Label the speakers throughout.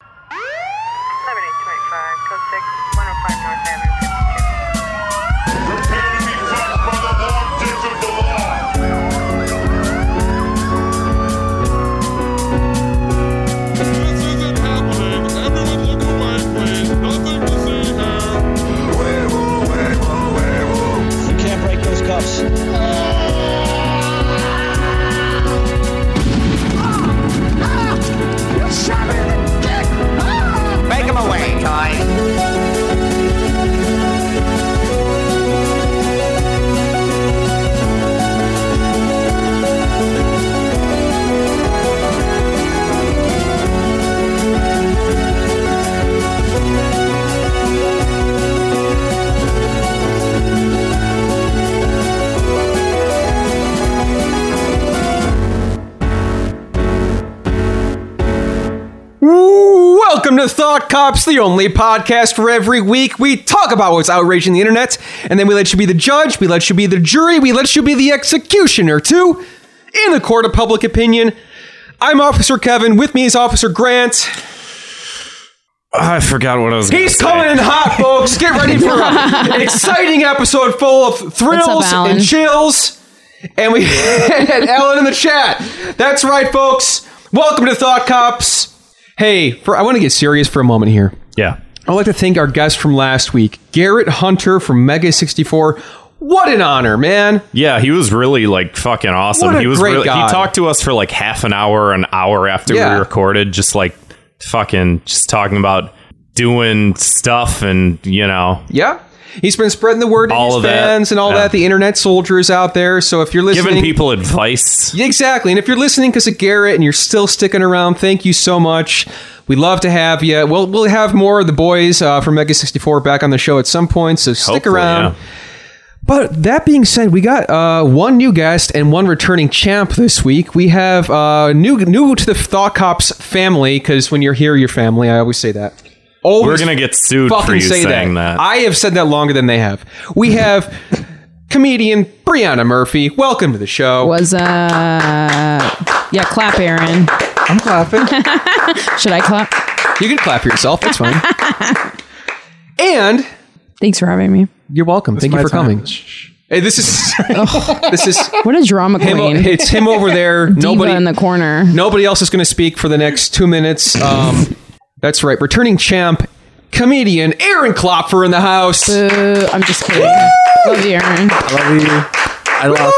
Speaker 1: 105 oh North Avenue, 52.
Speaker 2: Prepare to be touched by the long ditch of the law.
Speaker 3: This isn't happening. Everyone look away, please. Nothing to see here.
Speaker 4: You can't break those cuffs.
Speaker 5: Make him away, Ty.
Speaker 6: Welcome to Thought Cops, the only podcast where every week we talk about what's outraging the internet, and then we let you be the judge, we let you be the jury, we let you be the executioner too, in the court of public opinion. I'm Officer Kevin. With me is Officer Grant.
Speaker 7: I forgot what I was.
Speaker 6: He's
Speaker 7: gonna
Speaker 6: coming in hot, folks. Get ready for an exciting episode full of thrills
Speaker 8: What's up, Alan?
Speaker 6: and chills. And we had Ellen in the chat. That's right, folks. Welcome to Thought Cops. Hey, for, I want to get serious for a moment here.
Speaker 7: Say. Yeah.
Speaker 6: I'd like to thank our guest from last week, Garrett Hunter from Mega64. What an honor, man.
Speaker 7: Yeah, he was really like fucking awesome.
Speaker 6: What a
Speaker 7: he was
Speaker 6: great
Speaker 7: really
Speaker 6: guy.
Speaker 7: he talked to us for like half an hour, an hour after
Speaker 6: Yeah.
Speaker 7: we recorded, just like fucking just talking about doing stuff and you know
Speaker 6: Yeah. He's been spreading the word to
Speaker 7: All
Speaker 6: his
Speaker 7: of that.
Speaker 6: fans and all
Speaker 7: Yeah.
Speaker 6: that. The internet soldiers out there. So if you're listening,
Speaker 7: giving people advice.
Speaker 6: Yeah, Exactly. And if you're listening because of Garrett and you're still sticking around, thank you so much. We love to have you. We'll, we'll have more of the boys uh, from Mega64 back on the show at some point, so stick
Speaker 7: Hopefully,
Speaker 6: around.
Speaker 7: yeah.
Speaker 6: But that being said, we got uh, one new guest and one returning champ this week. We have uh, new new to the Thought Cops family, because when you're here, you're family. I always say that. Always
Speaker 7: We're gonna get sued for
Speaker 6: fucking
Speaker 7: you
Speaker 6: say
Speaker 7: saying that.
Speaker 6: I have said that longer than they have. We have comedian Brianna Murphy. Welcome to the show.
Speaker 8: Was uh yeah, clap, Aaron.
Speaker 6: I'm clapping.
Speaker 8: Should I clap?
Speaker 6: You can clap yourself. That's fine. and
Speaker 8: Thanks for having me.
Speaker 6: you're welcome. Thank you for coming. Hey, this is this is
Speaker 8: What a drama
Speaker 6: him, o-
Speaker 8: queen.
Speaker 6: it's him over there.
Speaker 8: Oh. Diva
Speaker 6: nobody
Speaker 8: in the corner.
Speaker 6: nobody else is going to speak for the next two minutes. Um, that's right. Returning champ, comedian Aaron Klopfer in the house.
Speaker 8: Boo. Uh, I'm just kidding. Love you, Aaron.
Speaker 9: love you. I laughed.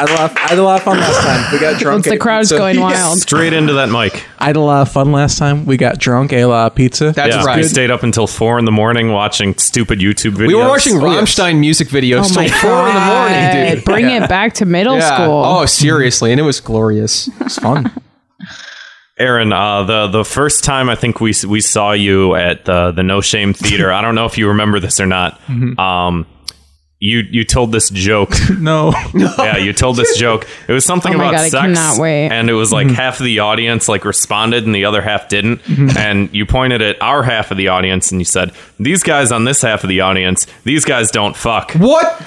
Speaker 9: I laughed. I laughed fun last time. We got drunk.
Speaker 8: Once the
Speaker 9: ate
Speaker 8: crowd's
Speaker 9: pizza.
Speaker 8: going wild.
Speaker 7: Straight into that mic.
Speaker 9: I had a lot of fun last time. We got drunk. Ate a lot of pizza.
Speaker 6: That's
Speaker 7: yeah,
Speaker 6: right.
Speaker 7: we stayed up until four in the morning watching stupid YouTube videos.
Speaker 6: we were watching
Speaker 7: Oh, yeah.
Speaker 6: Rammstein music videos
Speaker 8: Oh
Speaker 6: till
Speaker 8: my
Speaker 6: four in the morning,
Speaker 8: God.
Speaker 6: dude.
Speaker 8: Bring it back to middle
Speaker 6: Yeah.
Speaker 8: school.
Speaker 6: Oh, seriously, and it was glorious.
Speaker 9: It's fun.
Speaker 7: Aaron, uh, the the first time I think we we saw you at the the No Shame Theater. I don't know if you remember this or not. Um, you you told this joke.
Speaker 9: No.
Speaker 7: yeah, you told this joke. It was something
Speaker 8: Oh my
Speaker 7: about
Speaker 8: God, I
Speaker 7: sex.
Speaker 8: cannot wait.
Speaker 7: And it was like half of the audience like responded and the other half didn't. And you pointed at our half of the audience and you said, "These guys on this half of the audience, these guys don't fuck."
Speaker 6: What?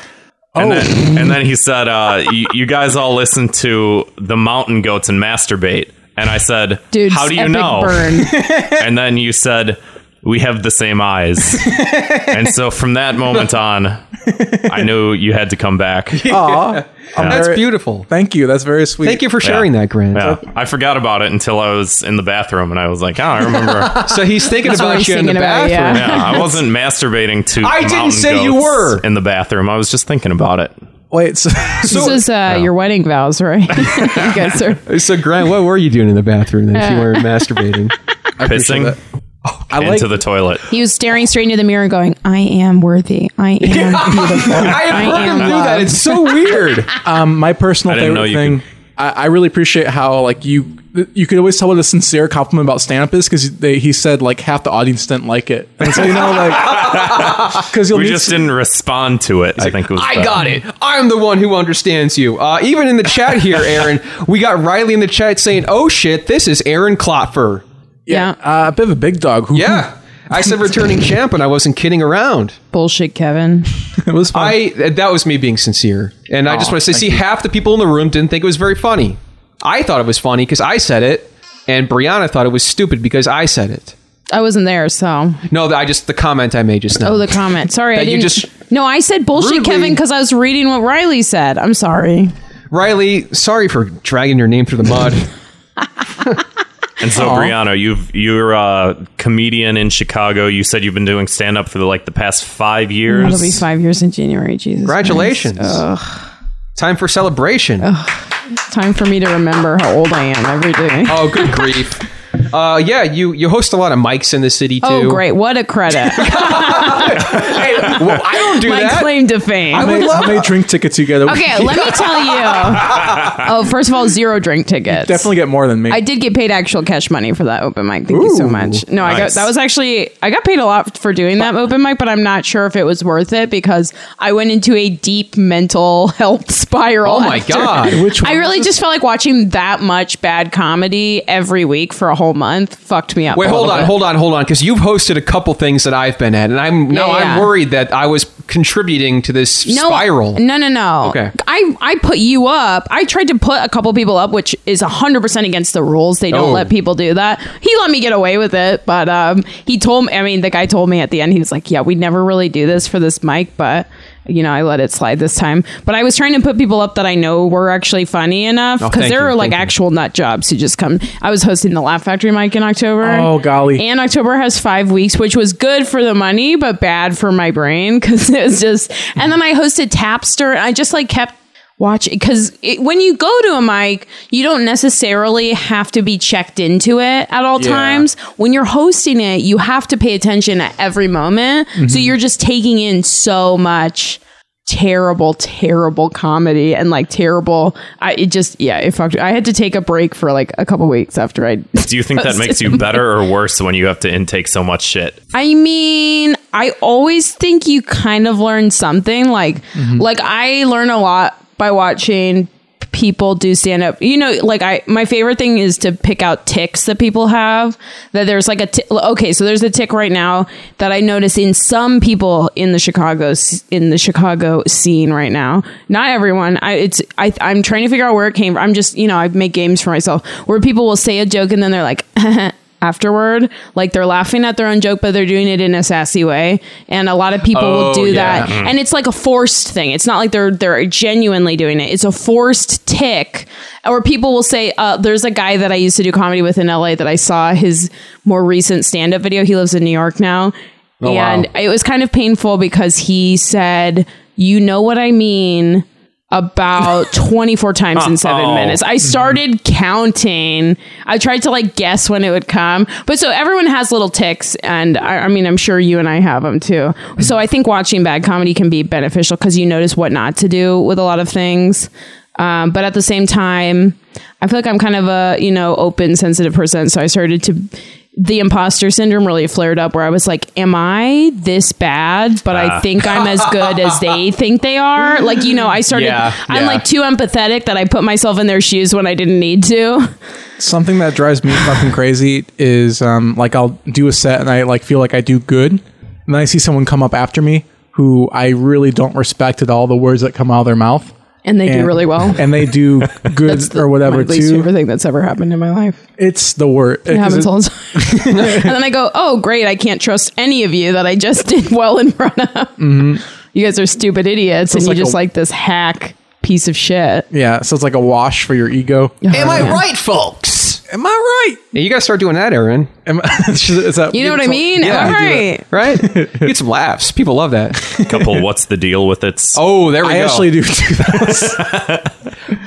Speaker 7: And, then, and then he said, uh, you, "You guys all listen to the Mountain Goats and masturbate." And I said,
Speaker 8: Dude,
Speaker 7: how do you
Speaker 8: epic
Speaker 7: know?"
Speaker 8: burn.
Speaker 7: and then you said we have the same eyes and so from that moment on i knew you had to come back
Speaker 9: Aw.
Speaker 6: That's
Speaker 9: Alright.
Speaker 6: beautiful.
Speaker 9: Thank you. That's very sweet.
Speaker 6: Thank you for sharing that, Grant.
Speaker 7: yeah. i forgot about it until i was in the bathroom and i was like oh i remember yeah
Speaker 6: So he's thinking
Speaker 8: what
Speaker 6: about
Speaker 8: he's
Speaker 6: you in the
Speaker 8: thinking about,
Speaker 6: bathroom.
Speaker 8: yeah.
Speaker 7: i wasn't masturbating to
Speaker 6: I didn't
Speaker 7: mountain
Speaker 6: say you
Speaker 7: goats
Speaker 6: were.
Speaker 7: in the bathroom i was just thinking about it
Speaker 9: Wait. So,
Speaker 8: this is uh, your wedding vows, right? you guys are
Speaker 6: So, Grant, what were you doing in the bathroom then if you were masturbating?
Speaker 7: pissing
Speaker 6: Oh,
Speaker 9: I like.
Speaker 7: into the toilet
Speaker 8: He was staring straight into the mirror, going, "I am worthy. I am beautiful.
Speaker 6: I have heard him
Speaker 8: am uh,
Speaker 6: do that.
Speaker 8: loved."
Speaker 6: It's so weird.
Speaker 9: um, my personal
Speaker 7: I didn't know
Speaker 9: favorite
Speaker 7: you
Speaker 9: thing.
Speaker 7: could-
Speaker 9: I, I really appreciate how like you you could always tell what a sincere compliment about stand up is because he said like half the audience didn't like it. And so you know like because you'll
Speaker 7: we
Speaker 9: meet
Speaker 7: just
Speaker 9: some-
Speaker 7: didn't respond to it i think it was
Speaker 6: I
Speaker 7: the-
Speaker 6: got it. I'm the one who understands you. Uh, even in the chat here, Aaron, we got Riley in the chat saying, "Oh shit, this is Aaron Klopfer."
Speaker 8: yeah,
Speaker 9: uh, a bit of a big dog. Who-
Speaker 6: Yeah, I said returning champ, and I wasn't kidding around.
Speaker 8: bullshit, Kevin.
Speaker 9: it was fun.
Speaker 6: I that was me being sincere, and I just
Speaker 9: Aw,
Speaker 6: want to say, see, half the people in the room didn't think it was very funny. I thought it was funny because I said it, and Brianna thought it was stupid because I said it.
Speaker 8: I wasn't there, so
Speaker 6: No, I just the comment I made just now.
Speaker 8: oh the comment. Sorry, I
Speaker 6: That you
Speaker 8: didn't.
Speaker 6: just
Speaker 8: no, I said bullshit,
Speaker 6: rudely-
Speaker 8: Kevin, because I was reading what Riley said. I'm sorry.
Speaker 6: Riley, sorry for dragging your name through the mud.
Speaker 7: And so, Brianna, you've you're a comedian in Chicago. You said you've been doing stand up for like the past five years.
Speaker 8: It'll be five years in January. Jesus, Christ.
Speaker 6: Congratulations. Time for celebration.
Speaker 8: Time for me to remember how old I am every day.
Speaker 6: Oh, good grief. Uh, yeah, you you host a lot of mics in the city too.
Speaker 8: Oh, great! What a credit!
Speaker 6: Hey, well, I don't do
Speaker 8: My
Speaker 6: that.
Speaker 8: claim to fame.
Speaker 6: I
Speaker 9: How
Speaker 6: would
Speaker 9: many, how
Speaker 6: love.
Speaker 9: many drink tickets you get? a week?
Speaker 8: Okay, let me tell you. Oh, first of all, zero drink tickets.
Speaker 9: Definitely get more than me.
Speaker 8: I did get paid actual cash money for that open mic. Thank you so
Speaker 9: Ooh,
Speaker 8: much. No, I got
Speaker 7: nice.
Speaker 8: that was actually I got paid a lot for doing that open mic, but I'm not sure if it was worth it because I went into a deep mental health spiral.
Speaker 6: Oh my
Speaker 8: after.
Speaker 6: god.
Speaker 9: Which one
Speaker 8: I
Speaker 9: was
Speaker 8: really just felt like watching that much bad comedy every week for a whole month fucked me up.
Speaker 6: Wait,
Speaker 8: a
Speaker 6: hold
Speaker 8: little
Speaker 6: on,
Speaker 8: bit.
Speaker 6: hold on, hold on, because you've hosted a couple things that I've been at, and I'm now
Speaker 8: Yeah,
Speaker 6: I'm
Speaker 8: yeah.
Speaker 6: worried that I was contributing to this spiral.
Speaker 8: No, no, no.
Speaker 6: Okay.
Speaker 8: I, I put you up. I tried to put a couple people up, which is 100% against the rules. They don't
Speaker 6: Oh.
Speaker 8: let people do that. He let me get away with it, but um, he told me, I mean, the guy told me at the end, he was like, yeah, we never really do this for this mic, but, you know, I let it slide this time. But I was trying to put people up that I know were actually funny enough
Speaker 6: Oh,
Speaker 8: because
Speaker 6: thank
Speaker 8: there
Speaker 6: you,
Speaker 8: are like
Speaker 6: thank you.
Speaker 8: actual nut jobs who just come. I was hosting the Laugh Factory mic in October.
Speaker 9: Oh, golly.
Speaker 8: And October has five weeks, which was good for the money, but bad for my brain because it was just. And then I hosted Tapster, and I just like kept watching because when you go to a mic, you don't necessarily have to be checked into it at all
Speaker 9: Yeah.
Speaker 8: times. When you're hosting it, you have to pay attention at every moment,
Speaker 9: Mm-hmm.
Speaker 8: so you're just taking in so much terrible terrible comedy and like terrible i it just yeah it fucked i had to take a break for like a couple weeks after i
Speaker 7: Do you think that makes you better or worse when you have to intake so much shit?
Speaker 8: I mean, I always think you kind of learn something. Like, like I learn a lot by watching people do stand up. You know, like I my favorite thing is to pick out ticks that people have. That there's like a tick. Okay, so there's a tick right now that I notice in some people in the Chicago s- in the Chicago scene right now. Not everyone. I it's I I'm trying to figure out where it came from. I'm just, you know, I make games for myself where people will say a joke and then they're like afterward. Like they're laughing at their own joke, but they're doing it in a sassy way. And a lot of people will
Speaker 9: Oh,
Speaker 8: do
Speaker 9: yeah.
Speaker 8: that. And it's like a forced thing. It's not like they're they're genuinely doing it. It's a forced tick. Or people will say, uh, there's a guy that I used to do comedy with in LA that I saw his more recent stand-up video. He lives in New York now. and it was kind of painful because he said, You know what I mean about 24 times in seven
Speaker 7: Uh-oh.
Speaker 8: minutes. I started counting. I tried to like guess when it would come. But so everyone has little ticks. And I, I mean, I'm sure you and I have them too. So I think watching bad comedy can be beneficial because you notice what not to do with a lot of things. Um, but at the same time, I feel like I'm kind of a, you know, open, sensitive person. So I started to, the imposter syndrome really flared up where I was like, am I this bad? But
Speaker 6: Ah.
Speaker 8: I think I'm as good as they think they are. Like, you know, I started,
Speaker 6: Yeah,
Speaker 8: I'm
Speaker 6: yeah.
Speaker 8: like too empathetic that I put myself in their shoes when I didn't need to.
Speaker 9: something that drives me fucking crazy is um like I'll do a set and I like feel like I do good, and then I see someone come up after me who I really don't respect at all the words that come out of their mouth.
Speaker 8: And they do
Speaker 9: And-
Speaker 8: really well.
Speaker 9: and they do good
Speaker 8: It's the-
Speaker 9: or
Speaker 8: my
Speaker 9: whatever
Speaker 8: least favorite
Speaker 9: too.
Speaker 8: thing that's ever happened in my life.
Speaker 9: It's the word.
Speaker 8: It happens all the time. and then I go, oh, great. I can't trust any of you that I just did well in front of. You guys are stupid idiots.
Speaker 9: Sounds
Speaker 8: and you
Speaker 9: like
Speaker 8: just
Speaker 9: a-
Speaker 8: like this hack piece of shit.
Speaker 9: Yeah, so it's like a wash for your ego.
Speaker 6: Am I right, folks?
Speaker 9: Am I right?
Speaker 6: Yeah, you gotta start doing that, Aaron.
Speaker 9: Am I, is that,
Speaker 8: You know what I mean?
Speaker 6: Yeah,
Speaker 8: All
Speaker 6: I do
Speaker 8: right.
Speaker 6: Right? Get some laughs. People love that.
Speaker 7: Couple, what's the deal with it?
Speaker 6: Oh, there we
Speaker 9: I
Speaker 6: go.
Speaker 9: actually do do those.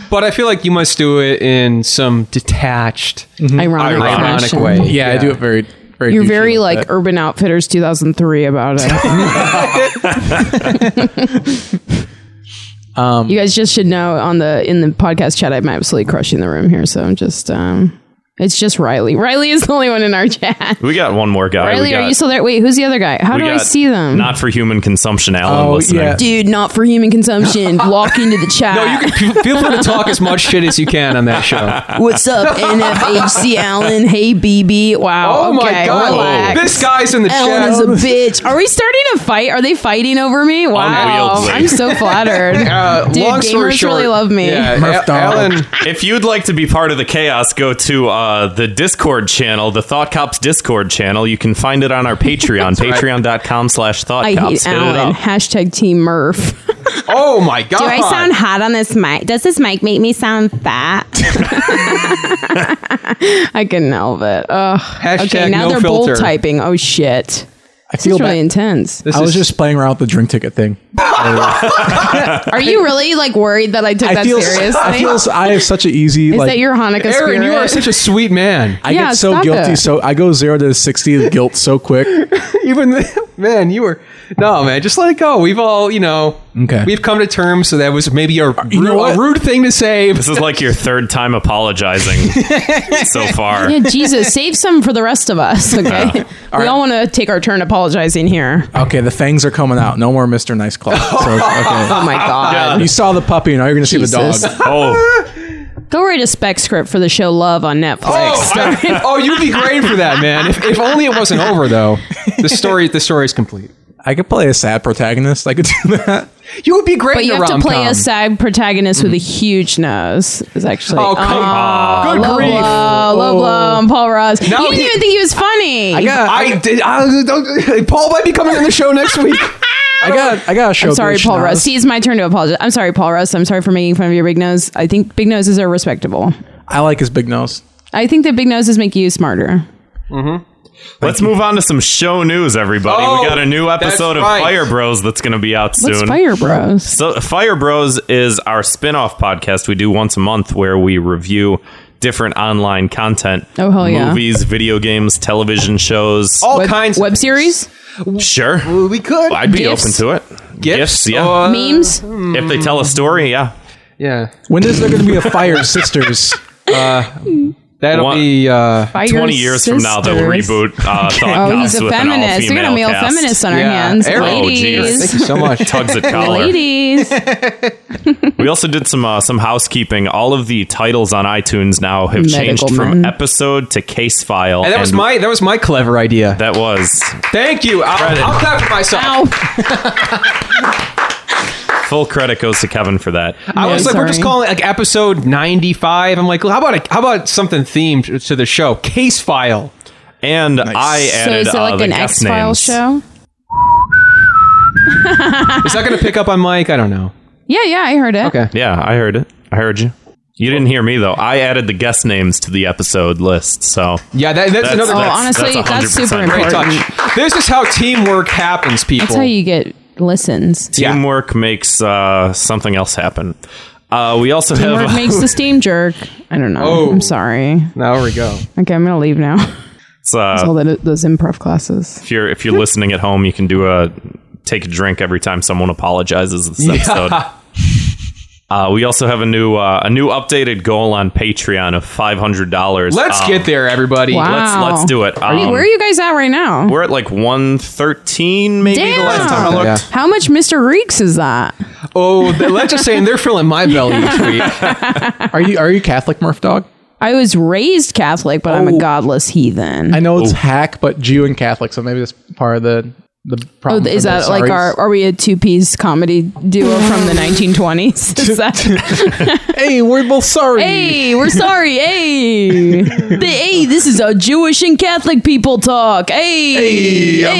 Speaker 6: But I feel like you must do it in some detached,
Speaker 8: Ironic,
Speaker 6: Mm-hmm. ironic
Speaker 8: fashion.
Speaker 6: way.
Speaker 9: yeah, I do it very, very.
Speaker 8: You're
Speaker 9: douchey
Speaker 8: very like
Speaker 9: that.
Speaker 8: Urban Outfitters 2003 about it. you guys just should know on the in the podcast chat, I'm absolutely crushing the room here. So I'm just um, it's just Riley. Riley is the only one in our chat.
Speaker 7: We got one more guy. we
Speaker 8: Riley,
Speaker 7: got,
Speaker 8: are you still there? Wait, who's the other guy? How
Speaker 7: we
Speaker 8: do I
Speaker 7: got
Speaker 8: see them?
Speaker 7: Not for human consumption, Alan.
Speaker 9: Oh,
Speaker 7: listening.
Speaker 9: yeah.
Speaker 8: Dude, not for human consumption. Lock into the chat.
Speaker 6: No, you can feel free to talk as much shit as you can on that show.
Speaker 8: What's up, NFHC Allen? Hey, BB. Wow.
Speaker 6: Oh my
Speaker 8: okay,
Speaker 6: god,
Speaker 8: relax.
Speaker 6: this guy's in the
Speaker 8: Ellen
Speaker 6: chat.
Speaker 8: is a bitch. Are we starting a fight? Are they fighting over me? Wow,
Speaker 7: Unwieldy.
Speaker 8: I'm so flattered.
Speaker 6: Uh,
Speaker 8: Dude,
Speaker 6: long story
Speaker 8: gamers
Speaker 6: short,
Speaker 8: really love me.
Speaker 6: Yeah,
Speaker 9: Murph
Speaker 6: Al-
Speaker 9: dog.
Speaker 6: Alan,
Speaker 7: If you'd like to be part of the chaos, go to uh, the Discord channel, the Thought Cops Discord channel. You can find it on our Patreon, patreon.com slash Thought
Speaker 8: I hate
Speaker 7: Cops. Hit it
Speaker 8: Alan.
Speaker 7: up.
Speaker 8: Hashtag Team Murph.
Speaker 6: oh my god!
Speaker 8: Do I sound hot on this mic? Does this mic make me sound fat? I couldn't help it. Ugh.
Speaker 6: Hashtag
Speaker 8: okay, now
Speaker 6: no
Speaker 8: they're
Speaker 6: filter.
Speaker 8: both typing. Oh shit.
Speaker 9: I
Speaker 8: This
Speaker 9: feel
Speaker 8: is really
Speaker 9: bad.
Speaker 8: intense.
Speaker 6: This
Speaker 9: I was
Speaker 6: is-
Speaker 9: just playing around with the drink ticket thing.
Speaker 8: Are you really like worried that I took
Speaker 9: I
Speaker 8: that
Speaker 9: feel.
Speaker 8: seriously?
Speaker 9: I feel. I have such an easy.
Speaker 8: is
Speaker 9: like,
Speaker 8: that your Hanukkah
Speaker 6: Aaron,
Speaker 8: spirit?
Speaker 6: you are such a sweet man.
Speaker 9: I
Speaker 8: Yeah,
Speaker 9: get so
Speaker 8: stop
Speaker 9: guilty.
Speaker 8: it.
Speaker 9: So I go zero to sixty of guilt so quick.
Speaker 6: Even the- man, you were no man. Just let it go. We've all you know.
Speaker 9: Okay.
Speaker 6: We've come to terms. So that was maybe a,
Speaker 9: You know
Speaker 6: ru- a
Speaker 9: what?
Speaker 6: rude thing to say.
Speaker 7: This is like your third time apologizing so far.
Speaker 8: yeah, Jesus, save some for the rest of us, okay? we all want to take our turn apologizing here.
Speaker 9: Okay, the fangs are coming out. No more Mister Nice Claw. So,
Speaker 8: Oh my god.
Speaker 9: okay. You saw the puppy. Now you're going to see the
Speaker 8: Jesus.
Speaker 9: dog.
Speaker 7: Oh,
Speaker 8: Go write a spec script for the show Love on Netflix.
Speaker 6: oh, you'd be great for that, man. If, if only it wasn't over though. The story, the story is complete.
Speaker 9: I could play a sad protagonist. I could do that.
Speaker 6: You would be great.
Speaker 8: But
Speaker 6: in
Speaker 8: you
Speaker 6: a
Speaker 8: have to play
Speaker 6: rom-com.
Speaker 8: a side protagonist with a huge nose. Is actually
Speaker 6: Oh, come on. Good
Speaker 8: low
Speaker 6: grief.
Speaker 8: blow, low blow, and Paul Ross.
Speaker 6: No,
Speaker 8: you didn't
Speaker 6: he-
Speaker 8: even think he was funny.
Speaker 9: I got.
Speaker 6: I did. I, don't, Paul might be coming on the show next week.
Speaker 9: I got. I got a show.
Speaker 8: I'm sorry,
Speaker 9: good
Speaker 8: Paul
Speaker 9: schnoz.
Speaker 8: Russ. See, it's my turn to apologize. I'm sorry, Paul Russ. I'm sorry for making fun of your big nose. I think big noses are respectable.
Speaker 9: I like his big nose.
Speaker 8: I think that big noses make you smarter.
Speaker 7: let's move on to some show news, everybody.
Speaker 6: Oh,
Speaker 7: we got a new
Speaker 6: that's
Speaker 7: episode of
Speaker 6: right.
Speaker 7: Fire Bros that's going to be out soon.
Speaker 8: What's Fire Bros?
Speaker 7: So Fire Bros is our spin-off podcast we do once a month where we review different online content.
Speaker 8: Oh, hell yeah.
Speaker 7: Movies, video games, television shows.
Speaker 6: All
Speaker 8: Web,
Speaker 6: kinds.
Speaker 8: web series,
Speaker 7: sure.
Speaker 6: we could.
Speaker 7: I'd be
Speaker 8: Gifts?
Speaker 7: open to it.
Speaker 6: Gifts,
Speaker 7: yeah.
Speaker 6: uh,
Speaker 8: memes.
Speaker 7: if they tell a story, yeah.
Speaker 6: Yeah.
Speaker 9: When is there going to be a Fire Sisters?
Speaker 6: That'll
Speaker 7: One-
Speaker 6: be. Uh,
Speaker 8: Fire
Speaker 7: 20 years from now, they'll
Speaker 8: Sisters.
Speaker 7: reboot uh, Thought
Speaker 8: Oh,
Speaker 7: Cops
Speaker 8: he's a
Speaker 7: with an
Speaker 8: feminist. We got a
Speaker 7: all-female
Speaker 8: male
Speaker 7: cast.
Speaker 8: feminist on our
Speaker 6: Yeah.
Speaker 8: hands,
Speaker 6: Eric-
Speaker 7: Oh,
Speaker 8: ladies.
Speaker 7: geez.
Speaker 6: thank you so much.
Speaker 7: Tugs at collar.
Speaker 8: Ladies,
Speaker 7: We also did some uh, some housekeeping. All of the titles on iTunes now have
Speaker 8: Medical
Speaker 7: changed from
Speaker 8: men.
Speaker 7: episode to case file.
Speaker 6: And that was my that was my clever idea.
Speaker 7: That was
Speaker 6: Thank you. I'll,
Speaker 7: Credit.
Speaker 6: I'll clap for myself.
Speaker 8: ow!
Speaker 7: full credit goes to Kevin for that.
Speaker 6: I was
Speaker 8: Yeah,
Speaker 6: like, we're just
Speaker 8: sorry.
Speaker 6: calling it like episode ninety five. I'm like, well, how about a, how about something themed to the show? Case file.
Speaker 7: And I
Speaker 8: So
Speaker 7: added
Speaker 8: is it
Speaker 7: uh,
Speaker 8: like
Speaker 7: the
Speaker 8: an X
Speaker 7: guest
Speaker 8: Files
Speaker 7: names.
Speaker 8: show?
Speaker 6: Is that going to pick up on Mike? I don't know.
Speaker 8: Yeah, yeah, I heard it.
Speaker 6: Okay.
Speaker 7: Yeah, I heard it. I heard you. You didn't hear me though. I added the guest names to the episode list. So
Speaker 6: Yeah, that, that's,
Speaker 7: That's-
Speaker 6: another
Speaker 8: Oh,
Speaker 7: that's-
Speaker 8: honestly, that's,
Speaker 7: 100%
Speaker 8: super
Speaker 7: great
Speaker 8: important.
Speaker 6: great touch. This is how teamwork happens, people.
Speaker 8: That's how you get listens.
Speaker 6: Yeah.
Speaker 7: teamwork makes uh, something else happen. Uh, we also
Speaker 8: Teamwork
Speaker 7: have
Speaker 8: makes the steam jerk. I don't know.
Speaker 6: Oh.
Speaker 8: I'm sorry.
Speaker 6: Now we go.
Speaker 8: Okay, I'm gonna leave now.
Speaker 7: it's, uh,
Speaker 8: All that, those improv classes.
Speaker 7: if you're if you're listening at home, you can do a take a drink every time someone apologizes this episode. Uh, we also have a new uh, a new updated goal on Patreon of five hundred dollars. Um,
Speaker 6: Let's get there, everybody.
Speaker 8: Wow.
Speaker 7: Let's let's do it.
Speaker 8: Are you-
Speaker 7: Um,
Speaker 8: where are you guys at right now?
Speaker 7: We're at like one thirteen, maybe the
Speaker 8: Damn.
Speaker 7: last time I looked.
Speaker 6: Yeah.
Speaker 8: How much Mr. Reeks is that?
Speaker 6: Oh, the- let's just say they're filling my belly each week.
Speaker 9: Are you Are you Catholic, Murph Dog?
Speaker 8: I was raised Catholic, but I'm a
Speaker 9: Oh.
Speaker 8: godless heathen.
Speaker 9: I know it's hack, but Jew and Catholic, so maybe that's part of the the
Speaker 8: Oh,
Speaker 9: problem.
Speaker 8: is
Speaker 9: for
Speaker 8: that
Speaker 9: those
Speaker 8: like
Speaker 9: sorries.
Speaker 8: our? Are we a two-piece comedy duo from the 1920s? Is that,
Speaker 9: Hey, we're both sorry.
Speaker 8: hey, we're sorry. Hey, The- hey, this is a Jewish and Catholic people talk. Hey, hey, I'm,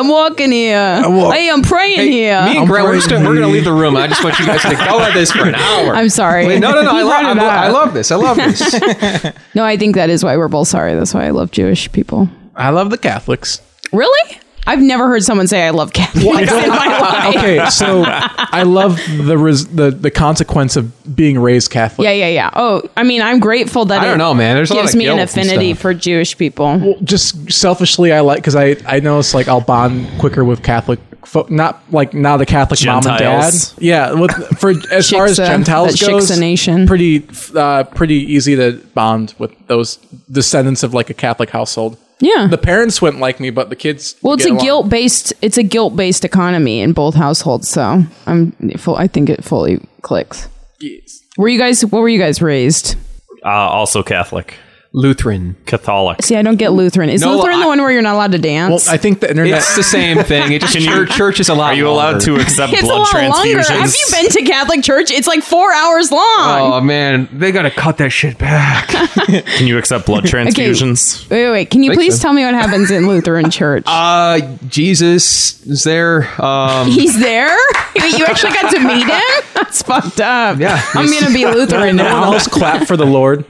Speaker 8: walking here.
Speaker 9: walk-
Speaker 8: hey, I'm praying here.
Speaker 6: Me and
Speaker 9: I'm
Speaker 6: Grant, we're,
Speaker 9: praying.
Speaker 6: just gonna, we're gonna leave the room. I just want you guys to go at this for an hour.
Speaker 8: I'm sorry.
Speaker 6: Wait, no, no, no. I,
Speaker 8: He
Speaker 6: lo-
Speaker 8: brought
Speaker 6: I,
Speaker 8: it
Speaker 6: lo-
Speaker 8: up.
Speaker 6: I love this. I love this.
Speaker 8: No, I think that is why we're both sorry. That's why I love Jewish people.
Speaker 9: I love the Catholics.
Speaker 8: Really? I've never heard someone say I love Catholics in my life.
Speaker 9: Okay, so I love the res- the the consequence of being raised Catholic.
Speaker 8: Yeah, yeah, yeah. Oh, I mean, I'm grateful that
Speaker 6: I don't
Speaker 8: it
Speaker 6: know, man. There's a lot
Speaker 8: gives
Speaker 6: of
Speaker 8: me an
Speaker 6: guilt and
Speaker 8: affinity
Speaker 6: stuff.
Speaker 8: for Jewish people.
Speaker 9: Just selfishly, I like because I I know it's like I'll bond quicker with Catholic. Fo- not like now the Catholic
Speaker 7: Gentiles.
Speaker 9: mom and dad. Yeah, with, for as far as
Speaker 8: Shiksa-
Speaker 9: Gentiles
Speaker 8: that
Speaker 9: goes,
Speaker 8: Shiksa nation.
Speaker 9: pretty uh, pretty easy to bond with those descendants of like a Catholic household.
Speaker 8: Yeah.
Speaker 9: the parents wouldn't like me, but the kids.
Speaker 8: well, it's
Speaker 9: get
Speaker 8: a
Speaker 9: along.
Speaker 8: guilt based. It's a guilt based economy in both households. So I'm full. I think it fully clicks. Were you guys? What were you guys raised?
Speaker 7: Uh, also Catholic.
Speaker 6: Lutheran.
Speaker 7: Catholic.
Speaker 8: See, I don't get Lutheran. Is
Speaker 6: No,
Speaker 8: Lutheran
Speaker 6: I-
Speaker 8: the one where you're not allowed to dance?
Speaker 9: Well, I think the internet.
Speaker 6: It's the same thing. It just
Speaker 7: Can you-
Speaker 6: church, church is a lot.
Speaker 7: Are you allowed to
Speaker 6: longer.
Speaker 7: accept
Speaker 8: it's a
Speaker 7: blood
Speaker 8: lot longer.
Speaker 7: transfusions?
Speaker 8: Have you been to Catholic church? It's like four hours
Speaker 7: uh,
Speaker 8: long.
Speaker 6: Oh man, they gotta cut that shit back.
Speaker 7: Can you accept blood transfusions?
Speaker 8: Wait, wait, wait. Can you
Speaker 6: Think
Speaker 8: please
Speaker 6: so.
Speaker 8: tell me what happens in Lutheran church?
Speaker 6: Uh, Jesus is there. Um,
Speaker 8: He's there. Wait, you actually got to meet him. That's fucked up.
Speaker 6: Yeah.
Speaker 8: I'm gonna be Lutheran
Speaker 9: no one
Speaker 8: now.
Speaker 9: else clap for the Lord.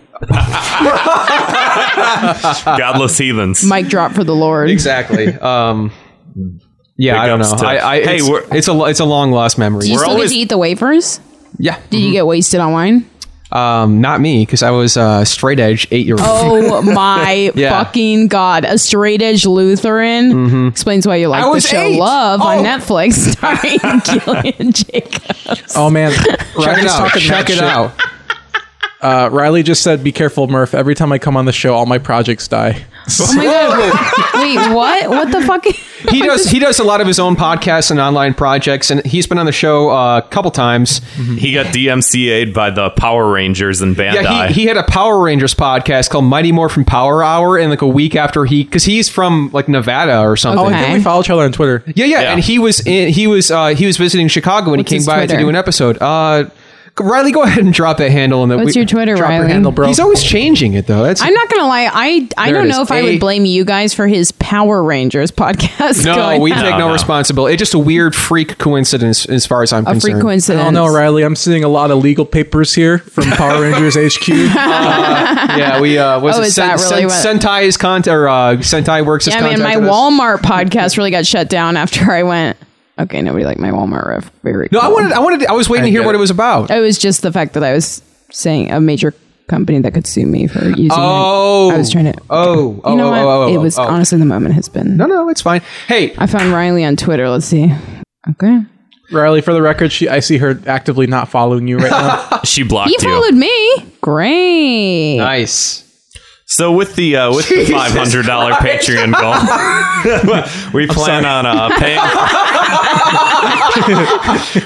Speaker 7: Godless heathens.
Speaker 8: Mic drop for the Lord.
Speaker 6: exactly. Um, yeah,
Speaker 7: Big
Speaker 6: I don't know.
Speaker 7: ups to-
Speaker 6: I, I,
Speaker 7: Hey,
Speaker 6: it's,
Speaker 7: we're-
Speaker 6: it's a lo- it's a long lost memory.
Speaker 8: Do you
Speaker 7: We're
Speaker 8: still
Speaker 7: always-
Speaker 8: get to eat the wafers?
Speaker 6: yeah,
Speaker 8: Did you get wasted on wine?
Speaker 6: um, not me because I was uh, straight edge eight year old.
Speaker 8: Oh my
Speaker 6: Yeah. Mm-hmm.
Speaker 8: fucking god! A straight edge Lutheran explains why you like
Speaker 6: I
Speaker 8: the
Speaker 6: was
Speaker 8: show
Speaker 6: eight.
Speaker 8: Love
Speaker 6: Oh.
Speaker 8: on Netflix, starring Gillian Jacobs.
Speaker 9: Oh man,
Speaker 6: Check it
Speaker 9: Riley's
Speaker 6: out.
Speaker 9: talking
Speaker 6: Check
Speaker 9: that
Speaker 6: it
Speaker 9: shit.
Speaker 6: out.
Speaker 9: Uh, Riley just said, "Be careful, Murph. Every time I come on the show, all my projects die."
Speaker 8: Oh my god! Wait, what? What the fuck?
Speaker 6: he does he does a lot of his own podcasts and online projects and he's been on the show uh, a couple times
Speaker 7: He got DMCA'd by the Power Rangers in Bandai.
Speaker 6: yeah he, he had a power rangers podcast called mighty morphin power hour and like a week after he because he's from like nevada or something
Speaker 9: Oh, I think
Speaker 8: Okay.
Speaker 9: we follow each other on Twitter.
Speaker 6: yeah, yeah
Speaker 7: Yeah.
Speaker 6: and he was in he was uh he was visiting chicago when
Speaker 8: What's
Speaker 6: he came
Speaker 8: his
Speaker 6: by
Speaker 8: Twitter?
Speaker 6: to do an episode uh riley go ahead and drop that handle and that
Speaker 8: What's
Speaker 6: we-
Speaker 8: your Twitter,
Speaker 6: drop
Speaker 8: Riley?
Speaker 9: handle, bro.
Speaker 6: he's always changing it though that's
Speaker 8: I'm not gonna lie. I I
Speaker 6: There it
Speaker 8: don't
Speaker 6: is.
Speaker 8: know if I
Speaker 6: A-
Speaker 8: would blame you guys for his Power Rangers podcast.
Speaker 6: no,
Speaker 8: going
Speaker 6: we
Speaker 8: out.
Speaker 6: take no,
Speaker 7: no.
Speaker 6: responsibility. It's just a weird freak coincidence, as far as I'm
Speaker 8: a
Speaker 6: concerned.
Speaker 8: freak coincidence.
Speaker 9: I don't know, Riley. I'm seeing a lot of legal papers here from Power Rangers HQ.
Speaker 6: Yeah, we uh, was
Speaker 8: Oh,
Speaker 6: it
Speaker 8: is that really what-
Speaker 6: Sentai's contact or uh, Sentai works. as
Speaker 8: Yeah, man, my
Speaker 6: contacted us?
Speaker 8: Walmart podcast really got shut down after I went. Okay, nobody liked my Walmart riff. Very
Speaker 6: No, I
Speaker 8: cool.
Speaker 6: wanted, I wanted, I was waiting to hear
Speaker 9: get
Speaker 6: what
Speaker 9: it.
Speaker 6: it was about.
Speaker 8: It was just the fact that I was saying a major company that could sue me for using. it.
Speaker 6: Oh.
Speaker 8: I was trying to.
Speaker 6: Oh, oh,
Speaker 8: you know
Speaker 6: oh,
Speaker 8: what?
Speaker 6: oh, oh,
Speaker 8: it was
Speaker 6: oh.
Speaker 8: honestly the moment has been.
Speaker 6: No, no, it's fine. Hey,
Speaker 8: I found Riley on Twitter. Let's see. Okay,
Speaker 9: Riley, for the record, she, I see her actively not following you right now.
Speaker 7: she blocked
Speaker 8: he
Speaker 7: you.
Speaker 8: followed me. Great.
Speaker 6: nice.
Speaker 7: So with the uh, with the five hundred dollar Patreon goal, we plan on uh, paying.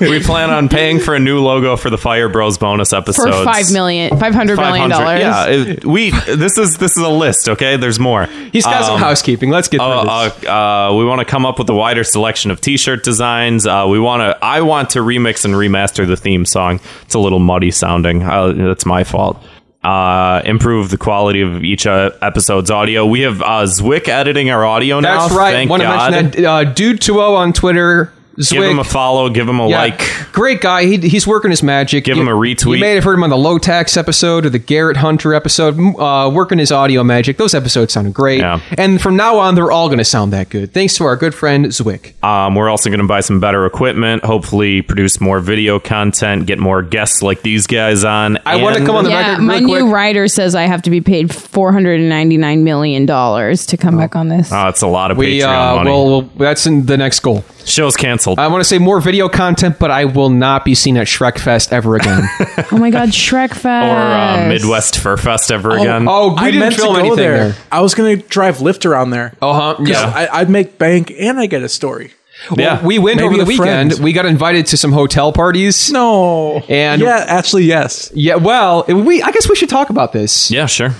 Speaker 7: we plan on paying for a new logo for the Fire Bros bonus
Speaker 8: for
Speaker 7: episodes.
Speaker 8: five million, five hundred
Speaker 7: 500
Speaker 8: million dollars.
Speaker 7: Yeah, it- we. This is this is a list. Okay, there's more.
Speaker 6: He's got some
Speaker 7: Um,
Speaker 6: housekeeping. Let's get through
Speaker 7: Uh,
Speaker 6: this.
Speaker 7: uh, uh, we want to come up with a wider selection of T-shirt designs. Uh, we want to. I want to remix and remaster the theme song. It's a little muddy sounding. Uh, that's my fault. Uh, improve the quality of each uh, episode's audio. We have uh, Zwick editing our audio now.
Speaker 6: That's right.
Speaker 7: Thank
Speaker 6: Want to
Speaker 7: God.
Speaker 6: mention that uh, dude two o on Twitter. Zwick.
Speaker 7: Give him a follow. Give him a
Speaker 6: Yeah,
Speaker 7: like.
Speaker 6: Great guy. He, he's working his magic.
Speaker 7: Give
Speaker 6: You-
Speaker 7: him a retweet.
Speaker 6: You may have heard him on the Low Tax episode or the Garrett Hunter episode, m- uh, working his audio magic. Those episodes sounded great.
Speaker 7: Yeah.
Speaker 6: And from now on, they're all going to sound that good. Thanks to our good friend Zwick.
Speaker 7: Um, we're also going to buy some better equipment. Hopefully, produce more video content. Get more guests like these guys on.
Speaker 6: I wanna
Speaker 7: and-
Speaker 6: come on the
Speaker 8: Yeah,
Speaker 6: record
Speaker 8: my
Speaker 6: real
Speaker 8: new
Speaker 6: quick.
Speaker 8: writer says I have to be paid four hundred and ninety nine million dollars to come back on this.
Speaker 7: Oh, it's a lot of
Speaker 6: We
Speaker 7: Patreon
Speaker 6: uh,
Speaker 7: money.
Speaker 6: well, well, that's in the next goal.
Speaker 7: Show's canceled.
Speaker 6: I want to say more video content, but I will not be seen at Shrek Fest ever again.
Speaker 8: oh my God, Shrek Fest
Speaker 7: or uh, Midwest Fur Fest ever again.
Speaker 6: oh, we
Speaker 9: I
Speaker 6: didn't
Speaker 9: meant to
Speaker 6: film
Speaker 9: go
Speaker 6: anything
Speaker 9: there.
Speaker 6: there.
Speaker 9: I was going to drive Lyft around there.
Speaker 6: Oh,
Speaker 7: Uh-huh.
Speaker 6: huh? Yeah.
Speaker 9: I, I'd make bank and I get a story.
Speaker 7: yeah.
Speaker 6: we went
Speaker 9: Maybe
Speaker 6: over the
Speaker 9: a friend.
Speaker 6: weekend. We got invited to some hotel parties.
Speaker 9: No.
Speaker 6: And-
Speaker 9: yeah, actually, yes.
Speaker 6: Yeah. Well, we. I guess we should talk about this.
Speaker 7: yeah, sure.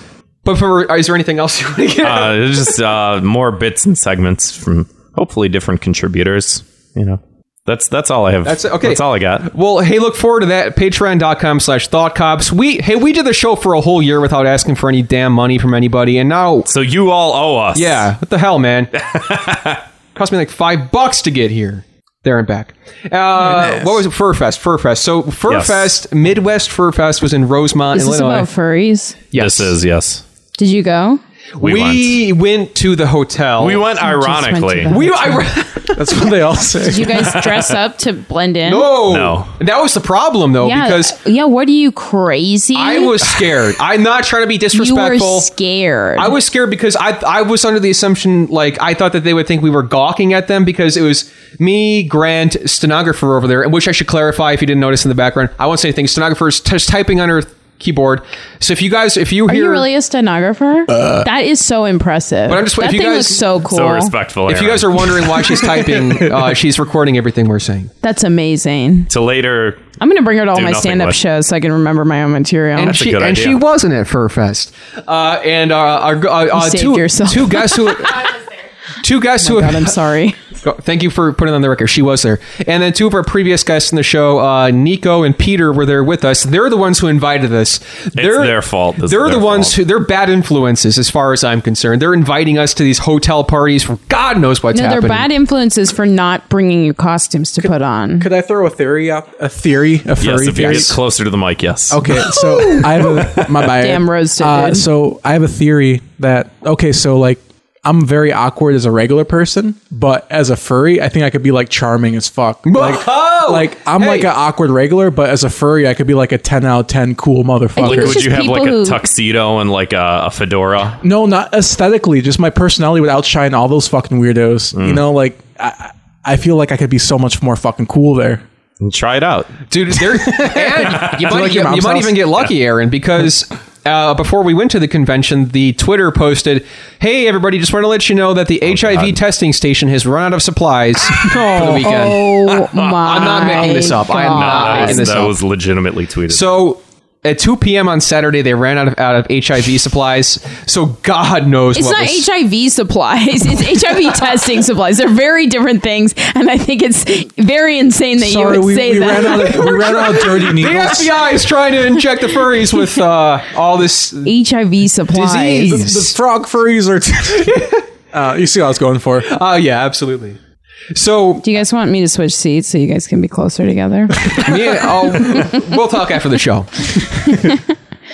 Speaker 6: But for is there anything else you want to get?
Speaker 7: Uh, it's just uh, more bits and segments from hopefully different contributors. You know, that's that's all I have.
Speaker 6: That's- okay.
Speaker 7: That's all I got.
Speaker 6: Well, hey, look forward to that. Patreon.com slash thought cops. We hey, we did the show for a whole year without asking for any damn money from anybody, and now
Speaker 7: So you all owe us.
Speaker 6: Yeah, what the hell, man? Cost me like five bucks to get here, there and back. Uh, what was it? Furfest, Furfest. So Furfest, Fest, Midwest Furfest was in Rosemont,
Speaker 8: Is this
Speaker 6: Illinois.
Speaker 8: about furries?
Speaker 6: yes,
Speaker 7: This is yes.
Speaker 8: Did you go?
Speaker 6: we
Speaker 7: We,
Speaker 6: went. to the hotel.
Speaker 7: went. We went ironically.
Speaker 8: that.
Speaker 6: We I,
Speaker 9: That's what they all say.
Speaker 8: You guys dress up to blend in?
Speaker 6: no,
Speaker 7: No.
Speaker 6: That was the problem though,
Speaker 8: yeah,
Speaker 6: because
Speaker 8: yeah. What are you crazy?
Speaker 6: I was scared. I'm not trying to be
Speaker 8: you were
Speaker 6: disrespectful.
Speaker 8: scared.
Speaker 6: I was scared because I I was under the assumption like I thought that they would think we were gawking at them because it was me, Grant, stenographer over there, and which I should clarify if you didn't notice in the background. I won't say anything. Stenographer's just typing on her keyboard. So if you guys, if you
Speaker 8: Are
Speaker 6: hear,
Speaker 8: you really a stenographer? that is so impressive.
Speaker 6: Uh. But I'm just- if
Speaker 8: that
Speaker 6: you
Speaker 8: thing
Speaker 6: guys-
Speaker 8: looks so cool.
Speaker 7: So respectful.
Speaker 6: if you guys are
Speaker 7: Aaron.
Speaker 6: wondering why she's typing, uh, she's recording everything we're saying.
Speaker 8: That's amazing.
Speaker 7: to later,
Speaker 8: I'm gonna bring her to all
Speaker 7: Do
Speaker 8: my
Speaker 7: nothing
Speaker 8: stand-up
Speaker 7: with-
Speaker 8: shows so I can remember my own material.
Speaker 6: and she
Speaker 7: Oh, good
Speaker 6: and
Speaker 7: idea.
Speaker 6: she wasn't at Furfest. Uh, and uh, our uh, uh,
Speaker 8: saved
Speaker 6: two
Speaker 8: yourself.
Speaker 6: two guests who two guests who
Speaker 8: God, I'm sorry.
Speaker 6: Go- Oh, Thank you for putting on the record. She was there. And then two of our previous guests in the show, uh, Nico and Peter, were there with us. They're the ones who invited us. They're,
Speaker 7: their fault. This is
Speaker 6: they're
Speaker 7: their
Speaker 6: the ones
Speaker 7: fault.
Speaker 6: who, they're bad influences as far as I'm concerned. They're inviting us to these hotel parties for God knows what's
Speaker 8: No, they're
Speaker 6: happening.
Speaker 8: bad influences for not bringing you costumes to put on.
Speaker 9: Could I throw a theory up? A theory? A furry
Speaker 7: yes, if you
Speaker 9: theory?
Speaker 7: get closer to the mic, yes.
Speaker 9: Okay, so I have a my bad.
Speaker 8: Damn rose to
Speaker 9: Uh,
Speaker 8: dude.
Speaker 9: so I have a theory that okay, so like I'm very awkward as a regular person, but as a furry, I think I could be like charming as fuck. Like,
Speaker 6: Oh!
Speaker 9: like I'm
Speaker 6: Hey!
Speaker 9: like an awkward regular, but as a furry, I could be like a ten out of ten cool
Speaker 8: I
Speaker 9: motherfucker.
Speaker 8: think
Speaker 7: Like,
Speaker 8: it's
Speaker 7: would
Speaker 8: just
Speaker 7: you have like
Speaker 8: people
Speaker 7: a
Speaker 8: who-
Speaker 7: tuxedo and like a, a fedora?
Speaker 9: No, not aesthetically. Just my personality would outshine all those fucking weirdos. You know, like I, I feel like I could be so much more fucking cool there.
Speaker 7: Try it out.
Speaker 6: Dude, they're, and you might,
Speaker 9: like
Speaker 6: you,
Speaker 9: your mom's
Speaker 6: might
Speaker 9: house?
Speaker 6: even get lucky, Aaron, because uh, before we went to the convention, the Twitter posted, Hey, everybody, just want to let you know that the
Speaker 7: Oh,
Speaker 6: HIV testing station has run out of supplies for the weekend.
Speaker 8: Oh my!
Speaker 6: I'm not making this up. I am not
Speaker 8: God.
Speaker 7: That, was,
Speaker 6: this
Speaker 7: that
Speaker 6: up.
Speaker 7: was legitimately tweeted.
Speaker 6: So at 2 p.m. on Saturday, they ran out of, out of HIV supplies. So God knows
Speaker 8: It's
Speaker 6: what
Speaker 8: not
Speaker 6: was-
Speaker 8: HIV supplies. It's HIV testing supplies. They're very different things, and I think it's very insane that
Speaker 9: Sorry,
Speaker 8: you would
Speaker 9: we,
Speaker 8: say
Speaker 9: we
Speaker 8: that.
Speaker 9: ran out. Of, we ran out of dirty
Speaker 6: The
Speaker 9: needles.
Speaker 6: FBI is trying to inject the furries with uh, all this
Speaker 8: HIV supplies.
Speaker 9: The,
Speaker 6: disease.
Speaker 9: the frog furries are. uh, you see what I was going for?
Speaker 8: Uh,
Speaker 6: Oh yeah, absolutely. So
Speaker 8: Do you guys want me to switch seats so you guys can be closer together?
Speaker 6: me and oh, we'll talk after the show.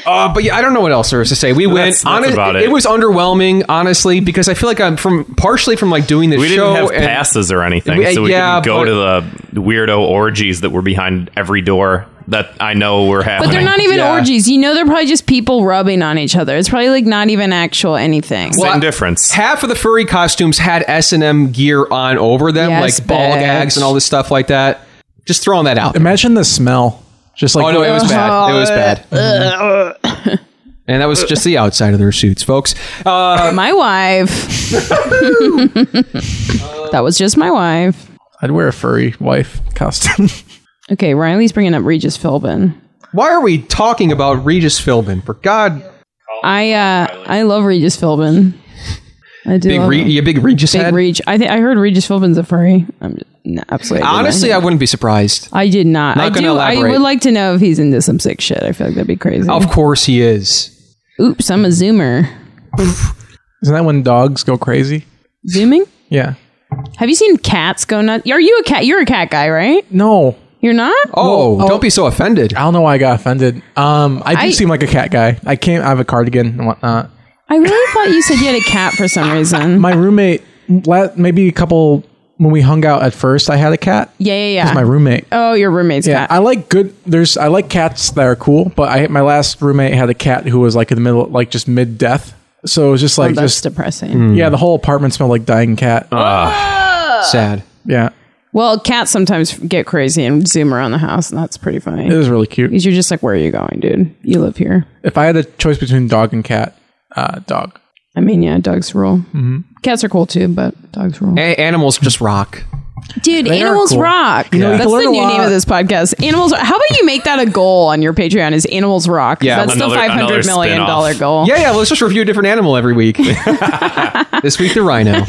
Speaker 6: Uh, but yeah, I don't know what else there is to say. We went.
Speaker 7: That's- that's about it.
Speaker 6: it was underwhelming, honestly, because I feel like I'm from partially from like doing the
Speaker 7: we
Speaker 6: show.
Speaker 7: didn't have
Speaker 6: and-
Speaker 7: passes or anything,
Speaker 6: We-
Speaker 7: so we
Speaker 6: yeah,
Speaker 7: couldn't
Speaker 6: but-
Speaker 7: go to the weirdo orgies that were behind every door that I know were happening.
Speaker 8: But they're not even
Speaker 6: Yeah.
Speaker 8: orgies. You know, they're probably just people rubbing on each other. It's probably like not even actual anything.
Speaker 7: Same
Speaker 6: Well, I-
Speaker 7: difference.
Speaker 6: half of the furry costumes had S and M gear on over them,
Speaker 8: Yes,
Speaker 6: like ball
Speaker 8: bitch.
Speaker 6: gags and all this stuff like that. Just throwing that out. there.
Speaker 9: Imagine the smell. Just like
Speaker 6: Oh no, it was bad. It was bad. and that was just the outside of their suits, folks. Uh,
Speaker 8: My wife. that was just my wife.
Speaker 9: I'd wear a furry wife costume.
Speaker 8: Okay, Riley's bringing up Regis Philbin.
Speaker 6: why are we talking about Regis Philbin? For God,
Speaker 8: I uh, I love Regis Philbin. I do.
Speaker 6: big
Speaker 8: love
Speaker 6: Re-
Speaker 8: him.
Speaker 6: you big Regis
Speaker 8: Big
Speaker 6: head.
Speaker 8: Reg. I think I heard Regis Philbin's a furry. I'm just, no, absolutely. I did not.
Speaker 6: Honestly, I wouldn't be surprised.
Speaker 8: I did not.
Speaker 6: Not
Speaker 8: I
Speaker 6: gonna
Speaker 8: do. I
Speaker 6: elaborate.
Speaker 8: would like to know if he's into some sick shit. I feel like that'd be crazy.
Speaker 6: Of course, he is.
Speaker 8: Oops, I'm a zoomer.
Speaker 9: Isn't that when dogs go crazy?
Speaker 8: Zooming?
Speaker 9: Yeah.
Speaker 8: Have you seen cats go nuts? Are you a cat? You're a cat guy, right?
Speaker 9: No,
Speaker 8: You're not?
Speaker 6: Oh,
Speaker 9: Well, oh.
Speaker 6: don't be so offended.
Speaker 9: I don't know why I got offended. Um, I do
Speaker 8: I-
Speaker 9: seem like a cat guy. I can't. I have a cardigan and whatnot.
Speaker 8: I really thought you said you had a cat for some reason.
Speaker 9: My roommate, la- maybe a couple when we hung out at first, I had a cat.
Speaker 8: yeah, yeah, yeah.
Speaker 9: It's my roommate.
Speaker 8: oh, your roommate's
Speaker 9: Yeah,
Speaker 8: cat.
Speaker 9: I like good. There's I like cats that are cool, but I my last roommate had a cat who was like in the middle, like just mid death. So it was just like
Speaker 8: oh, that's
Speaker 9: just
Speaker 8: depressing.
Speaker 6: Mm.
Speaker 9: yeah, the whole apartment smelled like dying cat.
Speaker 6: Sad.
Speaker 9: yeah,
Speaker 8: Well, cats sometimes get crazy and zoom around the house, and that's pretty funny.
Speaker 9: it was really cute.
Speaker 8: Because you're just like, where are you going, dude? You live here.
Speaker 9: If I had a choice between dog and cat, uh, dog.
Speaker 8: I mean, yeah, dogs rule.
Speaker 6: Mm-hmm.
Speaker 8: Cats are cool too, but dogs rule.
Speaker 6: A- animals just rock.
Speaker 8: Dude,
Speaker 9: are
Speaker 8: animals
Speaker 9: cool.
Speaker 8: rock.
Speaker 9: know, you
Speaker 8: That's
Speaker 9: can learn
Speaker 8: the
Speaker 9: a
Speaker 8: new name
Speaker 9: lot.
Speaker 8: of this podcast. Animals. How about you make that a goal on your Patreon? Is animals rock? 'Cause
Speaker 6: Yeah,
Speaker 8: that's
Speaker 7: another-
Speaker 8: the five
Speaker 7: another
Speaker 8: hundred million
Speaker 7: spin-off.
Speaker 8: dollar goal.
Speaker 6: Yeah, yeah. Let's just review a different animal every week. this week, the rhino.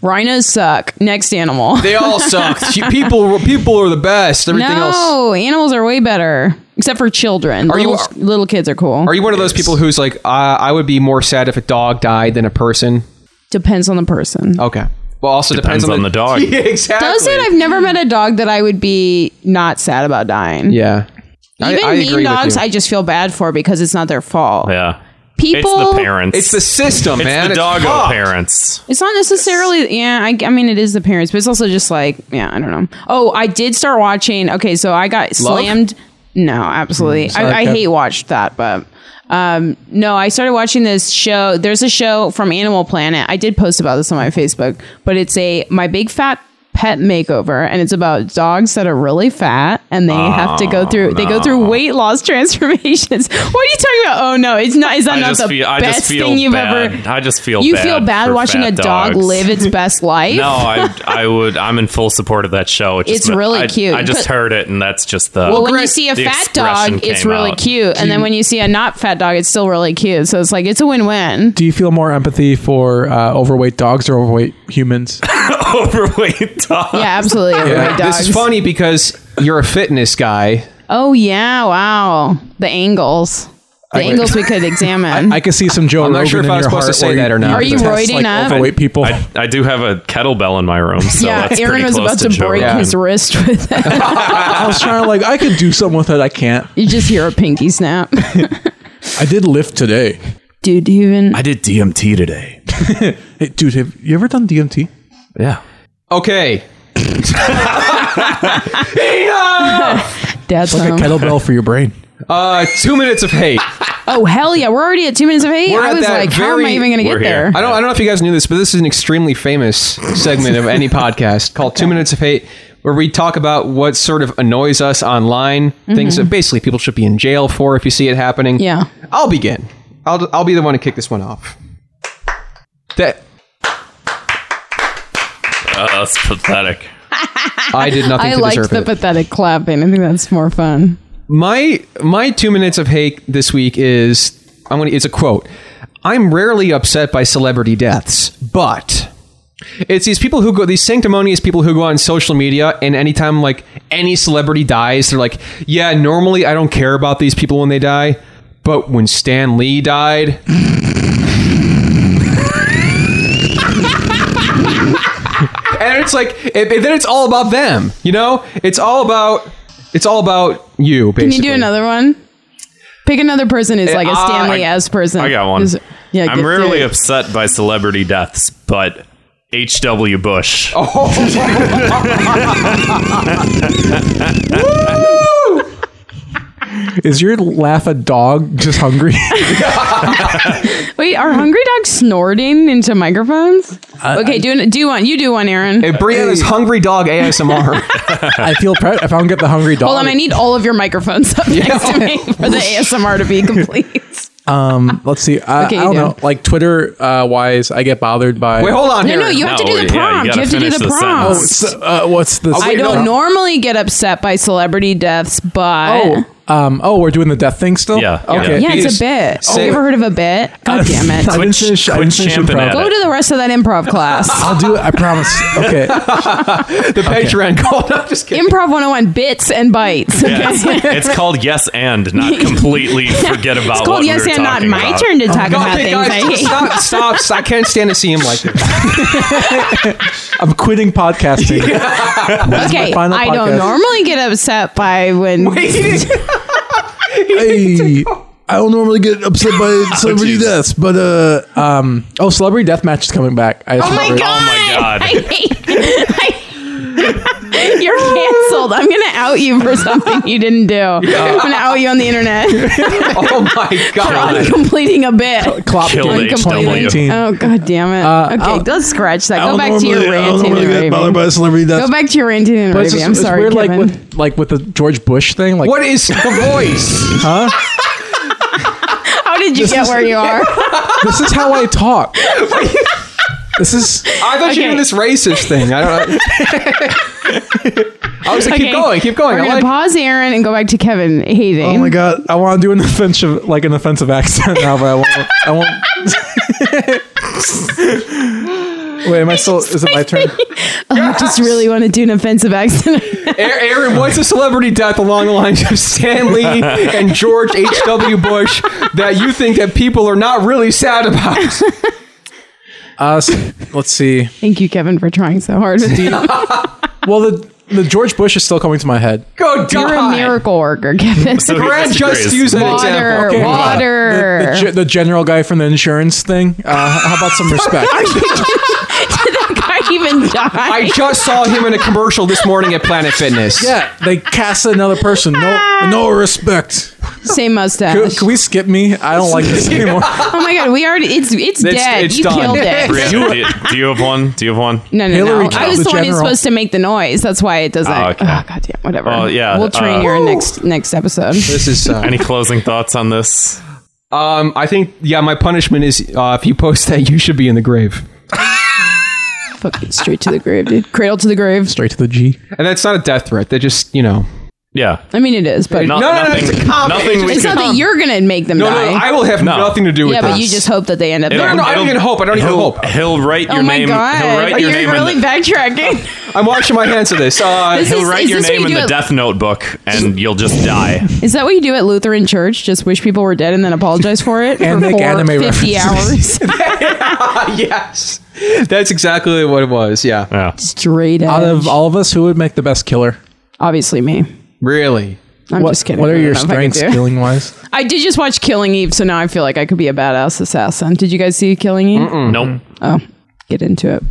Speaker 8: Rhinos suck. Next animal.
Speaker 6: They all suck. People, people are the best. Everything else.
Speaker 8: no, animals are way better, except for children.
Speaker 6: Are you-
Speaker 8: little, little kids are cool.
Speaker 6: Are you one of those people who's like, uh, I would be more sad if a dog died than a person?
Speaker 8: Depends on the person.
Speaker 6: Okay. Well, also depends,
Speaker 7: Depends on the dog.
Speaker 6: Yeah, exactly.
Speaker 8: Does it? I've never met a dog that I would be not sad about dying.
Speaker 6: yeah. I-
Speaker 8: Even
Speaker 6: I agree
Speaker 8: mean
Speaker 6: with
Speaker 8: dogs,
Speaker 6: you.
Speaker 8: I just feel bad for because it's not their fault.
Speaker 7: yeah,
Speaker 8: People,
Speaker 7: it's the parents.
Speaker 6: It's the system,
Speaker 7: It's
Speaker 6: man.
Speaker 7: the doggo
Speaker 6: fucked.
Speaker 7: parents.
Speaker 8: It's not necessarily, yeah. I, I mean, it is the parents, but it's also just like, yeah, I don't know. Oh, I did start watching. Okay, so I got slammed. No, absolutely.
Speaker 7: Mm,
Speaker 8: I, I
Speaker 9: Kev.
Speaker 8: hate watched that, but um, no, I started watching this show. There's a show from Animal Planet. I did post about this on my Facebook, but it's a My Big Fat pet makeover, and it's about dogs that are really fat and they have to go
Speaker 7: Ah,
Speaker 8: through they go through weight loss transformations. what are you talking about? Oh no, it's not. Is that
Speaker 7: I
Speaker 8: not
Speaker 7: just
Speaker 8: the
Speaker 7: feel. I
Speaker 8: best
Speaker 7: just feel
Speaker 8: thing you've
Speaker 7: bad.
Speaker 8: ever?
Speaker 7: I just feel.
Speaker 8: you
Speaker 7: bad
Speaker 8: feel bad
Speaker 7: for
Speaker 8: watching a
Speaker 7: fat
Speaker 8: dog
Speaker 7: dogs.
Speaker 8: live its best life.
Speaker 7: No, I I would. I'm in full support of that show. It just
Speaker 8: It's really
Speaker 7: I-
Speaker 8: cute.
Speaker 7: I just
Speaker 8: But-
Speaker 7: heard it, and that's just the.
Speaker 8: Well, when you see a
Speaker 7: the
Speaker 8: fat
Speaker 7: expression
Speaker 8: dog, it's
Speaker 7: came
Speaker 8: really
Speaker 7: out.
Speaker 8: cute, and then when you see a not fat dog, it's still really cute. So it's like it's a win-win.
Speaker 9: Do you feel more empathy for uh, overweight dogs or overweight humans?
Speaker 7: overweight dog.
Speaker 8: Yeah, absolutely.
Speaker 9: Yeah.
Speaker 8: Dogs.
Speaker 6: This is funny because you're a fitness guy.
Speaker 8: Oh yeah, wow. The angles. The angles we could examine.
Speaker 9: I could see some Joe
Speaker 6: I'm not
Speaker 9: Rogan
Speaker 6: sure if
Speaker 9: in
Speaker 6: I was
Speaker 9: your
Speaker 6: supposed to
Speaker 9: heart where
Speaker 6: say that or not.
Speaker 8: Are you
Speaker 9: test,
Speaker 8: roiding
Speaker 9: like,
Speaker 8: up?
Speaker 9: Overweight people.
Speaker 7: I, I do have a kettlebell in my room, so
Speaker 8: yeah,
Speaker 7: that's
Speaker 8: Aaron
Speaker 7: pretty
Speaker 8: was
Speaker 7: close
Speaker 8: about to,
Speaker 7: Joe
Speaker 8: break
Speaker 7: Rogan.
Speaker 8: his wrist with it.
Speaker 9: I was trying to like I could do something with it. I can't.
Speaker 8: you just hear a pinky snap.
Speaker 9: I did lift today.
Speaker 8: Dude, do you even
Speaker 7: I did DMT today.
Speaker 9: Hey, dude, have you ever done DMT?
Speaker 7: Yeah.
Speaker 6: Okay.
Speaker 8: dad's home.
Speaker 9: Kettlebell for your brain.
Speaker 6: Uh, two minutes of hate.
Speaker 8: Oh hell yeah, we're already at two minutes of 8
Speaker 6: We're
Speaker 8: I
Speaker 6: at
Speaker 8: was
Speaker 6: that
Speaker 8: like, how am
Speaker 6: very-
Speaker 8: I even gonna
Speaker 7: We're
Speaker 8: get
Speaker 7: here.
Speaker 8: there?
Speaker 6: I don't, I don't know if you guys knew this, but this is an extremely famous segment of any podcast called Two Minutes of Hate, where we talk about what sort of annoys us online, things that basically people should be in jail for if you see it happening.
Speaker 8: Mm-hmm. Yeah.
Speaker 6: I'll begin. I'll, I'll be the one to kick this one off. That
Speaker 7: Uh, that's pathetic.
Speaker 6: I did nothing
Speaker 8: I
Speaker 6: to
Speaker 8: liked
Speaker 6: deserve
Speaker 8: the
Speaker 6: it.
Speaker 8: pathetic clapping. I think that's more fun.
Speaker 6: my my two minutes of hate this week is I'm gonna it's a quote. I'm rarely upset by celebrity deaths, but it's these people who go these sanctimonious people who go on social media and anytime like any celebrity dies, they're like, Yeah, normally I don't care about these people when they die, but when Stan Lee died And it's like, it, it- then it's all about them, you know. It's all about, it's all about you. Basically.
Speaker 8: Can you do another one? Pick another person who's like a
Speaker 6: uh,
Speaker 8: Stanley
Speaker 7: I-
Speaker 8: S person.
Speaker 7: I got one.
Speaker 8: Is- Yeah,
Speaker 7: I'm
Speaker 8: get-
Speaker 7: rarely
Speaker 8: do it.
Speaker 7: upset by celebrity deaths, but H.W. Bush.
Speaker 9: Is your laugh a dog just hungry?
Speaker 8: Wait, are hungry dogs snorting into microphones? okay, do do one. You do one, Aaron.
Speaker 6: Hey, Brianna's hungry dog ASMR.
Speaker 9: I feel proud if I don't get the hungry dog.
Speaker 8: Hold on, I need all of your microphones up next to me for the ASMR to be complete.
Speaker 9: um, let's see. I,
Speaker 8: Okay,
Speaker 9: I don't
Speaker 8: you do.
Speaker 9: know. Like Twitter uh, wise, I get bothered by.
Speaker 6: Wait, hold on
Speaker 8: No,
Speaker 6: here.
Speaker 8: no, you have to
Speaker 7: No,
Speaker 8: do the
Speaker 7: yeah, you
Speaker 8: prompt. you,
Speaker 7: gotta
Speaker 8: have to do
Speaker 7: finish
Speaker 8: the
Speaker 7: the
Speaker 8: prompt.
Speaker 7: sentence.
Speaker 9: S- uh, what's
Speaker 7: Oh,
Speaker 9: this?
Speaker 8: I don't normally get upset by celebrity deaths, but
Speaker 9: Oh, um, oh, we're doing the death thing still.
Speaker 7: Yeah, yeah.
Speaker 9: Okay.
Speaker 8: yeah, it's
Speaker 6: Yes.
Speaker 8: a bit. Oh,
Speaker 6: Say-
Speaker 8: you ever heard of a bit? God damn it!
Speaker 9: I
Speaker 8: Go
Speaker 9: didn't finish. I
Speaker 7: quit
Speaker 9: didn't finish
Speaker 7: champing
Speaker 9: improv.
Speaker 7: at it.
Speaker 8: to the rest of that improv class.
Speaker 9: I'll do it. I promise. Okay.
Speaker 6: the Patreon called. I'm just kidding.
Speaker 8: Improv 101 bits and bites. Okay?
Speaker 7: Yeah, it's, it's called Yes and, not completely forget about
Speaker 8: It's
Speaker 7: what
Speaker 8: called
Speaker 7: we
Speaker 8: yes
Speaker 7: were
Speaker 8: and not
Speaker 7: talking
Speaker 8: my
Speaker 7: about. Oh,
Speaker 8: turn to talk about
Speaker 6: Okay,
Speaker 8: things
Speaker 6: guys,
Speaker 8: I hate.
Speaker 6: stop, stop, stop. I can't stand to see him like this.
Speaker 9: I'm quitting podcasting.
Speaker 8: Okay,
Speaker 9: final
Speaker 8: I don't
Speaker 9: podcast.
Speaker 8: normally get upset by when
Speaker 9: Hey, I don't normally get upset by celebrity deaths, but uh, um, oh, celebrity death match is coming back. I
Speaker 8: Oh my god!
Speaker 7: God.
Speaker 8: I hate. I, you're canceled. I'm gonna out you for something you didn't do. I'm gonna out you on the internet
Speaker 6: Oh my
Speaker 8: for
Speaker 6: god.
Speaker 8: completing a bit.
Speaker 9: Clock
Speaker 7: Killed
Speaker 9: date
Speaker 7: HW.
Speaker 9: 2019.
Speaker 8: Oh god damn it! okay,
Speaker 9: Uh, I'll-
Speaker 8: let's scratch that. Go back to your ranting and raving.
Speaker 9: by celebrity deaths.
Speaker 8: Go back to your ranting and
Speaker 9: But it's just-
Speaker 8: raving. I'm
Speaker 9: it's
Speaker 8: sorry,
Speaker 9: weird,
Speaker 8: Kevin.
Speaker 9: like with like with the George Bush thing. Like
Speaker 6: What is the voice?
Speaker 8: How did you get
Speaker 9: is- Oh
Speaker 8: where you are?
Speaker 9: this is how I talk. this is
Speaker 6: I thought you were
Speaker 8: Okay.
Speaker 6: doing this racist thing. I don't know. I was like,
Speaker 8: Okay,
Speaker 6: keep going, keep going.
Speaker 8: We're
Speaker 6: I
Speaker 8: gonna
Speaker 6: like,
Speaker 8: pause Aaron and go back to Kevin hating.
Speaker 9: oh my god. I want to do an offensive like an offensive accent now, but I won't. I won't. Wait, am I still? Is it my turn?
Speaker 8: I just really want to do an offensive accent.
Speaker 6: Aaron, Aaron, what's a celebrity death along the lines of Stan Lee and George H.W. Bush that you think that people are not really sad about?
Speaker 9: Uh, s- let's see.
Speaker 8: Thank you, Kevin, for trying so hard. You're
Speaker 9: Well, the the George Bush is still coming to my head.
Speaker 6: Go God.
Speaker 8: a miracle worker, Kevin.
Speaker 7: So he
Speaker 6: Brad just
Speaker 7: disagrees.
Speaker 6: used an
Speaker 8: Water,
Speaker 6: example.
Speaker 8: water.
Speaker 9: The, ge- the general guy from the insurance thing. Uh, how about some respect?
Speaker 8: Did that guy even die?
Speaker 6: I just saw him in a commercial this morning at Planet Fitness.
Speaker 9: yeah, they cast another person. No, no respect.
Speaker 8: Same mustache.
Speaker 9: Could, could we skip me? I don't like this anymore.
Speaker 8: oh my god, we already it's it's,
Speaker 6: It's-
Speaker 8: dead.
Speaker 6: it's
Speaker 8: you
Speaker 6: done.
Speaker 8: killed it.
Speaker 7: Brianna, do, you, do you have one? Do you have one?
Speaker 8: No, no,
Speaker 9: Hillary
Speaker 8: no. I
Speaker 9: killed
Speaker 8: was
Speaker 9: the
Speaker 8: the, one who's
Speaker 9: general.
Speaker 8: supposed to make the noise. That's why it doesn't.
Speaker 7: Oh, okay.
Speaker 8: oh, god damn, whatever.
Speaker 7: Well, yeah,
Speaker 8: we'll train
Speaker 7: uh,
Speaker 8: her next next episode.
Speaker 6: This is. Uh,
Speaker 7: Any closing thoughts on this?
Speaker 6: um, I think yeah, my punishment is uh, if you post that, you should be in the grave,
Speaker 8: Fucking straight to the grave, dude. Cradle to the grave.
Speaker 9: Straight to the G.
Speaker 6: and that's not a death threat. That just you know.
Speaker 7: Yeah.
Speaker 8: I mean, it is, but
Speaker 7: No,
Speaker 6: No, no, no,
Speaker 7: nothing,
Speaker 6: it's a comedy.
Speaker 7: nothing we
Speaker 8: it's not
Speaker 7: could.
Speaker 8: that you're gonna make them
Speaker 6: No, no,
Speaker 8: die.
Speaker 6: I will have
Speaker 7: No.
Speaker 6: nothing to do with
Speaker 8: yeah,
Speaker 6: this.
Speaker 8: but you just hope that they end up.
Speaker 7: It'll-
Speaker 8: dead.
Speaker 6: No, no, I don't
Speaker 7: it'll-
Speaker 6: even hope. I don't even
Speaker 7: he'll-
Speaker 6: hope.
Speaker 7: He'll write your
Speaker 8: oh my
Speaker 7: name. He'll
Speaker 8: god,
Speaker 7: write
Speaker 8: you're
Speaker 7: your name.
Speaker 8: really
Speaker 7: in the,
Speaker 8: backtracking.
Speaker 6: I'm washing my hands of this. Uh,
Speaker 8: This
Speaker 7: he'll
Speaker 8: is-
Speaker 7: write
Speaker 8: is
Speaker 7: your
Speaker 8: this what
Speaker 7: name
Speaker 8: you
Speaker 7: in
Speaker 8: do
Speaker 7: the
Speaker 8: at-
Speaker 7: death notebook, and you'll just die.
Speaker 8: Is that what you do at Lutheran Church? Just wish people were dead and then apologize for it
Speaker 9: And
Speaker 8: for
Speaker 9: make
Speaker 8: four-
Speaker 9: anime
Speaker 8: 50
Speaker 9: references.
Speaker 8: hours
Speaker 6: yes, that's exactly what it was. Yeah,
Speaker 7: Yeah.
Speaker 8: straight
Speaker 9: Out
Speaker 8: edge.
Speaker 9: of all of us, who would make the best killer?
Speaker 8: Obviously, me.
Speaker 6: really.
Speaker 8: I'm
Speaker 9: what,
Speaker 8: just kidding.
Speaker 9: What are
Speaker 8: I don't
Speaker 9: your
Speaker 8: know if I could
Speaker 9: strengths,
Speaker 8: do.
Speaker 9: killing wise?
Speaker 8: I did just watch Killing Eve, so now I feel like I could be a badass assassin. Did you guys see Killing Eve?
Speaker 6: Mm-hmm.
Speaker 7: Nope.
Speaker 8: Get into it.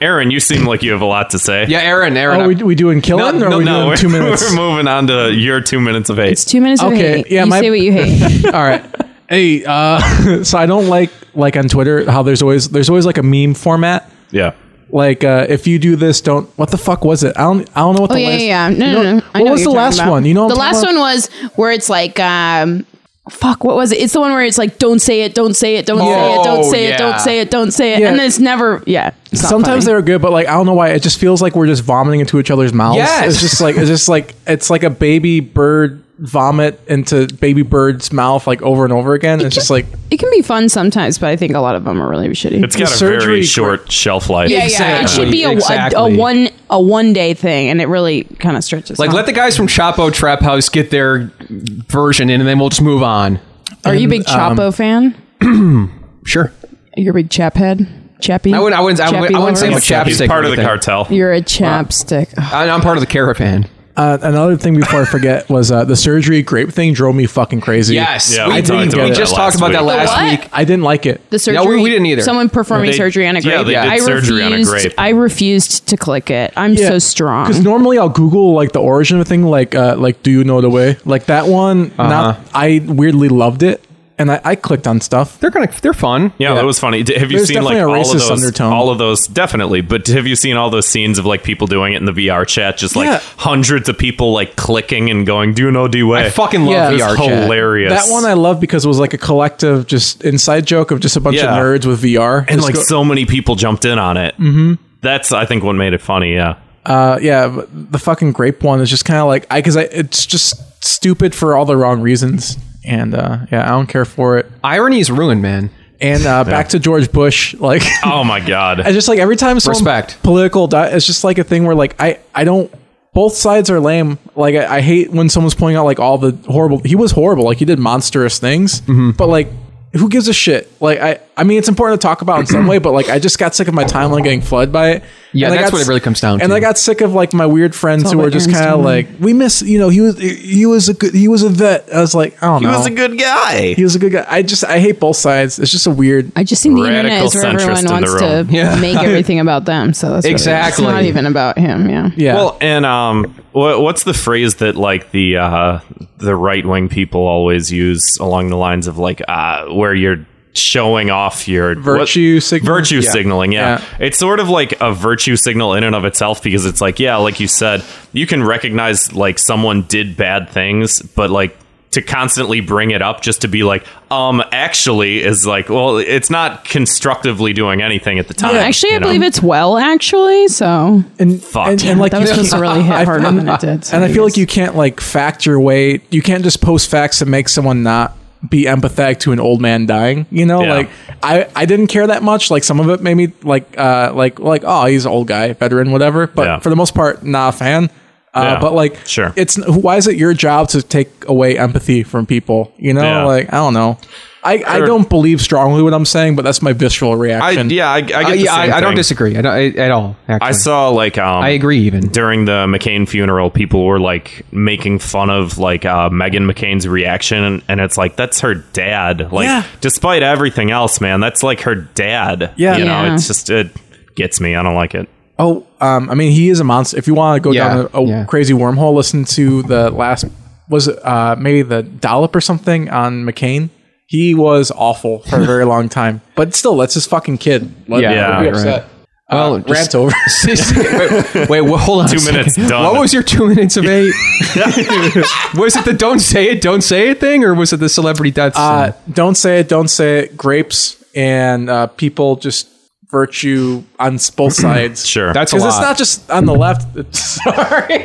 Speaker 7: Aaron, you seem like you have a lot to say.
Speaker 6: Yeah, Aaron. Aaron.
Speaker 9: Oh, we, we doing killing
Speaker 6: No,
Speaker 9: or
Speaker 6: no,
Speaker 9: are we
Speaker 7: No,
Speaker 9: doing
Speaker 7: we're,
Speaker 9: two minutes?
Speaker 7: we're moving on to your two minutes of hate.
Speaker 8: It's two minutes of
Speaker 9: Okay,
Speaker 8: hate.
Speaker 9: yeah,
Speaker 8: you
Speaker 9: my-
Speaker 8: say what you hate.
Speaker 9: All right. Hey, uh, so I don't like like on Twitter how there's always there's always like a meme format.
Speaker 7: Yeah.
Speaker 9: Like uh, if you do this, don't. What the fuck was it? I don't. I don't know what
Speaker 8: Oh
Speaker 9: the
Speaker 8: yeah,
Speaker 9: last.
Speaker 8: yeah, yeah. No,
Speaker 9: you
Speaker 8: no,
Speaker 9: know-
Speaker 8: no. I
Speaker 9: What
Speaker 8: know
Speaker 9: was the
Speaker 8: you're talking
Speaker 9: last
Speaker 8: about.
Speaker 9: one? You know, what
Speaker 8: the
Speaker 9: I'm
Speaker 8: last
Speaker 9: talking
Speaker 8: one was where it's like, um, fuck, what was it? It's the one where it's like, don't say it, don't say it, don't say it, don't
Speaker 6: Oh,
Speaker 8: say it,
Speaker 6: yeah.
Speaker 8: don't say it, don't say it,
Speaker 9: Yeah.
Speaker 8: and then it's never, yeah. It's not
Speaker 9: Sometimes
Speaker 8: funny.
Speaker 9: they're good, but like I don't know why. It just feels like we're just vomiting into each other's mouths.
Speaker 6: Yes.
Speaker 9: It's just like it's just like it's like a baby bird vomit into baby bird's mouth like over and over again. It's just like
Speaker 8: It can be fun sometimes, but I think a lot of them are really shitty.
Speaker 7: It's got
Speaker 9: The
Speaker 7: a very
Speaker 9: surgery-
Speaker 7: short shelf life.
Speaker 8: yeah, yeah. It should be a, a, a
Speaker 6: Exactly.
Speaker 8: one a one day thing, and it really kind of stretches.
Speaker 6: Like,
Speaker 8: out.
Speaker 6: let the guys from Chapo Trap House get their version in, and then we'll just move on.
Speaker 8: Are you a
Speaker 9: And,
Speaker 8: big
Speaker 9: um,
Speaker 8: Chapo fan?
Speaker 6: Sure.
Speaker 8: You're a big chap head? Chappy?
Speaker 6: I wouldn't- I wouldn't- I wouldn't- I wouldn't say
Speaker 8: lover?
Speaker 6: I'm a Uh, chap.
Speaker 7: He's
Speaker 6: Chapstick
Speaker 7: part of the
Speaker 6: with it.
Speaker 7: cartel.
Speaker 8: You're a chapstick. Ugh,
Speaker 6: I, I'm part of the caravan.
Speaker 9: uh, another thing before I forget was uh, the surgery grape thing drove me fucking crazy.
Speaker 6: Yes.
Speaker 7: Yeah,
Speaker 6: we,
Speaker 7: we
Speaker 6: did-
Speaker 7: talked
Speaker 6: we
Speaker 7: about that
Speaker 6: just
Speaker 7: last
Speaker 6: talked about that
Speaker 7: week.
Speaker 6: last
Speaker 8: what?
Speaker 6: week.
Speaker 9: I didn't like it.
Speaker 8: The surgery.
Speaker 6: No, we- we didn't either.
Speaker 8: Someone performing
Speaker 7: They-
Speaker 8: surgery on a grape.
Speaker 7: yeah, they did
Speaker 8: I
Speaker 7: surgery on a
Speaker 8: refused,
Speaker 7: grape.
Speaker 8: I refused to click it. I'm so strong.
Speaker 9: Because normally I'll Google like the origin of a thing, like uh, like do you know the way? Like that one.
Speaker 8: Uh-huh.
Speaker 9: Not I weirdly loved it, and I, I clicked on stuff.
Speaker 6: They're kind of they're fun.
Speaker 7: Yeah, that was funny. D- Have you
Speaker 9: There's
Speaker 7: seen like
Speaker 9: definitely a
Speaker 7: all of
Speaker 9: racist
Speaker 7: those?
Speaker 9: undertone.
Speaker 7: All of those, definitely. But have you seen all those scenes of like people doing it in the VR chat? Just like
Speaker 9: Yeah.
Speaker 7: hundreds of people like clicking and going, "Do you know D way?"
Speaker 6: I fucking love
Speaker 9: Yeah,
Speaker 6: VR
Speaker 7: It's
Speaker 6: chat.
Speaker 7: hilarious.
Speaker 9: That one I love because it was like a collective, just inside joke of just a bunch
Speaker 7: Yeah.
Speaker 9: of nerds with VR.
Speaker 7: and
Speaker 9: Just
Speaker 7: like
Speaker 9: go-
Speaker 7: so many people jumped in on it. Mm-hmm. That's I think what made it funny. Yeah,
Speaker 9: uh, yeah, but the fucking grape one is just kind of like I because I it's just stupid for all the wrong reasons, and uh, yeah, I don't care for it.
Speaker 6: Irony is ruined, man.
Speaker 9: And uh, back to George Bush, like.
Speaker 7: Oh my
Speaker 9: I
Speaker 7: god.
Speaker 9: just like every time someone
Speaker 6: Respect.
Speaker 9: political di- it's just like a thing where like I I don't both sides are lame. Like I, I hate when someone's pointing out like all the horrible he was horrible like he did monstrous things,
Speaker 6: Mm-hmm.
Speaker 9: but like who gives a shit? Like I I mean it's important to talk about in some way, but like I just got sick of my timeline getting flooded by it.
Speaker 6: Yeah,
Speaker 9: And I
Speaker 6: that's
Speaker 9: got
Speaker 6: what it
Speaker 9: s-
Speaker 6: really comes down
Speaker 9: And
Speaker 6: to.
Speaker 9: I got sick of like my weird friends who
Speaker 8: all
Speaker 9: were
Speaker 8: about
Speaker 9: just
Speaker 8: Ernst
Speaker 9: kind of
Speaker 8: Hemingway.
Speaker 9: like we miss you know he was he was a good he was a vet. I was like I don't know
Speaker 7: He was a good guy.
Speaker 9: he was a good guy. I just I hate both sides. It's just a weird
Speaker 8: I just think the internet
Speaker 7: Radical
Speaker 8: is where
Speaker 7: centrist in
Speaker 8: everyone
Speaker 7: the
Speaker 8: wants to
Speaker 7: room.
Speaker 6: Yeah.
Speaker 8: make everything about them. So that's what it is.
Speaker 6: Exactly.
Speaker 8: It's not even about him. Yeah.
Speaker 9: yeah.
Speaker 7: Well, and um, what, what's the phrase that like the uh, the right wing people always use along the lines of like uh, where you're showing off your
Speaker 9: Virtue signaling?
Speaker 7: virtue
Speaker 9: Yeah.
Speaker 7: signaling. Yeah.
Speaker 9: Yeah.
Speaker 7: it's sort of like a virtue signal in and of itself because it's like yeah, like you said, you can recognize like someone did bad things, but like to constantly bring it up just to be like um actually is like well it's not constructively doing anything at the time
Speaker 8: Uh, Actually,
Speaker 7: you
Speaker 8: I
Speaker 7: know?
Speaker 8: believe it's well, actually. So
Speaker 9: and,
Speaker 7: Fuck.
Speaker 9: and, and like
Speaker 8: that was
Speaker 9: you
Speaker 8: supposed to
Speaker 9: can't-
Speaker 8: really hit
Speaker 9: I-
Speaker 8: harder
Speaker 9: and-
Speaker 8: than it did. so
Speaker 9: and I feel like
Speaker 8: guess.
Speaker 9: you can't like fact your way. You can't just post facts and make someone not be empathetic to an old man dying. You know,
Speaker 7: Yeah.
Speaker 9: like I I didn't care that much. Like some of it made me like uh like like oh he's an old guy, veteran, whatever. But
Speaker 7: Yeah.
Speaker 9: for the most part, not a fan. Uh,
Speaker 7: Yeah.
Speaker 9: But like,
Speaker 7: Sure.
Speaker 9: it's why is it your job to take away empathy from people? You know,
Speaker 7: Yeah.
Speaker 9: like I don't know. I, I
Speaker 7: Sure.
Speaker 9: don't believe strongly what I'm saying, but that's my visceral
Speaker 7: I,
Speaker 9: reaction.
Speaker 7: yeah, I, I, get
Speaker 6: I,
Speaker 7: the
Speaker 6: Uh, yeah,
Speaker 7: same
Speaker 6: I, I don't
Speaker 7: thing.
Speaker 6: disagree. I don't I, at all. Actually.
Speaker 7: I saw like um,
Speaker 6: I agree. Even
Speaker 7: during the McCain funeral, people were like making fun of like uh, Megan McCain's reaction, and, and it's like that's her dad. Like,
Speaker 9: Yeah.
Speaker 7: despite everything else, man, that's like her dad.
Speaker 9: Yeah.
Speaker 7: you know,
Speaker 8: Yeah.
Speaker 7: it's just it gets me. I don't like it.
Speaker 9: Oh, um, I mean, he is a monster. If you want to go
Speaker 6: Yeah,
Speaker 9: down a, a
Speaker 6: yeah.
Speaker 9: crazy wormhole, listen to the last was it, uh, maybe the dollop or something on McCain. He was awful for a very long time, but still, that's his fucking kid. Let
Speaker 7: Yeah,
Speaker 9: yeah,
Speaker 7: right,
Speaker 9: upset.
Speaker 6: Well,
Speaker 9: Uh,
Speaker 6: just-
Speaker 9: rant's over.
Speaker 6: wait, wait, well, hold on.
Speaker 7: Two
Speaker 6: a second.
Speaker 7: minutes done.
Speaker 6: What was your two minutes of eight? was it the "Don't say it, don't say it" thing, or was it the celebrity deaths?
Speaker 9: Uh,
Speaker 6: thing?
Speaker 9: don't say it. Don't say it. Grapes and uh, people just virtue on both sides.
Speaker 7: Sure.
Speaker 6: That's a
Speaker 9: because it's
Speaker 6: lot.
Speaker 9: not just on the left. It's-
Speaker 8: Um,
Speaker 9: Sorry,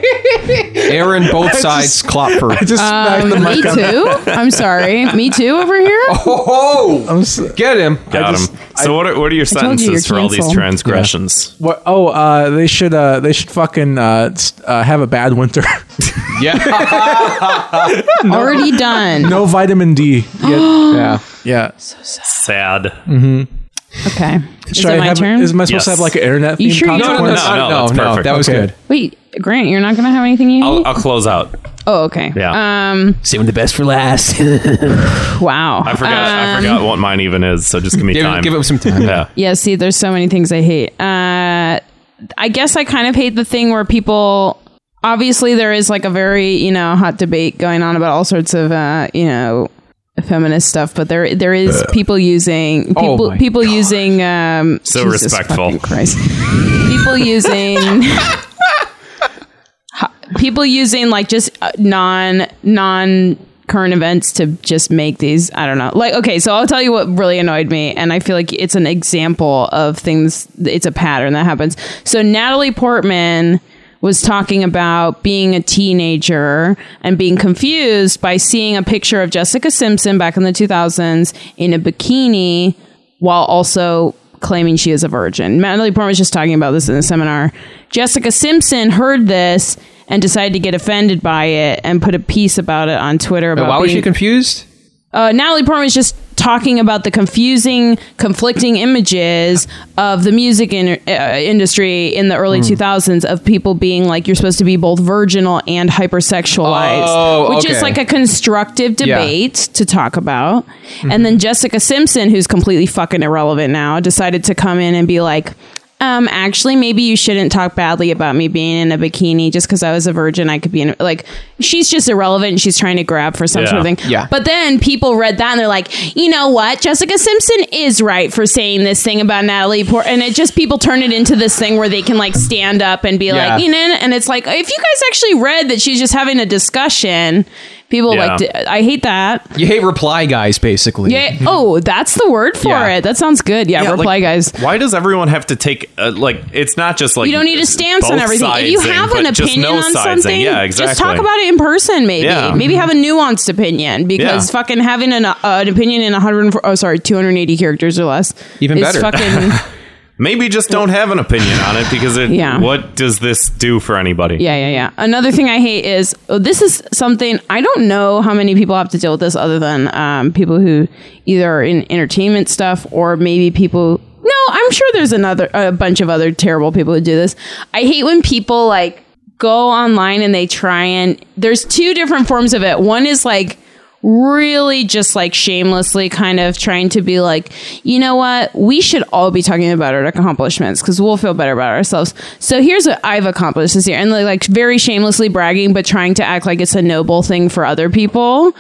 Speaker 6: Aaron, both
Speaker 9: just-
Speaker 6: sides clopper.
Speaker 9: I just smacked the
Speaker 8: um, Me
Speaker 9: mic on-
Speaker 8: too. I'm sorry. Me too over here.
Speaker 6: Oh,
Speaker 9: I'm s-
Speaker 6: get him.
Speaker 7: Got
Speaker 9: just-
Speaker 7: him. So what are what are your
Speaker 8: told you
Speaker 7: sentences
Speaker 8: you're
Speaker 7: for all these
Speaker 8: canceled.
Speaker 7: transgressions?
Speaker 9: What, oh, uh, they should uh, they should fucking uh, s- uh, have a bad winter.
Speaker 6: Yeah.
Speaker 8: Already done.
Speaker 9: no vitamin D. Yeah, yeah. yeah.
Speaker 7: Sad.
Speaker 8: Okay. Is
Speaker 9: Should I
Speaker 8: it my
Speaker 9: have- Am
Speaker 8: turn?
Speaker 9: I supposed to
Speaker 7: Yes.
Speaker 9: have like an internet?
Speaker 8: You
Speaker 9: theme
Speaker 8: sure you
Speaker 9: contest?
Speaker 8: don't-
Speaker 7: No, no, no, that's perfect.
Speaker 6: that was
Speaker 9: Okay.
Speaker 6: good.
Speaker 8: Wait, Grant, you're not gonna have anything you
Speaker 7: I'll,
Speaker 8: need.
Speaker 7: I'll close out.
Speaker 8: oh, okay.
Speaker 7: Yeah.
Speaker 8: Um.
Speaker 6: Saving the best for last. give,
Speaker 8: Wow. Um,
Speaker 7: I forgot. I forgot what mine even is. So just give me time.
Speaker 6: give him some time.
Speaker 7: yeah.
Speaker 8: Yeah, see, there's so many things I hate. Uh, I guess I kind of hate the thing where people. Obviously, there is like a very you know hot debate going on about all sorts of uh, you know feminist stuff, but there there is people using
Speaker 6: Oh
Speaker 8: people
Speaker 6: my
Speaker 8: people using um,
Speaker 7: So respectful.
Speaker 8: fucking Christ. people using Ha- people using like just uh, non non current events to just make these i don't know like okay so i'll tell you what really annoyed me and i feel like it's an example of things it's a pattern that happens so natalie portman was talking about being a teenager and being confused by seeing a picture of jessica simpson back in the 2000s in a bikini while also claiming she is a virgin. Natalie Portman was just talking about this in a seminar. Jessica Simpson heard this and decided to get offended by it and put a piece about it on Twitter about
Speaker 6: Why was she
Speaker 8: being-
Speaker 6: confused?
Speaker 8: uh, Natalie Portman was just talking about the confusing, conflicting images of the music in, uh, industry in the
Speaker 6: Hmm.
Speaker 8: early 2000s of people being like, you're supposed to be both virginal and hypersexualized,
Speaker 6: Oh,
Speaker 8: which
Speaker 6: okay.
Speaker 8: is like a constructive debate to talk about.
Speaker 6: Hmm.
Speaker 8: And then Jessica Simpson, who's completely fucking irrelevant now, decided to come in and be like, um, actually, maybe you shouldn't talk badly about me being in a bikini just because I was a virgin. I could be in like she's just irrelevant. and She's trying to grab for some
Speaker 7: Yeah.
Speaker 8: sort of thing.
Speaker 6: Yeah.
Speaker 8: But then people read that and they're like, you know what? Jessica Simpson is right for saying this thing about Natalie Port. And it just people turn it into this thing where they can like stand up and be
Speaker 6: Yeah.
Speaker 8: like, you know, and it's like, if you guys actually read that she's just having a discussion, people
Speaker 7: Yeah.
Speaker 8: like, to, I hate that.
Speaker 6: You hate reply guys, basically.
Speaker 8: Yeah. Oh, that's the word for
Speaker 6: Yeah.
Speaker 8: it. That sounds good. Yeah.
Speaker 7: Yeah,
Speaker 8: reply,
Speaker 7: like,
Speaker 8: guys.
Speaker 7: Why does everyone have to take uh, like? It's not just like
Speaker 8: you don't need a stance on
Speaker 7: both
Speaker 8: everything. If
Speaker 7: sides
Speaker 8: you
Speaker 7: thing,
Speaker 8: have an
Speaker 7: but just
Speaker 8: opinion
Speaker 7: no
Speaker 8: on
Speaker 7: sides thing.
Speaker 8: something,
Speaker 7: yeah, exactly.
Speaker 8: just talk about it in person. Maybe,
Speaker 7: Yeah. Mm-hmm.
Speaker 8: maybe have a nuanced opinion because
Speaker 7: Yeah.
Speaker 8: fucking having an, uh, an opinion in 104, oh sorry, 280 characters or less,
Speaker 6: Even
Speaker 8: is
Speaker 6: better.
Speaker 8: Fucking
Speaker 7: Maybe just don't have an opinion on it because it,
Speaker 8: Yeah.
Speaker 7: what does this do for anybody?
Speaker 8: yeah, yeah, yeah. Another thing I hate is oh, this is something I don't know how many people have to deal with this other than um, people who either are in entertainment stuff or maybe people. No, I'm sure there's another a bunch of other terrible people who do this. I hate when people like go online and they try and there's two different forms of it. One is like really just like shamelessly kind of trying to be like, you know what? We should all be talking about our accomplishments because we'll feel better about ourselves. So here's what I've accomplished this year. And like, like very shamelessly bragging, but trying to act like it's a noble thing for other people.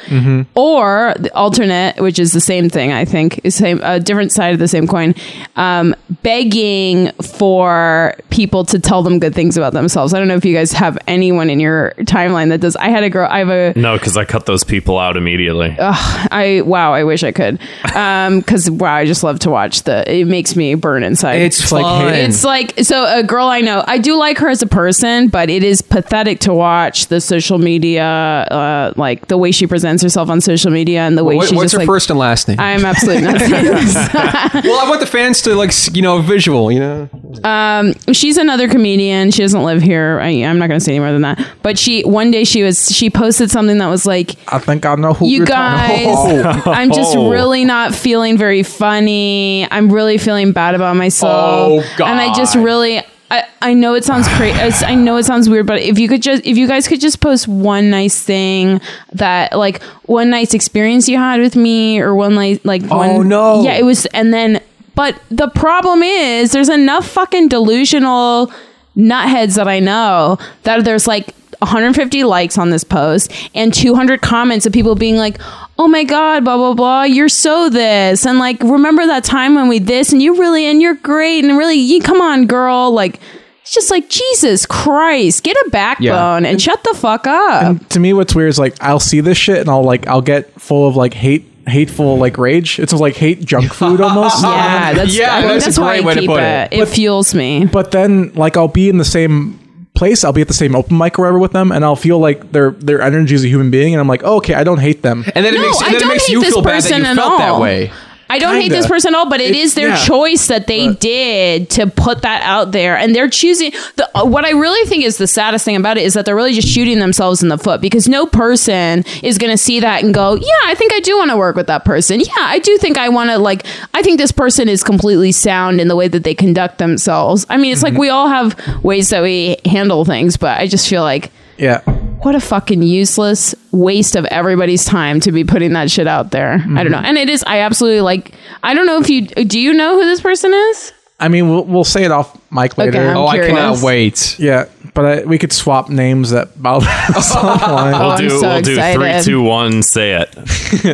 Speaker 8: Or the alternate, which is the same thing, I think, is same, a different side of the same coin, um, begging for people to tell them good things about themselves. I don't know if you guys have anyone in your timeline that does. I had a girl, I have a,
Speaker 7: No, because I cut those people out immediately.
Speaker 8: I wow, I wish I could. Um, because wow, I just love to watch the. It makes me burn inside.
Speaker 6: It's,
Speaker 9: like
Speaker 6: fun.
Speaker 9: hate-
Speaker 8: It's like so a girl I know. I do like her as a person, but it is pathetic to watch the social media, uh, like the way she presents herself on social media and the way
Speaker 6: What-
Speaker 8: she
Speaker 6: what's
Speaker 8: just
Speaker 6: her
Speaker 8: like.
Speaker 6: first and last name?
Speaker 8: I'm absolutely not. saying this.
Speaker 6: well, I want the fans to like, s- you know, visual. You know,
Speaker 8: she's another comedian. She doesn't live here. I, I'm not going to say any more than that. But she one day she was she posted something that was like
Speaker 9: I think I know who
Speaker 8: you
Speaker 9: you're talking-
Speaker 8: guys i'm just
Speaker 7: Oh.
Speaker 8: really not feeling very funny i'm really feeling bad about myself
Speaker 6: Oh, God.
Speaker 8: and i just really I, I know it sounds crazy. I know it sounds weird, but if you could just, if you guys could just post one nice thing that, like, one nice experience you had with me, or one nice, like, one
Speaker 6: no.
Speaker 8: yeah, it was, and then, but the problem is, there's enough fucking delusional nutheads that I know that there's like 150 likes on this post and 200 comments of people being like, "Oh my god, blah blah blah, you're so this." And like, "Remember that time when we this and you really and you're great and really you come on, girl." Like it's just like, "Jesus Christ, get a backbone and shut the fuck up."
Speaker 9: to me what's weird is like I'll see this shit and I'll like I'll get full of like hate hateful like rage. It's like hate junk food almost.
Speaker 8: yeah, that's
Speaker 6: Yeah,
Speaker 8: I think
Speaker 6: that's
Speaker 8: that's,
Speaker 6: a
Speaker 8: why
Speaker 6: great
Speaker 8: I
Speaker 6: way to
Speaker 8: keep
Speaker 6: put
Speaker 8: it.
Speaker 6: it.
Speaker 8: It fuels me.
Speaker 9: But then like I'll be in the same place, I'll be at the same open mic or whatever with them and I'll feel like their their energy as a human being and I'm like, oh, okay, I don't hate them.
Speaker 6: And then it
Speaker 8: No,
Speaker 6: makes,
Speaker 8: I
Speaker 6: and then it
Speaker 8: don't
Speaker 6: makes
Speaker 8: hate
Speaker 6: you
Speaker 8: this
Speaker 6: feel bad that
Speaker 8: person
Speaker 6: you
Speaker 8: at
Speaker 6: felt that
Speaker 8: all.
Speaker 6: way.
Speaker 8: I don't hate
Speaker 9: Kinda.
Speaker 8: this person at all, but it
Speaker 9: It-
Speaker 8: is their
Speaker 9: yeah.
Speaker 8: choice that they
Speaker 9: But-
Speaker 8: did to put that out there, and they're choosing. The, uh, what I really think is the saddest thing about it is that they're really just shooting themselves in the foot because no person is going to see that and go, "Yeah, I think I do want to work with that person. Yeah, I do think I want to like. I think this person is completely sound in the way that they conduct themselves. I mean, it's
Speaker 9: Mm-hmm.
Speaker 8: like we all have ways that we handle things, but I just feel like
Speaker 9: Yeah.
Speaker 8: what a fucking useless waste of everybody's time to be putting that shit out there. I
Speaker 7: Mm-hmm.
Speaker 8: don't know. And it is, I absolutely like, I don't know if you, do you know who this person is?
Speaker 9: I mean we'll we'll say it off mic later.
Speaker 8: I'm
Speaker 6: Oh, I cannot
Speaker 8: curious.
Speaker 6: wait.
Speaker 9: Yeah, but I, we could swap names that bother someone.
Speaker 7: We'll
Speaker 8: I'm
Speaker 7: do
Speaker 8: so
Speaker 7: we'll do
Speaker 8: excited.
Speaker 7: three, two, one, say it.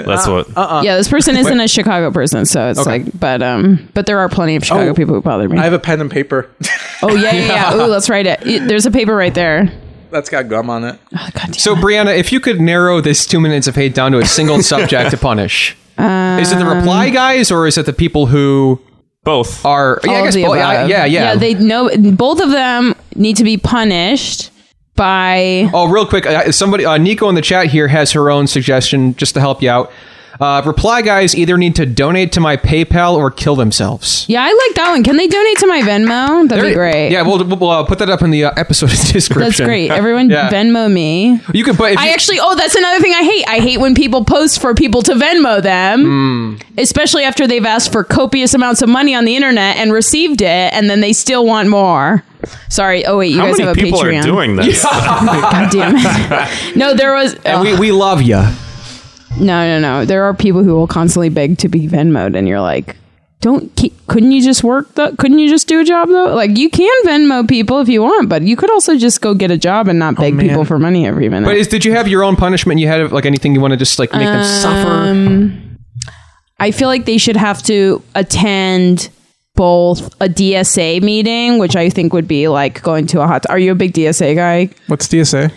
Speaker 7: That's what
Speaker 6: Uh,
Speaker 8: yeah, this person isn't a Chicago person. So it's like, but, um, but there are plenty of Chicago
Speaker 9: Oh,
Speaker 8: people who bother me.
Speaker 9: I have a pen and paper.
Speaker 8: oh, yeah, yeah, yeah. Ooh, let's write it. Y- There's a paper right there.
Speaker 9: That's got gum on it.
Speaker 8: Oh, God damn.
Speaker 6: So, Brianna, if you could narrow this two minutes of hate down to a single subject to punish, is it the
Speaker 8: Um,
Speaker 6: reply guys or is it the people who
Speaker 7: both.
Speaker 6: are? Yeah, I
Speaker 8: All of
Speaker 6: guess
Speaker 8: the
Speaker 6: both-
Speaker 8: above.
Speaker 6: I- yeah, yeah.
Speaker 8: Yeah, they know, both of them need to be punished by,
Speaker 6: Oh, real quick, uh, somebody uh, Nico in the chat here has her own suggestion just to help you out. Uh, reply guys either need to donate to my PayPal or kill themselves.
Speaker 8: yeah, I like that one. Can they donate to my Venmo? That'd be great.
Speaker 6: Yeah, we'll, we'll uh, put that up in the uh, episode description.
Speaker 8: That's great. Everyone
Speaker 6: Yeah.
Speaker 8: Venmo me.
Speaker 6: You can put. If
Speaker 8: I
Speaker 6: you-
Speaker 8: actually, oh, that's another thing I hate. I hate when people post for people to Venmo them, especially after they've asked for copious amounts of money on the internet and received it, and then they still want more. Sorry. Oh wait, you
Speaker 7: How
Speaker 8: guys
Speaker 7: many
Speaker 8: have a
Speaker 7: people
Speaker 8: Patreon.
Speaker 7: are doing this?
Speaker 8: God damn it! no, there was.
Speaker 6: and
Speaker 8: oh,
Speaker 6: we, we love you.
Speaker 8: no, no, no. There are people who will constantly beg to be Venmoed, and you're like. Don't keep, couldn't you just work the couldn't you just do a job though? Like you can Venmo people if you want, but you could also just go get a job and not beg
Speaker 9: man.
Speaker 8: people for money every minute.
Speaker 6: But is, did you have your own punishment? You had like anything you want to just like make them
Speaker 8: Uh,
Speaker 6: suffer?
Speaker 8: Um, I feel like they should have to attend both a DSA meeting, which I think would be like going to a hot. Are you a big DSA guy?
Speaker 9: What's DSA?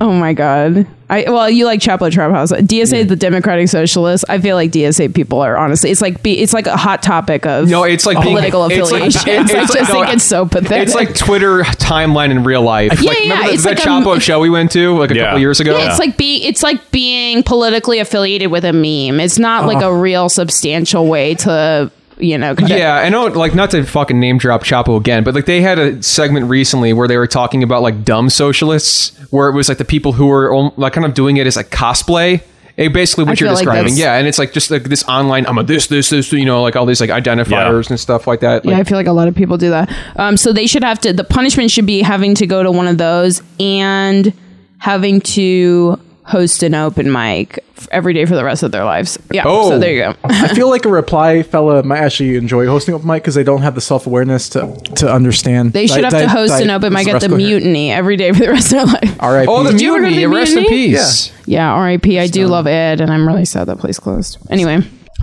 Speaker 8: Oh my god! I well, you like Chapel Trap House. DSA is the Democratic Socialist. I feel like DSA people are honestly. It's like be, it's like a hot topic of
Speaker 6: No, it's like being-
Speaker 8: political
Speaker 6: it's like-
Speaker 8: affiliations.
Speaker 6: it's
Speaker 8: I
Speaker 6: like-
Speaker 8: just
Speaker 6: no,
Speaker 8: think it's so pathetic.
Speaker 6: It's like Twitter timeline in real life.
Speaker 8: Yeah,
Speaker 6: like,
Speaker 8: yeah,
Speaker 6: remember that,
Speaker 8: it's
Speaker 6: that
Speaker 8: like a-
Speaker 6: Chapo show we went to like a
Speaker 7: Yeah.
Speaker 6: couple years ago.
Speaker 8: Yeah, it's like being it's like being politically affiliated with a meme. It's not like a real substantial way to you know. connect-
Speaker 6: Uh-huh. Yeah, I know. Like, not to fucking name drop Chapo again, but like they had a segment recently where they were talking about like dumb socialists, where it was like the people who were um, like kind of doing it as like cosplay. eh, basically, what
Speaker 8: I
Speaker 6: you're
Speaker 8: feel like
Speaker 6: describing,
Speaker 8: that's-
Speaker 6: yeah, and it's like just like this online. I'm a this, this, this, you know, like all these like identifiers and stuff like that.
Speaker 8: Yeah, I
Speaker 6: Like,
Speaker 8: feel like a lot of people do that. Um, so they should have to. The punishment should be having to go to one of those and having to host an open mic f- every day for the rest of their lives. Yeah.
Speaker 6: Oh.
Speaker 8: So there you go.
Speaker 9: I feel like a reply fella might actually enjoy hosting open mic because they don't have the self awareness to to understand.
Speaker 8: They should have to host an open mic at the Mutiny every day for the rest of their life.
Speaker 9: All right.
Speaker 6: Oh, the
Speaker 8: you ever go to
Speaker 6: mutiny!
Speaker 8: the
Speaker 6: Rest in
Speaker 8: mutiny?
Speaker 6: peace.
Speaker 8: Yeah. R.I.P. I do love Ed, and I'm really sad that place closed. Anyway,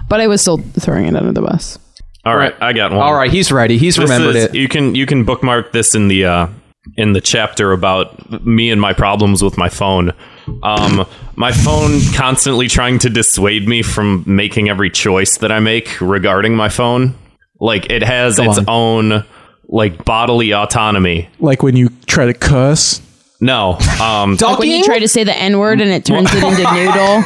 Speaker 8: but I was still throwing it under the bus.
Speaker 7: All right, I got one.
Speaker 6: All right, he's ready. He's
Speaker 7: This
Speaker 6: remembered
Speaker 7: is-
Speaker 6: it.
Speaker 7: You can you can bookmark this in the uh, in the chapter about me and my problems with my phone. Um, my phone constantly trying to dissuade me from making every choice that I make regarding my phone. Like it has its own like bodily autonomy.
Speaker 9: like when you try to cuss.
Speaker 7: No, um,
Speaker 8: Like when you try to say the N word and it turns it into noodle.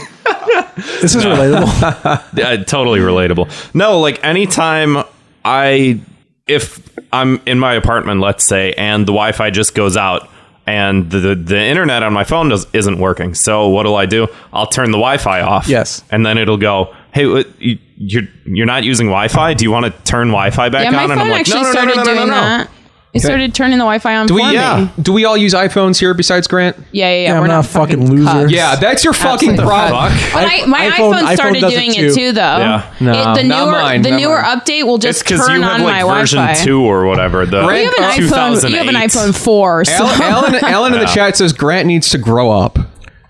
Speaker 9: This is relatable.
Speaker 7: uh, totally relatable. No, like anytime I, if I'm in my apartment, let's say, and the Wi-Fi just goes out and the the, the internet on my phone does, isn't working, so what'll I do? I'll turn the Wi-Fi off.
Speaker 9: Yes.
Speaker 7: and then it'll go. Hey, what, you, you're you're not using Wi-Fi. Do you want to turn Wi-Fi back
Speaker 8: yeah, my
Speaker 7: on?
Speaker 8: phone
Speaker 7: and I'm like,
Speaker 8: actually
Speaker 7: no, no, no,
Speaker 8: started
Speaker 7: no, no,
Speaker 8: doing
Speaker 7: no, no.
Speaker 8: that. It started turning the Wi-Fi on
Speaker 6: Do we?
Speaker 8: for
Speaker 6: Yeah.
Speaker 8: me.
Speaker 6: Do we all use iPhones here besides Grant?
Speaker 8: Yeah, yeah, yeah.
Speaker 9: I'm
Speaker 8: We're
Speaker 9: not a
Speaker 8: not
Speaker 9: fucking
Speaker 8: fucking
Speaker 9: loser.
Speaker 8: Cubs.
Speaker 6: Yeah, that's your fucking
Speaker 8: Absolutely.
Speaker 6: problem.
Speaker 8: But I,
Speaker 9: iPhone-
Speaker 8: my iPhone,
Speaker 9: iPhone
Speaker 8: started
Speaker 9: does it
Speaker 8: doing
Speaker 9: too.
Speaker 8: it too, though.
Speaker 7: Yeah.
Speaker 6: No.
Speaker 8: it, the
Speaker 6: Not
Speaker 8: newer
Speaker 6: mine,
Speaker 8: the
Speaker 6: not
Speaker 8: newer
Speaker 6: mine.
Speaker 8: update will
Speaker 7: It's
Speaker 8: just
Speaker 7: because
Speaker 8: turn
Speaker 7: you have
Speaker 8: on
Speaker 7: like
Speaker 8: my
Speaker 7: version
Speaker 8: Wi-Fi.
Speaker 7: two or whatever. The
Speaker 6: Right.
Speaker 8: You have an iPhone. You have an
Speaker 7: 2008.
Speaker 8: iPhone four. So.
Speaker 6: Alan, Alan, Alan in the
Speaker 7: Yeah.
Speaker 6: chat says Grant needs to grow up,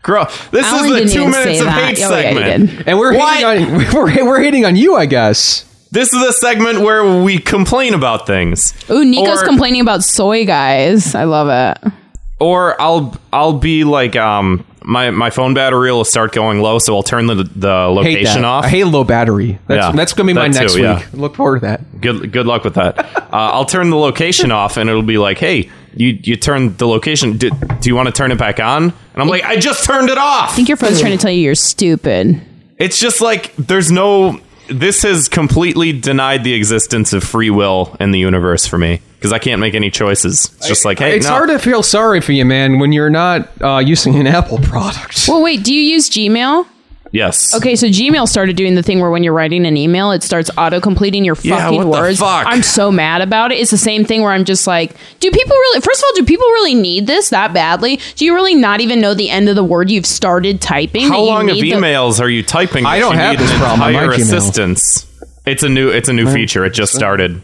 Speaker 7: Girl, this
Speaker 8: Alan didn't
Speaker 7: is the two
Speaker 8: even
Speaker 7: minutes
Speaker 8: say
Speaker 7: of
Speaker 8: that.
Speaker 7: hate
Speaker 8: Oh, yeah, you
Speaker 7: segment.
Speaker 8: did.
Speaker 6: and we're
Speaker 7: What?
Speaker 6: hating on we're, we're hating on you, I guess.
Speaker 7: This is a segment where we complain about things.
Speaker 8: Ooh, Nico's
Speaker 7: Or-
Speaker 8: complaining about soy guys. I love it.
Speaker 7: or I'll I'll be like um my my phone battery will start going low, so I'll turn the the
Speaker 6: Hate
Speaker 7: location
Speaker 6: that.
Speaker 7: off.
Speaker 6: I hate low battery. That's,
Speaker 7: Yeah.
Speaker 6: that's gonna be my
Speaker 7: That
Speaker 6: next
Speaker 7: too, yeah.
Speaker 6: week. Look forward to that.
Speaker 7: good good luck with that. uh, I'll turn the location off, and it'll be like, hey, you you turned the location. Do, do you want to turn it back on? And I'm like, I just turned it off.
Speaker 8: I think your phone's trying to tell you you're stupid.
Speaker 7: It's just like there's no. This has completely denied the existence of free will in the universe for me because I can't make any choices. It's just like, hey,
Speaker 6: it's
Speaker 7: no.
Speaker 6: hard to feel sorry for you, man, when you're not uh, using an Apple product.
Speaker 8: Well, wait. Do you use Gmail?
Speaker 7: yes.
Speaker 8: Okay, so Gmail started doing the thing where when you're writing an email, it starts auto completing your fucking
Speaker 7: Yeah, what the
Speaker 8: words.
Speaker 7: fuck?
Speaker 8: I'm so mad about it. It's the same thing where I'm just like, do people really, first of all, do people really need this that badly? Do you really not even know the end of the word you've started typing? that
Speaker 7: How
Speaker 8: you
Speaker 7: long of
Speaker 8: need the-
Speaker 7: emails are you typing?
Speaker 6: I
Speaker 7: that
Speaker 6: don't
Speaker 7: you
Speaker 6: have
Speaker 7: need
Speaker 6: this
Speaker 7: an
Speaker 6: problem on my
Speaker 7: Entire
Speaker 6: Gmail.
Speaker 7: assistance. It's a new. It's a new feature. It just started.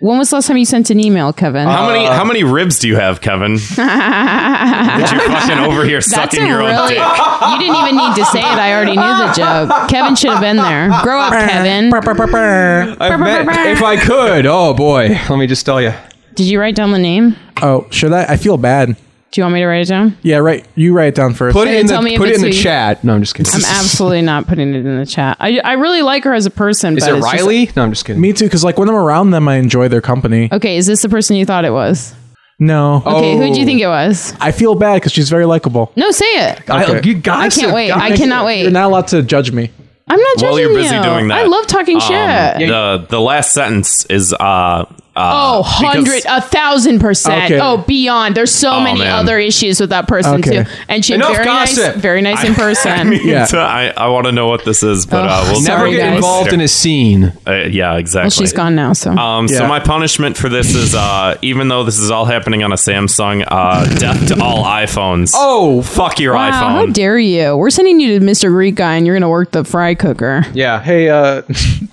Speaker 8: when was the last time you sent an email, Kevin?
Speaker 6: Uh,
Speaker 7: How many? How many ribs do you have, Kevin? That you fucking over here
Speaker 8: That's a
Speaker 7: sucking your own
Speaker 8: really,
Speaker 7: dick.
Speaker 8: you didn't even need to say it. I already knew the joke. Kevin should have been there. Grow up, Kevin.
Speaker 6: I've met- if I could, oh boy, let me just tell you.
Speaker 8: Did you write down the name?
Speaker 9: Oh, should I? I feel bad.
Speaker 8: Do you want me to write it down?
Speaker 9: Yeah, right. You write it down first.
Speaker 6: Put it in
Speaker 8: tell me
Speaker 6: the
Speaker 8: if
Speaker 6: put it in
Speaker 8: it's
Speaker 6: the
Speaker 8: who you-
Speaker 6: chat. No, I'm just kidding.
Speaker 8: I'm absolutely not putting it in the chat. I, I really like her as a person.
Speaker 6: Is
Speaker 8: but
Speaker 6: it
Speaker 8: it's just-
Speaker 6: Riley? No, I'm just kidding.
Speaker 9: Me too, because like when I'm around them, I enjoy their company.
Speaker 8: Okay, is this the person you thought it was?
Speaker 9: No,
Speaker 8: Okay, who do
Speaker 6: Oh.
Speaker 8: you think it was?
Speaker 9: I feel bad because she's very likable.
Speaker 8: No, say it.
Speaker 6: I,
Speaker 9: Okay.
Speaker 6: you guys
Speaker 8: I can't
Speaker 6: are-
Speaker 8: wait.
Speaker 6: God,
Speaker 8: I cannot
Speaker 9: You're
Speaker 8: wait.
Speaker 9: not allowed to judge me.
Speaker 8: I'm not judging
Speaker 7: While you're busy
Speaker 8: you.
Speaker 7: doing that,
Speaker 8: I love talking
Speaker 7: um,
Speaker 8: shit.
Speaker 7: The the last sentence is uh, uh
Speaker 8: Oh, hundred,
Speaker 7: because-
Speaker 8: a thousand percent.
Speaker 9: Okay.
Speaker 8: Oh, beyond. There's so many
Speaker 7: man.
Speaker 8: other issues with that person
Speaker 9: Okay.
Speaker 8: too. And she's
Speaker 6: Enough
Speaker 8: very
Speaker 6: gossip.
Speaker 8: nice, very nice in person.
Speaker 7: I need
Speaker 9: Yeah.
Speaker 7: to- I, I want to know what this is, but uh,
Speaker 8: Ugh,
Speaker 7: we'll
Speaker 6: Never
Speaker 8: Sorry,
Speaker 6: get
Speaker 8: guys.
Speaker 6: involved in a scene.
Speaker 7: Uh, yeah, exactly.
Speaker 8: well, she's gone now, so
Speaker 7: Um,
Speaker 9: Yeah.
Speaker 7: So my punishment for this is, uh, even though this is all happening on a Samsung, uh, death to all iPhones.
Speaker 6: Oh,
Speaker 7: fuck your
Speaker 8: wow, how
Speaker 7: iPhone!
Speaker 8: dare you? We're sending you to Mr. Greek guy, and you're gonna work the fry cooker.
Speaker 6: Yeah.
Speaker 9: Hey, uh,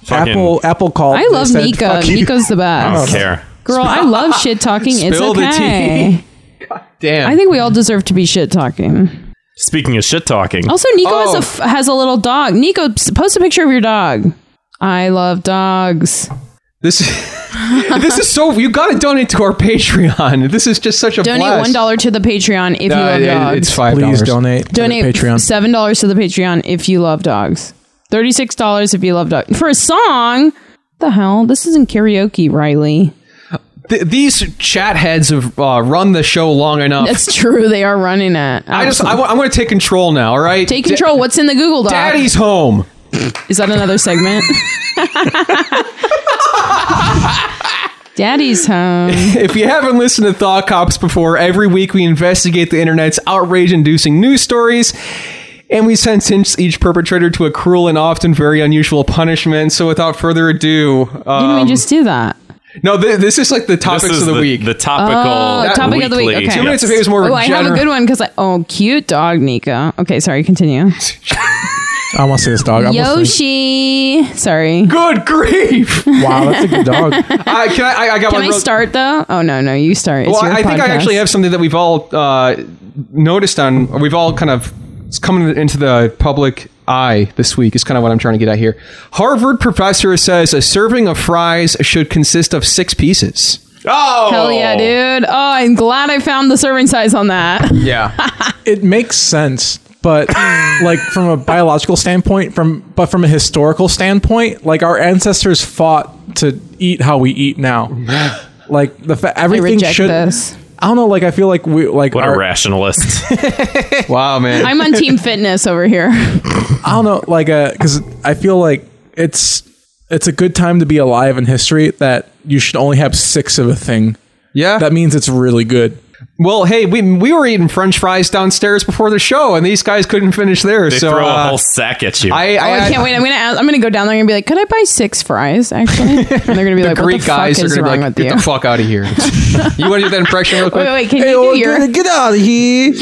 Speaker 9: Apple, Apple called.
Speaker 8: I love
Speaker 9: They said,
Speaker 8: Nico.
Speaker 9: "Fuck you."
Speaker 8: Nico's the
Speaker 7: I don't
Speaker 8: best.
Speaker 7: care.
Speaker 8: Girl, I love shit talking. It's
Speaker 6: Spill the
Speaker 8: okay.
Speaker 6: Damn.
Speaker 8: I think we all deserve to be shit talking.
Speaker 7: Speaking of shit talking,
Speaker 8: Also, Nico
Speaker 6: Oh.
Speaker 8: has a f- has a little dog. Nico, s- post a picture of your dog. I love dogs.
Speaker 6: this this is so. You got to donate to our Patreon. This is just such a
Speaker 8: Donate
Speaker 6: blast.
Speaker 8: one dollar to the Patreon if you
Speaker 6: No,
Speaker 8: love
Speaker 6: it-
Speaker 8: dogs.
Speaker 6: it's five dollars.
Speaker 9: Please donate. to
Speaker 8: Donate
Speaker 9: the Patreon.
Speaker 8: seven dollars to the Patreon if you love dogs. Thirty six dollars if you love dogs for a song. The hell, this isn't karaoke, Riley.
Speaker 6: Th- these chat heads have uh, run the show long enough.
Speaker 8: That's true. They are running it.
Speaker 6: I just. I w- I'm going to take control now. All right.
Speaker 8: take
Speaker 6: Da-
Speaker 8: control. What's in the Google Doc?
Speaker 6: Daddy's home.
Speaker 8: Is that another segment? Daddy's home.
Speaker 6: If you haven't listened to Thought Cops before, every week we investigate the internet's outrage inducing news stories. And we sentence each perpetrator to a cruel and often very unusual punishment. So, without further ado, uh,
Speaker 8: Didn't we just do that?
Speaker 6: no, th- this is like the
Speaker 7: this
Speaker 6: topics
Speaker 7: is
Speaker 6: of the, week.
Speaker 7: The topical
Speaker 8: Oh, topic of the week,
Speaker 7: weekly-
Speaker 8: okay.
Speaker 6: Two minutes of
Speaker 7: Yes.
Speaker 6: hate is more.
Speaker 8: Oh, I have a
Speaker 6: gener-
Speaker 8: good one because I. Oh, cute dog, Nico. Okay, sorry, continue.
Speaker 9: I almost say this dog. I almost say-
Speaker 8: Yoshi. Sorry.
Speaker 6: Good grief!
Speaker 9: Wow, that's a good dog.
Speaker 6: I, can I, I, I got
Speaker 8: Can
Speaker 6: one
Speaker 8: I
Speaker 6: real-
Speaker 8: start though? Oh, no, no, you start. It's
Speaker 6: Well,
Speaker 8: your
Speaker 6: I think I
Speaker 8: podcast.
Speaker 6: actually have something that we've all uh, noticed on. Or we've all kind of it's coming into the public eye this week. Is kind of what I'm trying to get at here. Harvard professor says a serving of fries should consist of six pieces.
Speaker 7: Oh,
Speaker 8: Hell yeah, dude. Oh, I'm glad I found the serving size on that.
Speaker 6: Yeah,
Speaker 9: It makes sense, but like from a biological standpoint, from but from a historical standpoint, like our ancestors fought to eat how we eat now. Like the fa-
Speaker 8: I
Speaker 9: everything
Speaker 8: reject
Speaker 9: should.
Speaker 8: this.
Speaker 9: I don't know. Like I feel like we like
Speaker 7: What a
Speaker 9: our-
Speaker 7: rationalist!
Speaker 6: wow, man.
Speaker 8: I'm on team fitness over here. Oh,
Speaker 9: I don't know, like, because I feel like it's it's a good time to be alive in history that you should only have six of a thing.
Speaker 6: yeah,
Speaker 9: That means it's really good.
Speaker 6: Well, hey, we we were eating French fries downstairs before the show, and these guys couldn't finish theirs.
Speaker 7: They
Speaker 6: so
Speaker 7: throw
Speaker 6: uh,
Speaker 7: a whole sack at you.
Speaker 6: I,
Speaker 8: Oh, I
Speaker 6: I,
Speaker 8: can't wait. I'm gonna ask, I'm gonna go down there and be like, could I buy six fries? Actually, and they're gonna be like, what
Speaker 6: Greek
Speaker 8: the
Speaker 6: guys
Speaker 8: fuck
Speaker 6: are
Speaker 8: is
Speaker 6: gonna
Speaker 8: wrong
Speaker 6: be like,
Speaker 8: with you?
Speaker 6: get the fuck out of here. you want to do that impression real quick?
Speaker 8: wait, wait, can you do your?
Speaker 9: get out of here.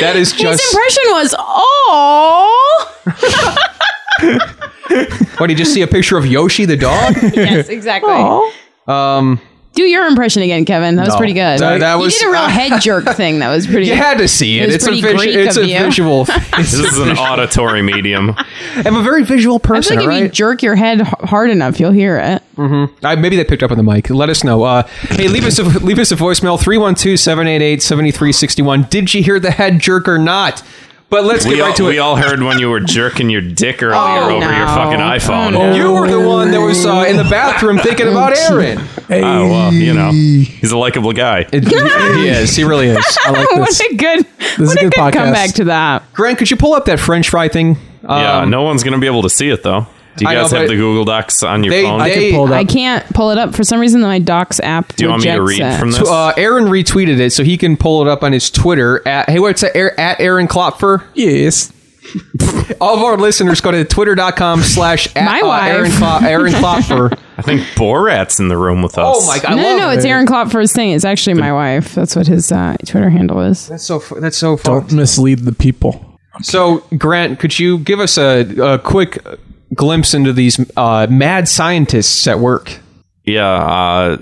Speaker 6: That is
Speaker 8: His
Speaker 6: just
Speaker 8: impression was, oh,
Speaker 6: what. Did you just see a picture of Yoshi the dog?
Speaker 8: yes, exactly.
Speaker 6: Um,
Speaker 8: Do your impression again, Kevin. That was
Speaker 6: No.
Speaker 8: pretty good.
Speaker 6: That- that was- uh,
Speaker 8: you did a real head jerk thing. That was pretty.
Speaker 6: you had to see it.
Speaker 8: It was
Speaker 6: it's a
Speaker 8: pretty
Speaker 6: vis-
Speaker 8: Greek
Speaker 6: it's a
Speaker 8: of you.
Speaker 6: visual.
Speaker 7: this is an auditory medium.
Speaker 6: I'm a very visual
Speaker 8: I feel
Speaker 6: person,
Speaker 8: like
Speaker 6: all
Speaker 8: if you
Speaker 6: right?
Speaker 8: jerk your head h- hard enough, you'll hear it.
Speaker 6: I, maybe they picked up on the mic. Let us know. Uh, hey, leave us a, leave us a voicemail 312-788-7361. Did you hear the head jerk or not? But let's
Speaker 7: We
Speaker 6: get
Speaker 7: all,
Speaker 6: right to
Speaker 7: we
Speaker 6: it.
Speaker 7: all heard when you were jerking your dick earlier
Speaker 8: Oh,
Speaker 7: over
Speaker 8: no.
Speaker 7: your fucking iPhone.
Speaker 6: you were the one that was uh, in the bathroom thinking about Aaron. Ah,
Speaker 7: Oh, well, you know, he's a likable guy.
Speaker 6: It- he, he is. He really is.
Speaker 9: I like
Speaker 8: what
Speaker 9: this.
Speaker 8: a good,
Speaker 9: is
Speaker 8: what
Speaker 9: a
Speaker 8: a
Speaker 9: good
Speaker 8: good,
Speaker 9: podcast.
Speaker 8: comeback to that.
Speaker 6: Grant, could you pull up that French fry thing? Um,
Speaker 7: yeah, no one's gonna be able to see it though. Do you
Speaker 6: I
Speaker 7: guys
Speaker 6: know,
Speaker 7: have
Speaker 6: but
Speaker 7: the Google Docs on your
Speaker 6: they-
Speaker 7: phone?
Speaker 6: they-
Speaker 9: I can pull
Speaker 8: I
Speaker 9: that.
Speaker 8: can't pull it up for some reason. My Docs app.
Speaker 7: Do you want me to read
Speaker 8: rejects it.
Speaker 7: from this?
Speaker 6: so, uh, Aaron retweeted it, so he can pull it up on his Twitter at hey, what's that? Aar- At Aaron Klopfer.
Speaker 9: Yes.
Speaker 6: All of our listeners go to twitter.com slash at,
Speaker 8: My
Speaker 6: uh,
Speaker 8: wife.
Speaker 6: Aaron, Klo- Aaron Klopfer.
Speaker 7: I think Borat's in the room with us.
Speaker 6: oh my god! I
Speaker 8: no,
Speaker 6: love
Speaker 8: no, no, it's
Speaker 6: it.
Speaker 8: Aaron Klopp for his thing. It's actually my wife. That's what his uh, Twitter handle is.
Speaker 6: That's so. fu- That's so fun.
Speaker 9: Don't mislead the people.
Speaker 6: So, Grant, could you give us a, a quick glimpse into these uh, mad scientists at work?
Speaker 7: Yeah, uh,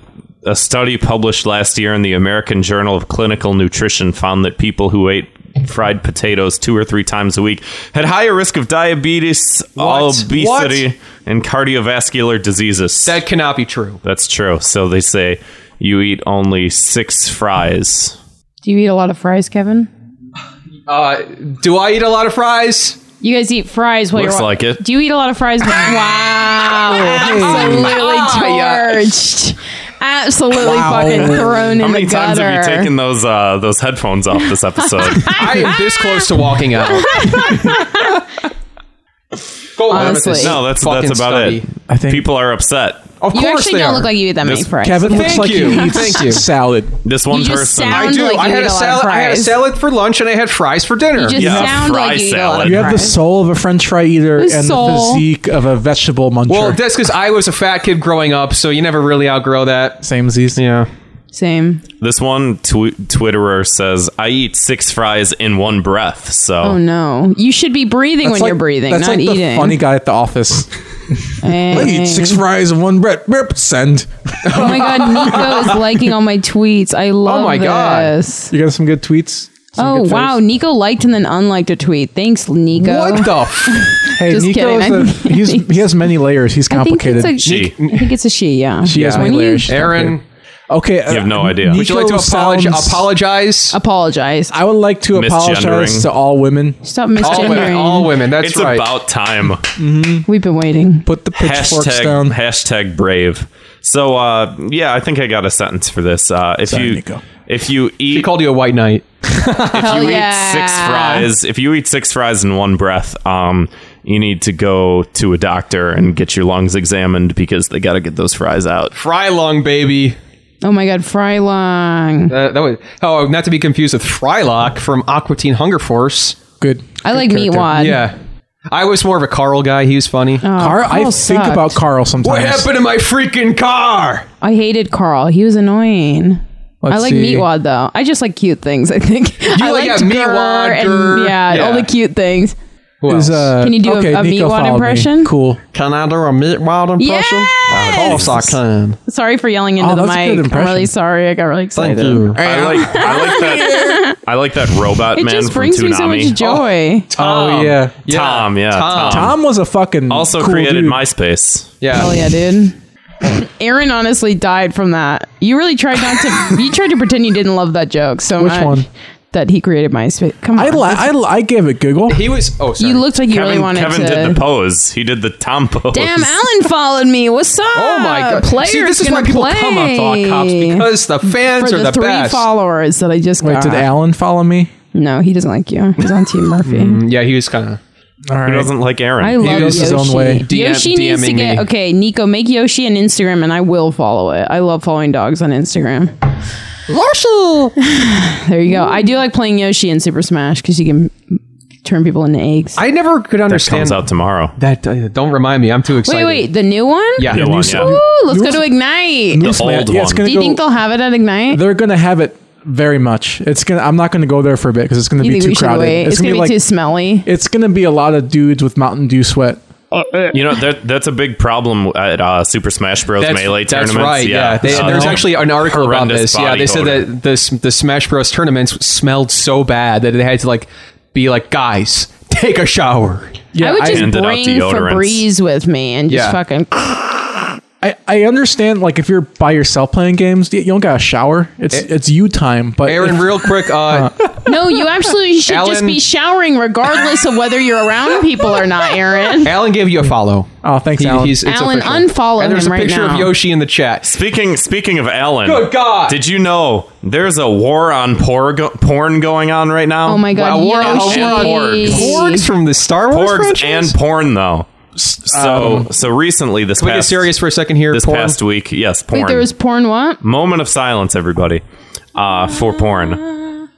Speaker 7: a study published last year in the American Journal of Clinical Nutrition found that people who ate fried potatoes two or three times a week had higher risk of diabetes,
Speaker 6: What?
Speaker 7: obesity,
Speaker 6: What?
Speaker 7: and cardiovascular diseases.
Speaker 6: That cannot be true.
Speaker 7: That's true. So they say you eat only six fries.
Speaker 8: Do you eat a lot of fries, Kevin?
Speaker 6: Uh, do I eat a lot of fries?
Speaker 8: You guys eat fries while
Speaker 7: Looks
Speaker 8: you're.
Speaker 7: like it.
Speaker 8: Do you eat a lot of fries? wow! Absolutely torched. Absolutely fucking thrown
Speaker 7: How
Speaker 8: in
Speaker 7: many
Speaker 8: the
Speaker 7: times
Speaker 8: gutter.
Speaker 7: have you taken those uh, those headphones off this episode?
Speaker 6: I am this close to walking out. Go on with
Speaker 8: Honestly.
Speaker 6: this
Speaker 7: no, that's
Speaker 6: fucking
Speaker 7: that's about it.
Speaker 6: study.
Speaker 9: I think-
Speaker 7: people are upset.
Speaker 6: Of
Speaker 8: you
Speaker 6: course
Speaker 8: actually
Speaker 6: they
Speaker 8: don't
Speaker 6: are.
Speaker 8: look like you eat that many
Speaker 7: This-
Speaker 8: fries.
Speaker 9: Kevin
Speaker 6: Thank
Speaker 9: looks like
Speaker 6: you.
Speaker 9: he eats
Speaker 6: Thank you.
Speaker 9: salad.
Speaker 7: This one
Speaker 8: You just
Speaker 7: person.
Speaker 8: sound-
Speaker 6: I
Speaker 8: Sounds
Speaker 6: do.
Speaker 8: like
Speaker 6: I
Speaker 8: you
Speaker 6: had a
Speaker 8: eat a lot of
Speaker 6: salad. I had a
Speaker 8: fries.
Speaker 6: salad for lunch and I had fries for dinner.
Speaker 8: You just
Speaker 7: Yeah,
Speaker 8: sound
Speaker 7: fry
Speaker 8: like you eat a lot
Speaker 7: salad.
Speaker 8: of
Speaker 9: You have the
Speaker 8: fries.
Speaker 9: soul of a French fry eater and the
Speaker 8: soul.
Speaker 9: physique of a vegetable muncher.
Speaker 6: well, that's because I was a fat kid growing up, so you never really outgrow that.
Speaker 9: Same as these.
Speaker 6: Yeah.
Speaker 8: Same.
Speaker 7: This one tw- Twitterer says, "I eat six fries in one breath." So
Speaker 8: Oh no! You should be breathing when you're breathing,
Speaker 9: that's
Speaker 8: not
Speaker 9: like the
Speaker 8: eating.
Speaker 9: funny guy at the office. I eat six fries and one bread. Burp, send.
Speaker 8: Oh my god, Nico is liking all my tweets. I
Speaker 7: Oh
Speaker 8: love
Speaker 6: my God.
Speaker 8: this.
Speaker 9: You got some good tweets? Some
Speaker 8: Oh
Speaker 9: good things?
Speaker 8: wow, Nico liked and then unliked a tweet. Thanks, Nico.
Speaker 6: What the? F-
Speaker 9: Hey,
Speaker 8: Just
Speaker 9: Nico,
Speaker 8: kidding. I
Speaker 9: is a,
Speaker 8: think-
Speaker 9: he's, he has many layers. He's
Speaker 8: I think
Speaker 9: complicated.
Speaker 8: it's a
Speaker 7: She.
Speaker 8: I think it's a she. Yeah.
Speaker 9: She has
Speaker 8: When
Speaker 9: many
Speaker 8: you
Speaker 9: layers.
Speaker 6: Aaron,
Speaker 9: Okay. uh, You
Speaker 7: have no idea.
Speaker 6: would you like to apologize? apologize?
Speaker 8: Apologize.
Speaker 9: I would like to apologize
Speaker 7: Misgendering.
Speaker 9: to all women.
Speaker 8: Stop
Speaker 6: All women.
Speaker 8: misgendering.
Speaker 6: All women. That's
Speaker 7: it's
Speaker 6: right.
Speaker 7: about time.
Speaker 8: We've been waiting.
Speaker 9: Put the pitchforks
Speaker 7: hashtag
Speaker 9: down.
Speaker 7: hashtag brave. So uh, yeah, I think I got a sentence for this. Uh, if
Speaker 9: Sorry,
Speaker 7: you
Speaker 9: Nico.
Speaker 7: if you
Speaker 6: he
Speaker 7: eat
Speaker 6: called you a white knight.
Speaker 7: if you
Speaker 8: yeah.
Speaker 7: eat six fries, if you eat six fries in one breath, um, you need to go to a doctor and get your lungs examined because they got to get those fries out.
Speaker 6: Fry long, baby.
Speaker 8: Oh my god, Frylong.
Speaker 6: Uh, that was oh, not to be confused with Frylock from Aqua Teen Hunger Force.
Speaker 9: Good.
Speaker 8: I like meat wad.
Speaker 6: Yeah, I was more of a Carl guy. He was funny.
Speaker 8: Oh,
Speaker 9: Carl, I
Speaker 8: Carl
Speaker 9: think
Speaker 8: sucked.
Speaker 9: about Carl sometimes.
Speaker 6: what happened to my freaking car?
Speaker 8: I hated Carl. He was annoying.
Speaker 9: Let's
Speaker 8: I like
Speaker 9: see.
Speaker 8: meat wad though. I just like cute things. I think I
Speaker 6: like
Speaker 8: liked
Speaker 6: a meat
Speaker 8: grr
Speaker 6: wad,
Speaker 8: and-
Speaker 6: grr.
Speaker 8: yeah,
Speaker 6: Yeah.
Speaker 8: all the cute things.
Speaker 6: Who
Speaker 9: Is,
Speaker 6: else?
Speaker 9: uh,
Speaker 8: Can you do a-
Speaker 9: okay,
Speaker 8: a
Speaker 9: Nico
Speaker 8: meat wad
Speaker 9: followed me.
Speaker 8: impression?
Speaker 9: Cool.
Speaker 6: can I do a meat wild impression?
Speaker 8: Yes!
Speaker 6: Of course I can.
Speaker 8: Sorry for yelling into
Speaker 9: Oh,
Speaker 8: the
Speaker 9: that's a good
Speaker 8: mic. I'm
Speaker 9: impression.
Speaker 8: really sorry. I got really excited.
Speaker 6: Thank you.
Speaker 7: I like I like that I like that robot
Speaker 8: It
Speaker 7: man
Speaker 8: just
Speaker 7: from
Speaker 8: brings
Speaker 7: Toonami.
Speaker 8: me so much joy.
Speaker 9: Oh, yeah.
Speaker 7: Tom, Um, yeah, Tom.
Speaker 9: Tom was a fucking
Speaker 7: also
Speaker 9: cool
Speaker 7: created
Speaker 9: dude.
Speaker 7: MySpace.
Speaker 6: Yeah.
Speaker 8: Hell yeah, dude. Aaron honestly died from that. You really tried not to. you tried to pretend you didn't love that joke so
Speaker 9: Which
Speaker 8: much
Speaker 9: one?
Speaker 8: that he created MySpace. Come on,
Speaker 9: I, la- I, la- I gave a giggle.
Speaker 6: He was. Oh, sorry.
Speaker 8: you looked like you
Speaker 7: Kevin,
Speaker 8: really wanted
Speaker 7: Kevin
Speaker 8: to.
Speaker 7: did the pose. He did the Tom pose.
Speaker 8: Damn, Alan followed me. What's up?
Speaker 6: Oh my god!
Speaker 8: Uh, Players
Speaker 6: See, this is
Speaker 8: gonna
Speaker 6: why people
Speaker 8: play
Speaker 6: come on Thought Cops because the fans
Speaker 8: for
Speaker 6: are
Speaker 8: the,
Speaker 6: the,
Speaker 8: three
Speaker 6: best.
Speaker 8: followers that I just
Speaker 9: Wait,
Speaker 8: got.
Speaker 9: did Alan follow me?
Speaker 8: no, he doesn't like you. He's on Team Murphy.
Speaker 6: yeah, he was kind of.
Speaker 9: All right.
Speaker 7: Who doesn't like Aaron?
Speaker 8: I love
Speaker 9: goes
Speaker 8: Yoshi.
Speaker 9: his own way.
Speaker 10: DM
Speaker 8: Yoshi needs to
Speaker 10: DMing
Speaker 8: get
Speaker 10: me.
Speaker 8: okay. Nico, make Yoshi an Instagram, and I will follow it. I love following dogs on Instagram. Yoshi, there you go. I do like playing Yoshi in Super Smash because you can turn people into eggs.
Speaker 6: I never could
Speaker 7: that
Speaker 6: understand
Speaker 7: comes out tomorrow.
Speaker 6: that. uh, don't remind me. I'm too
Speaker 8: wait,
Speaker 6: excited.
Speaker 8: wait, the new one?
Speaker 6: Yeah.
Speaker 7: New
Speaker 6: New
Speaker 7: one,
Speaker 6: song.
Speaker 7: yeah.
Speaker 8: Ooh, let's
Speaker 9: New
Speaker 8: go to
Speaker 9: s-
Speaker 8: Ignite.
Speaker 9: New Smash-
Speaker 7: old
Speaker 9: yeah, it's
Speaker 7: one.
Speaker 9: gonna
Speaker 8: do you
Speaker 9: go-
Speaker 8: think they'll have it at Ignite?
Speaker 9: they're gonna have it very much. It's gonna. I'm not gonna go there for a bit because it's gonna
Speaker 8: you
Speaker 9: be
Speaker 8: think
Speaker 9: too
Speaker 8: we should
Speaker 9: crowded.
Speaker 8: wait? It's, gonna be,
Speaker 9: like
Speaker 8: too smelly.
Speaker 9: it's gonna be a lot of dudes with Mountain Dew sweat.
Speaker 7: You know that that's a big problem at uh, Super Smash Bros.
Speaker 6: That's,
Speaker 7: melee
Speaker 6: that's
Speaker 7: tournaments.
Speaker 6: right. Yeah, They-
Speaker 7: Uh,
Speaker 6: there's actually an article about
Speaker 7: horrendous
Speaker 6: this. Yeah,
Speaker 7: body
Speaker 6: they said
Speaker 7: odor.
Speaker 6: that the s- the Smash Bros. tournaments smelled so bad that they had to like be like, guys, take a shower.
Speaker 9: Yeah,
Speaker 8: I would just
Speaker 7: handed out
Speaker 8: bring
Speaker 7: deodorants.
Speaker 8: Febreze with me and just
Speaker 6: Yeah.
Speaker 8: fucking.
Speaker 9: I, I understand like if you're by yourself playing games, you don't got a shower. It's it's you time. But
Speaker 6: Aaron,
Speaker 9: if-
Speaker 6: real quick, uh,
Speaker 8: No, you absolutely should just
Speaker 6: Alan-
Speaker 8: be showering regardless of whether you're around people or not, Aaron.
Speaker 6: Alan gave you a follow.
Speaker 9: oh thanks,
Speaker 6: He-
Speaker 9: Alan.
Speaker 6: he's- it's
Speaker 8: Alan,
Speaker 6: official.
Speaker 8: unfollow
Speaker 6: And there's
Speaker 8: him
Speaker 6: a
Speaker 8: right
Speaker 6: picture
Speaker 8: now.
Speaker 6: of Yoshi in the chat.
Speaker 7: Speaking speaking of Alan,
Speaker 6: Good God.
Speaker 7: Did you know there's a war on por- go- porn going on right now?
Speaker 8: Oh my god,
Speaker 6: Wow, we're on-
Speaker 8: Yoshi.
Speaker 7: we're on
Speaker 6: Porgs from the Star Wars
Speaker 7: Porgs and
Speaker 6: franchise? Um,
Speaker 7: porn though. So so recently this
Speaker 6: Can we get
Speaker 7: past
Speaker 6: serious for a second here?
Speaker 7: this
Speaker 6: Porn?
Speaker 7: past week, yes, porn.
Speaker 8: Wait, there was porn what?
Speaker 7: Moment of silence, everybody, uh, for porn.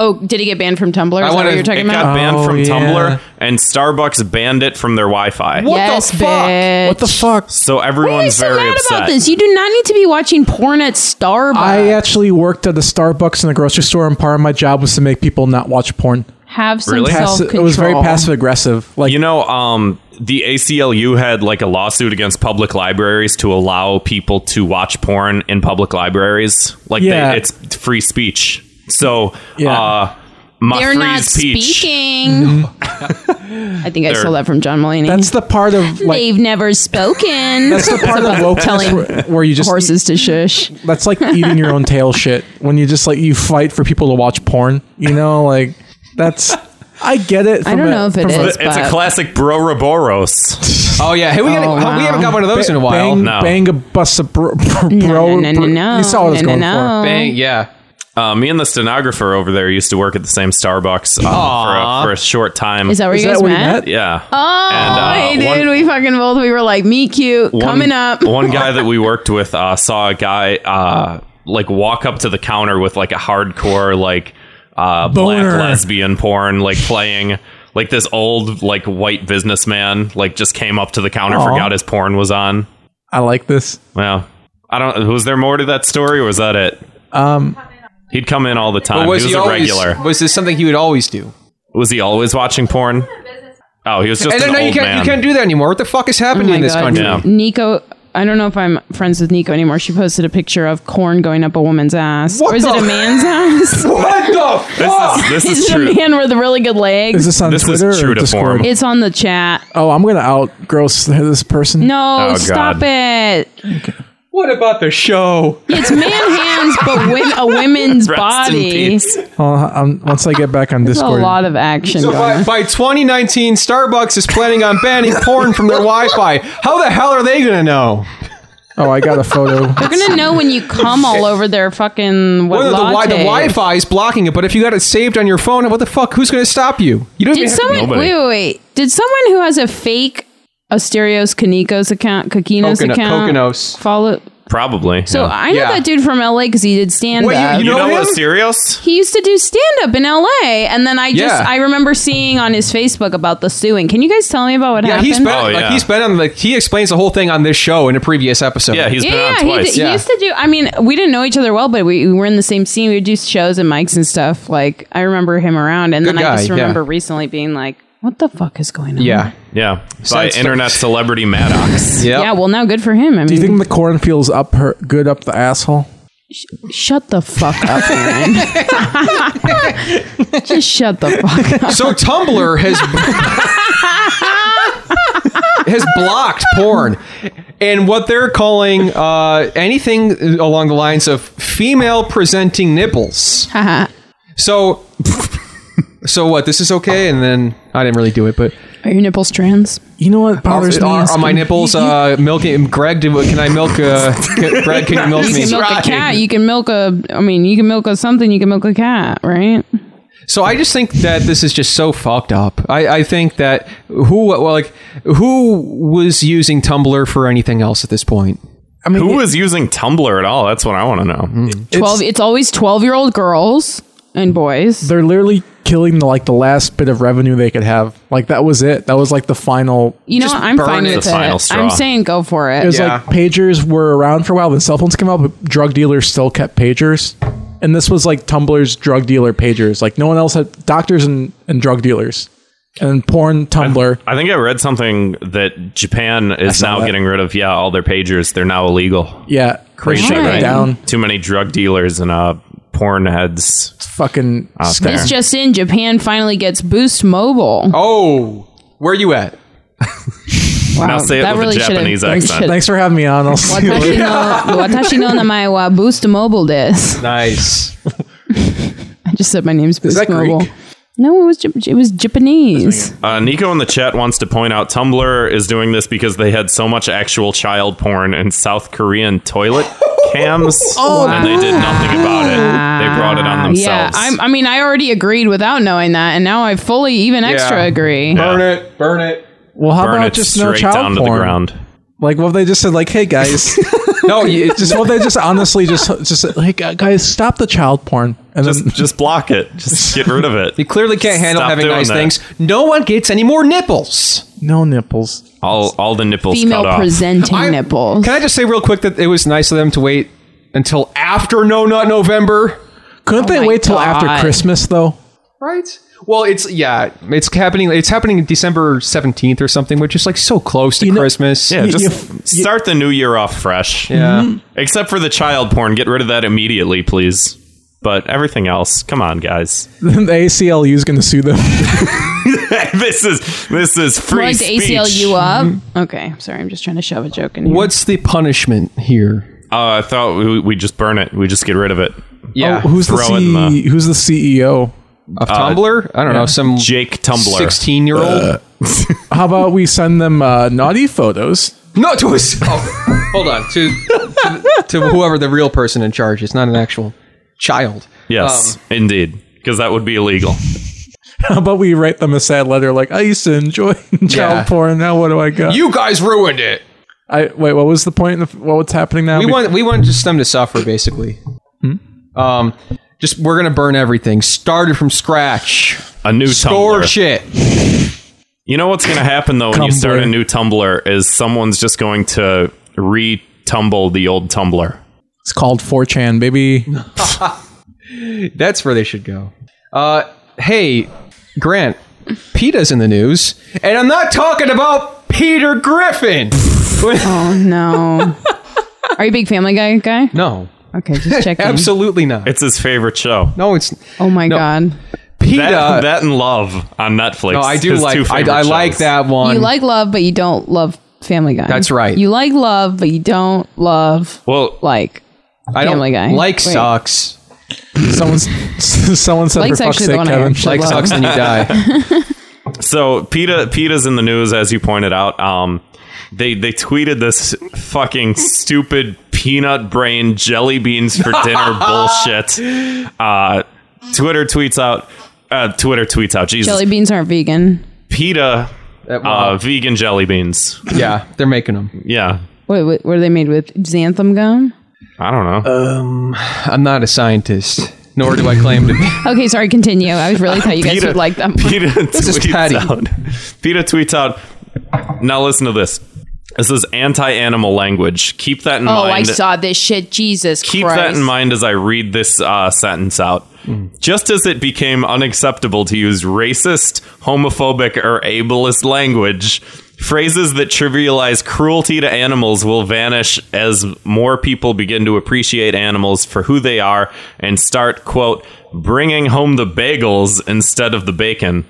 Speaker 8: Oh, did he get banned from Tumblr? Is
Speaker 6: I
Speaker 8: that
Speaker 6: wanna-
Speaker 8: what you're
Speaker 7: It
Speaker 8: talking
Speaker 7: got
Speaker 8: about?
Speaker 7: banned
Speaker 9: Oh,
Speaker 7: from
Speaker 9: yeah.
Speaker 7: Tumblr, and Starbucks banned it from their Wi-Fi.
Speaker 6: What
Speaker 8: yes,
Speaker 6: the fuck?
Speaker 8: bitch.
Speaker 9: what the fuck?
Speaker 7: So
Speaker 8: Why are you
Speaker 7: everyone's
Speaker 8: so
Speaker 7: very
Speaker 8: mad
Speaker 7: upset.
Speaker 8: about this? You do not need to be watching porn at Starbucks.
Speaker 9: I actually worked at the Starbucks and the grocery store, and part of my job was to make people not watch porn.
Speaker 8: Have some
Speaker 7: Really?
Speaker 8: self
Speaker 9: Passi-
Speaker 8: control.
Speaker 9: it was very passive aggressive. Like
Speaker 7: You know, um, the ACLU had like a lawsuit against public libraries to allow people to watch porn in public libraries. Like,
Speaker 9: Yeah.
Speaker 7: they, it's free speech. So,
Speaker 9: Yeah.
Speaker 7: uh, my
Speaker 8: They're
Speaker 7: free
Speaker 8: not
Speaker 7: speech.
Speaker 8: speaking. Mm-hmm. I think I
Speaker 7: They're-
Speaker 8: stole that from John Mulaney.
Speaker 9: that's the part of like
Speaker 8: They've never spoken.
Speaker 9: that's the part of wokeness
Speaker 8: telling
Speaker 9: where, where you just
Speaker 8: horses to shush.
Speaker 9: that's like eating your own tail shit when you just like you fight for people to watch porn. You know, like that's I get it.
Speaker 8: I
Speaker 9: from
Speaker 8: don't
Speaker 9: a-
Speaker 8: know if it
Speaker 9: from a-
Speaker 8: is.
Speaker 7: It's a
Speaker 8: But-
Speaker 7: classic Boroboros.
Speaker 6: Oh yeah, hey, we, gotta-
Speaker 8: Oh,
Speaker 6: we
Speaker 8: wow.
Speaker 6: haven't got one of those in a while.
Speaker 9: Bang,
Speaker 7: No.
Speaker 9: bang a bus a bro, bro,
Speaker 8: No, no, no, no,
Speaker 9: bro-
Speaker 8: no.
Speaker 9: You saw what I was
Speaker 8: no,
Speaker 9: going
Speaker 8: no, no.
Speaker 6: Bang, yeah.
Speaker 7: Uh, me and the stenographer over there used to work at the same Starbucks uh,
Speaker 6: Aw.
Speaker 7: for, a, for a short time.
Speaker 8: Is that where
Speaker 9: for. Is
Speaker 8: you guys
Speaker 9: that what you
Speaker 8: met?
Speaker 9: met?
Speaker 7: yeah.
Speaker 8: Oh, hey,
Speaker 7: And, uh,
Speaker 8: dude,
Speaker 7: one-
Speaker 8: we fucking both we were like, me cute, coming up.
Speaker 7: one guy that we worked with uh, saw a guy uh, like walk up to the counter with like a hardcore like uh, black
Speaker 9: Boner.
Speaker 7: lesbian porn like playing. Like this old like white businessman like just came up to the counter,
Speaker 9: Aw.
Speaker 7: forgot his porn was on.
Speaker 9: I like this.
Speaker 7: Well, I don't. Was there more to that story, or was that it?
Speaker 9: Um,
Speaker 7: He'd come in all the time.
Speaker 6: But was
Speaker 7: he was
Speaker 6: he
Speaker 7: a
Speaker 6: always?
Speaker 7: regular.
Speaker 6: Was this something he would always do?
Speaker 7: Was he always watching porn? Oh, he was just
Speaker 6: And
Speaker 7: an
Speaker 6: no, you
Speaker 7: old
Speaker 6: can't
Speaker 7: man.
Speaker 6: you can't do that anymore. What the fuck is happening in this country?
Speaker 7: Yeah.
Speaker 8: Oh Nico, I don't know if I'm friends with Nico anymore. She posted a picture of corn going up a woman's ass.
Speaker 6: What
Speaker 8: or is it
Speaker 6: the-
Speaker 8: a man's ass?
Speaker 6: What the fuck?
Speaker 7: this is, this
Speaker 8: is
Speaker 7: is
Speaker 8: it a
Speaker 7: true.
Speaker 8: man with really good legs?
Speaker 9: is this on
Speaker 7: This is
Speaker 9: Twitter
Speaker 7: true
Speaker 9: or
Speaker 7: to
Speaker 9: Discord?
Speaker 7: form.
Speaker 8: it's on the chat.
Speaker 9: Oh, I'm gonna out gross this person.
Speaker 8: No,
Speaker 7: Oh,
Speaker 8: stop
Speaker 7: God.
Speaker 8: it.
Speaker 6: What about the show?
Speaker 8: It's man hands, but with a women's
Speaker 7: Rest in
Speaker 8: body.
Speaker 7: peace.
Speaker 8: There's
Speaker 9: Uh, I'm, once I get back on
Speaker 8: a
Speaker 9: Discord,
Speaker 8: lot of action
Speaker 6: So
Speaker 8: going
Speaker 6: by,
Speaker 8: on.
Speaker 6: by 2019, Starbucks is planning on banning porn from their Wi-Fi. How the hell are they gonna know?
Speaker 9: oh, I got a photo.
Speaker 8: They're gonna know when you come all over their fucking what
Speaker 6: Well, the, wi- the
Speaker 8: latte.
Speaker 6: Wi-Fi is blocking it, but if you got it saved on your phone, what the fuck? Who's gonna stop you? You don't
Speaker 8: Did
Speaker 6: even. have-
Speaker 8: someone
Speaker 7: Nobody.
Speaker 8: wait, wait, wait? Did someone who has a fake Asterios Kaniko's account, Kokino's
Speaker 6: Kokino-
Speaker 8: account,
Speaker 6: Kokinos.
Speaker 8: follow?
Speaker 7: Probably.
Speaker 8: So
Speaker 7: yeah.
Speaker 8: I know
Speaker 6: Yeah.
Speaker 8: that dude from LA because he did stand
Speaker 6: Wait,
Speaker 8: up.
Speaker 6: you
Speaker 7: You
Speaker 6: Know
Speaker 7: know
Speaker 6: him?
Speaker 7: what's serious?
Speaker 8: he used to do stand up in LA, and then I just
Speaker 6: Yeah.
Speaker 8: I remember seeing on his Facebook about the suing. Can you guys tell me about what
Speaker 6: Yeah,
Speaker 8: happened?
Speaker 6: he's been
Speaker 7: Oh,
Speaker 6: like
Speaker 7: yeah.
Speaker 6: he's been on like he explains the whole thing on this show in a previous episode.
Speaker 7: Yeah, he's
Speaker 8: yeah,
Speaker 7: been on
Speaker 8: yeah,
Speaker 7: twice.
Speaker 8: He, did, he
Speaker 6: yeah.
Speaker 8: used to do. I mean, we didn't know each other well, but we, we were in the same scene. We would do shows and mics and stuff. Like I remember him around, and
Speaker 6: Good
Speaker 8: then I just
Speaker 6: guy, yeah.
Speaker 8: remember recently being like, "What the fuck is going on?"
Speaker 6: yeah,
Speaker 7: Yeah, by
Speaker 6: Sounds-
Speaker 7: internet celebrity Maddox.
Speaker 6: Yep.
Speaker 8: Mm. Yeah, well, now good for him. I mean,
Speaker 9: Do you think the corn feels up her good up the asshole?
Speaker 8: shut the fuck up, Aaron. Just shut the fuck up.
Speaker 6: So Tumblr has has blocked porn and what they're calling uh, anything along the lines of female presenting nipples. so so what? This is okay, and then I didn't really do it, but
Speaker 8: Are your nipples trans?
Speaker 9: You know what
Speaker 6: are,
Speaker 9: bothers me?
Speaker 6: are-
Speaker 9: is-
Speaker 6: are my nipples uh, milking? Greg, do, can I milk? Uh, can, Greg, can you milk
Speaker 8: You
Speaker 6: me?
Speaker 8: can milk a cat. You can milk a. I mean, you can milk a something. You can milk a cat, right?
Speaker 6: So I just think that this is just so fucked up. I, I think that who well, like who was using Tumblr for anything else at this point?
Speaker 9: I mean,
Speaker 7: Who was using Tumblr at all? That's what I want to know.
Speaker 8: Twelve. It's, always twelve-year-old girls and boys.
Speaker 9: they're literally killing the, like the last bit of revenue they could have. Like that was it. That was like the final.
Speaker 8: You know,
Speaker 6: just
Speaker 8: what? I'm
Speaker 6: burn
Speaker 8: fine
Speaker 6: it.
Speaker 8: with
Speaker 7: The final
Speaker 8: it.
Speaker 7: straw.
Speaker 8: I'm saying go for it.
Speaker 9: It was
Speaker 6: Yeah.
Speaker 9: like pagers were around for a while. Then cell phones came out, but drug dealers still kept pagers. And this was like Tumblr's drug dealer pagers. Like no one else had doctors and, and drug dealers, and then porn Tumblr.
Speaker 7: I think I read something that Japan is
Speaker 9: saw
Speaker 7: now
Speaker 9: that.
Speaker 7: getting rid of. Yeah, all their pagers. They're now illegal.
Speaker 9: yeah,
Speaker 7: Crazy,
Speaker 8: Damn.
Speaker 7: right?
Speaker 9: Down.
Speaker 7: Too many drug dealers and uh, porn heads.
Speaker 9: Fucking
Speaker 7: there.
Speaker 8: This just in: Japan finally gets Boost Mobile.
Speaker 6: Oh, where you at?
Speaker 8: wow,
Speaker 7: Oh, Now say it with a Japanese accent.
Speaker 9: Thanks for having me on. I'll see you later.
Speaker 8: Watashi no, watashi no namae wa Boost Mobile desu.
Speaker 6: Nice.
Speaker 8: I just said my name's Boost
Speaker 6: that Greek?
Speaker 8: Mobile. No, it was Jap- it was Japanese.
Speaker 7: Uh, Nico in the chat wants to point out Tumblr is doing this because they had so much actual child porn and South Korean toilet cams, and they did nothing about it. They brought it on
Speaker 8: Oh, Ah, Yeah,
Speaker 7: themselves.
Speaker 8: I'm, I mean, I already agreed without knowing that, and now I fully, even extra, agree.
Speaker 6: Burn it. Burn it.
Speaker 9: Well, how
Speaker 7: Burn
Speaker 9: about
Speaker 7: it
Speaker 9: just
Speaker 7: straight
Speaker 9: no child porn?
Speaker 7: down to the ground.
Speaker 9: Like, what if they just said, like, hey guys,
Speaker 6: No, you,
Speaker 9: just what if they just honestly just just said, hey gu- guys, stop the child porn, and then
Speaker 7: Just, just block it. Just get rid of
Speaker 6: you
Speaker 7: it.
Speaker 6: clearly can't handle
Speaker 7: Stop
Speaker 6: having
Speaker 7: doing
Speaker 6: nice
Speaker 7: that.
Speaker 6: things. No one gets any more nipples.
Speaker 9: no nipples.
Speaker 7: All, all the nipples
Speaker 8: Female
Speaker 7: cut off.
Speaker 8: presenting
Speaker 6: I-
Speaker 8: nipples.
Speaker 6: Can I just say real quick that it was nice of them to wait until after No Nut November?
Speaker 9: Couldn't
Speaker 8: Oh my
Speaker 9: they wait till
Speaker 8: God.
Speaker 9: after Christmas though?
Speaker 6: Right? Well, it's yeah, it's happening. It's happening December seventeenth or something, which is like so close to
Speaker 9: know-
Speaker 6: Christmas.
Speaker 7: Yeah,
Speaker 9: You-
Speaker 7: just
Speaker 9: you-
Speaker 7: start the new year off fresh.
Speaker 6: yeah.
Speaker 7: Except for the child porn. Get rid of that immediately, please. But everything else, come on, guys.
Speaker 9: the ACLU is going to sue them.
Speaker 7: this is this is free
Speaker 8: Like the
Speaker 7: speech.
Speaker 8: ACLU up. Mm-hmm. Okay, sorry, I'm just trying to shove a joke in here.
Speaker 6: What's the punishment here?
Speaker 7: Oh, I thought we, we just burn it. We just get rid of it.
Speaker 6: Yeah,
Speaker 9: Oh, Who's the,
Speaker 7: Throw in
Speaker 9: C- E
Speaker 7: the-
Speaker 9: who's the CEO?
Speaker 6: of Tumblr? I don't know. Some
Speaker 7: Jake Tumblr.
Speaker 6: sixteen-year-old.
Speaker 9: How about we send them uh, naughty photos?
Speaker 6: no, to us. Oh, hold on to, to to whoever the real person in charge is, not an actual child.
Speaker 7: Yes,
Speaker 9: um,
Speaker 7: indeed, because that would be illegal.
Speaker 9: How about we write them a sad letter like I used to enjoy child
Speaker 6: Yeah.
Speaker 9: porn. Now what do I got?
Speaker 6: You guys ruined it.
Speaker 9: I wait. What was the point? Of what was happening now?
Speaker 6: we
Speaker 9: Be-
Speaker 6: want we want just them to suffer basically. Um, just we're gonna burn everything. Started from scratch.
Speaker 7: A new
Speaker 6: Store
Speaker 7: Tumblr.
Speaker 6: shit.
Speaker 7: You know what's going to happen though when you start a
Speaker 9: Tumblr.
Speaker 7: new Tumblr is someone's just going to re-tumble the old Tumblr.
Speaker 9: it's called 4chan, baby.
Speaker 6: That's where they should go. Uh, hey, Grant, PETA's in the news, and I'm not talking about Peter Griffin.
Speaker 8: Oh no. Are you a big Family Guy guy?
Speaker 6: no,
Speaker 8: Okay, just checking.
Speaker 6: absolutely not.
Speaker 7: It's his favorite show.
Speaker 6: No, it's
Speaker 8: Oh my god.
Speaker 6: PETA.
Speaker 7: That, that and Love on Netflix.
Speaker 6: no, I do
Speaker 7: his two
Speaker 6: like I,
Speaker 7: favorite
Speaker 6: I like
Speaker 7: shows.
Speaker 6: that one.
Speaker 8: You like love, but you don't love Family Guy.
Speaker 6: That's right.
Speaker 8: You like love, but you don't love
Speaker 7: Well,
Speaker 8: like
Speaker 6: I don't
Speaker 8: Family Guy.
Speaker 6: like
Speaker 8: Wait.
Speaker 6: sucks.
Speaker 9: Someone's someone said
Speaker 8: Blake's
Speaker 9: for fuck's
Speaker 8: actually the
Speaker 9: sake,
Speaker 8: one I
Speaker 9: Kevin.
Speaker 8: actually
Speaker 6: Like
Speaker 8: Love.
Speaker 6: sucks, then you die.
Speaker 7: so PETA PETA's in the news as you pointed out. Um, they they tweeted this fucking stupid peanut brain jelly beans for dinner bullshit. Uh, Twitter tweets out. Uh, Twitter tweets out. Jesus,
Speaker 8: jelly beans aren't vegan.
Speaker 7: PETA
Speaker 6: That-
Speaker 7: uh, vegan jelly beans.
Speaker 6: yeah, they're making them.
Speaker 7: Yeah,
Speaker 8: Wait, wait, were they made with xanthan gum?
Speaker 7: I don't know.
Speaker 6: I'm not a scientist, nor do I claim to be.
Speaker 8: Okay, sorry, continue. I really thought you guys would like them.
Speaker 7: PETA
Speaker 6: is
Speaker 7: tweets
Speaker 6: petty.
Speaker 7: out. PETA tweets out. Now listen to this. This is anti-animal language. Keep that in
Speaker 8: Oh,
Speaker 7: mind.
Speaker 8: I saw this shit. Jesus
Speaker 7: keep
Speaker 8: Christ.
Speaker 7: that in mind as I read this uh, sentence out. Just as it became unacceptable to use racist, homophobic, or ableist language, phrases that trivialize cruelty to animals will vanish as more people begin to appreciate animals for who they are and start, quote, bringing home the bagels instead of the bacon.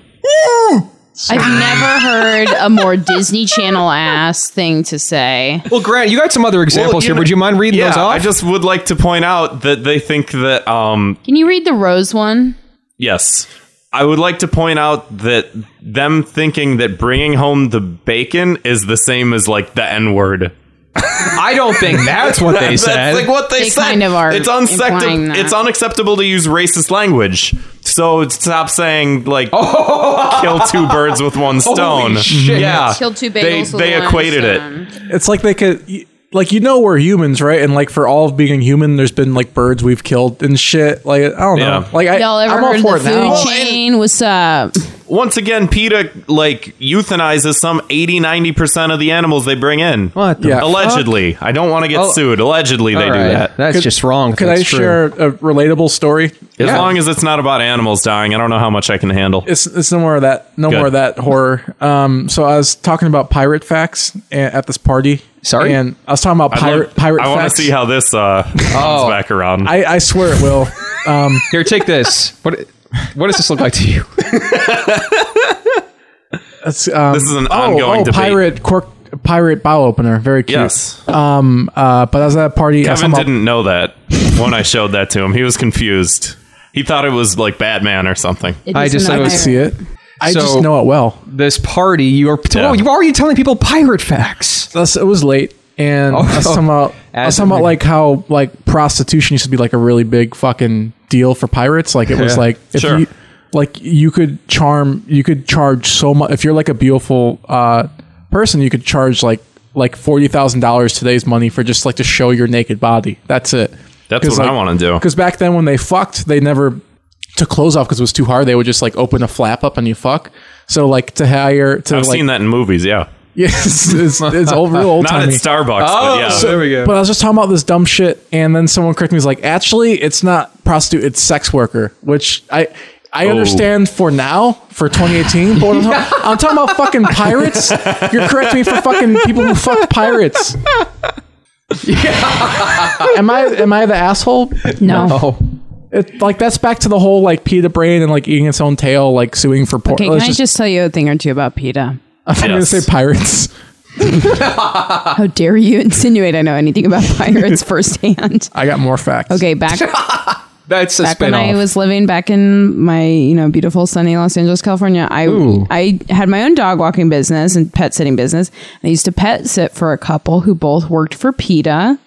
Speaker 8: I've never heard a more Disney Channel ass thing to say.
Speaker 6: Well, Grant, you got some other examples
Speaker 7: Well, you
Speaker 6: here.
Speaker 7: know-
Speaker 6: Would you mind reading
Speaker 7: Yeah,
Speaker 6: those off?
Speaker 7: I just would like to point out that they think that um,
Speaker 8: Can you read the rose one?
Speaker 7: Yes. I would like to point out that them thinking that bringing home the bacon is the same as like the N word.
Speaker 6: I don't think that's what they
Speaker 7: That's
Speaker 6: said.
Speaker 7: like what they,
Speaker 8: They
Speaker 7: said.
Speaker 8: kind of are
Speaker 7: it's
Speaker 8: implying
Speaker 7: unsecti-
Speaker 8: that.
Speaker 7: It's unacceptable to use racist language. So stop saying like kill two birds with one stone.
Speaker 6: Oh. shit.
Speaker 7: Yeah,
Speaker 8: Kill two
Speaker 7: They
Speaker 8: bagels with
Speaker 7: they
Speaker 8: one
Speaker 7: equated it.
Speaker 8: stone.
Speaker 9: It's like they could, y- like you know, we're humans, right? And like for all of being human, there's been like birds we've killed and shit. Like I don't
Speaker 7: Yeah.
Speaker 9: know. Like I,
Speaker 8: Y'all ever
Speaker 9: I'm all
Speaker 8: heard
Speaker 9: for
Speaker 8: of
Speaker 9: it
Speaker 8: the food
Speaker 9: now.
Speaker 8: chain? What's up?
Speaker 7: Once again, PETA like euthanizes some 80 90 percent of the animals they bring in.
Speaker 6: What the
Speaker 9: Yeah.
Speaker 7: Allegedly, I don't want to get
Speaker 6: Oh.
Speaker 7: sued. Allegedly, they
Speaker 6: All
Speaker 7: do
Speaker 6: right.
Speaker 7: that.
Speaker 6: That's just wrong. if
Speaker 9: Could
Speaker 6: that's
Speaker 9: I
Speaker 6: true.
Speaker 9: share a relatable story?
Speaker 7: As
Speaker 6: Yeah.
Speaker 7: long as it's not about animals dying, I don't know how much I can handle.
Speaker 9: It's it's no more of that. No
Speaker 7: Good.
Speaker 9: more of that horror. Um. So I was talking about pirate facts a- at this party.
Speaker 6: Sorry?
Speaker 9: And I was talking about
Speaker 7: I'd
Speaker 9: pirate
Speaker 7: love-
Speaker 9: pirate
Speaker 7: I want
Speaker 9: facts.
Speaker 7: to see how this uh, comes
Speaker 6: Oh.
Speaker 7: back around.
Speaker 9: I I swear it will.
Speaker 6: Here, take this. What what does this look like to you?
Speaker 9: It's, um,
Speaker 7: This is an
Speaker 9: oh,
Speaker 7: ongoing
Speaker 9: oh,
Speaker 7: debate.
Speaker 9: pirate cork pirate bottle opener. Very cute.
Speaker 7: yes,
Speaker 9: Uh, but I was at a party. I was talking
Speaker 7: Kevin
Speaker 9: about-
Speaker 7: didn't know that when I showed that to him. He was confused. He thought it was like Batman or something.
Speaker 6: I just said it was-
Speaker 9: see it. I
Speaker 6: So-
Speaker 9: just know it well.
Speaker 6: This party, you are
Speaker 7: Yeah.
Speaker 6: oh, you already telling people pirate facts.
Speaker 9: That's- it was late, and
Speaker 7: Oh,
Speaker 9: I was talking about, I was
Speaker 6: As
Speaker 9: talking
Speaker 6: a-
Speaker 9: about like how like prostitution used to be like a really big fucking deal for pirates. Like it was
Speaker 6: Yeah.
Speaker 9: like if
Speaker 7: Sure.
Speaker 9: you like you could charm, you could charge so much. If you're like a beautiful uh, person, you could charge like like forty thousand dollars today's money for just like to show your naked body. That's it.
Speaker 7: That's what I wanna do.
Speaker 9: Because back then when they fucked, they never took clothes off because it was too hard. They would just like open a flap up and you fuck. So like to hire to
Speaker 7: I've
Speaker 9: like
Speaker 7: seen that in movies. Yeah,
Speaker 9: Yes, it's, it's old, real old
Speaker 7: not
Speaker 9: timey.
Speaker 7: at Starbucks,
Speaker 9: Oh,
Speaker 7: but yeah.
Speaker 6: Oh, there we go.
Speaker 9: But I was just talking about this dumb shit, and then someone corrected me. Was like, actually, it's not prostitute; it's sex worker. Which I I
Speaker 6: Oh.
Speaker 9: understand for now, for 2018. But when I'm, talking, I'm talking about fucking pirates. You're correcting me for fucking people who fuck pirates. am I am I the asshole?
Speaker 8: No.
Speaker 7: Oh,
Speaker 9: It, like that's back to the whole like PETA brain and like eating its own tail, like suing for porn.
Speaker 8: Okay, can I just tell you a thing or two about PETA?
Speaker 9: I'm gonna
Speaker 7: Yes.
Speaker 9: say pirates. Ah.
Speaker 8: How dare you insinuate I know anything about pirates firsthand?
Speaker 9: I got more facts.
Speaker 8: Okay, back
Speaker 6: That's a
Speaker 8: back when I
Speaker 6: spinoff.
Speaker 8: was living back in my you know beautiful sunny Los Angeles, California, I I had my own dog walking business and pet sitting business. I used to pet sit for a couple who both worked for PETA.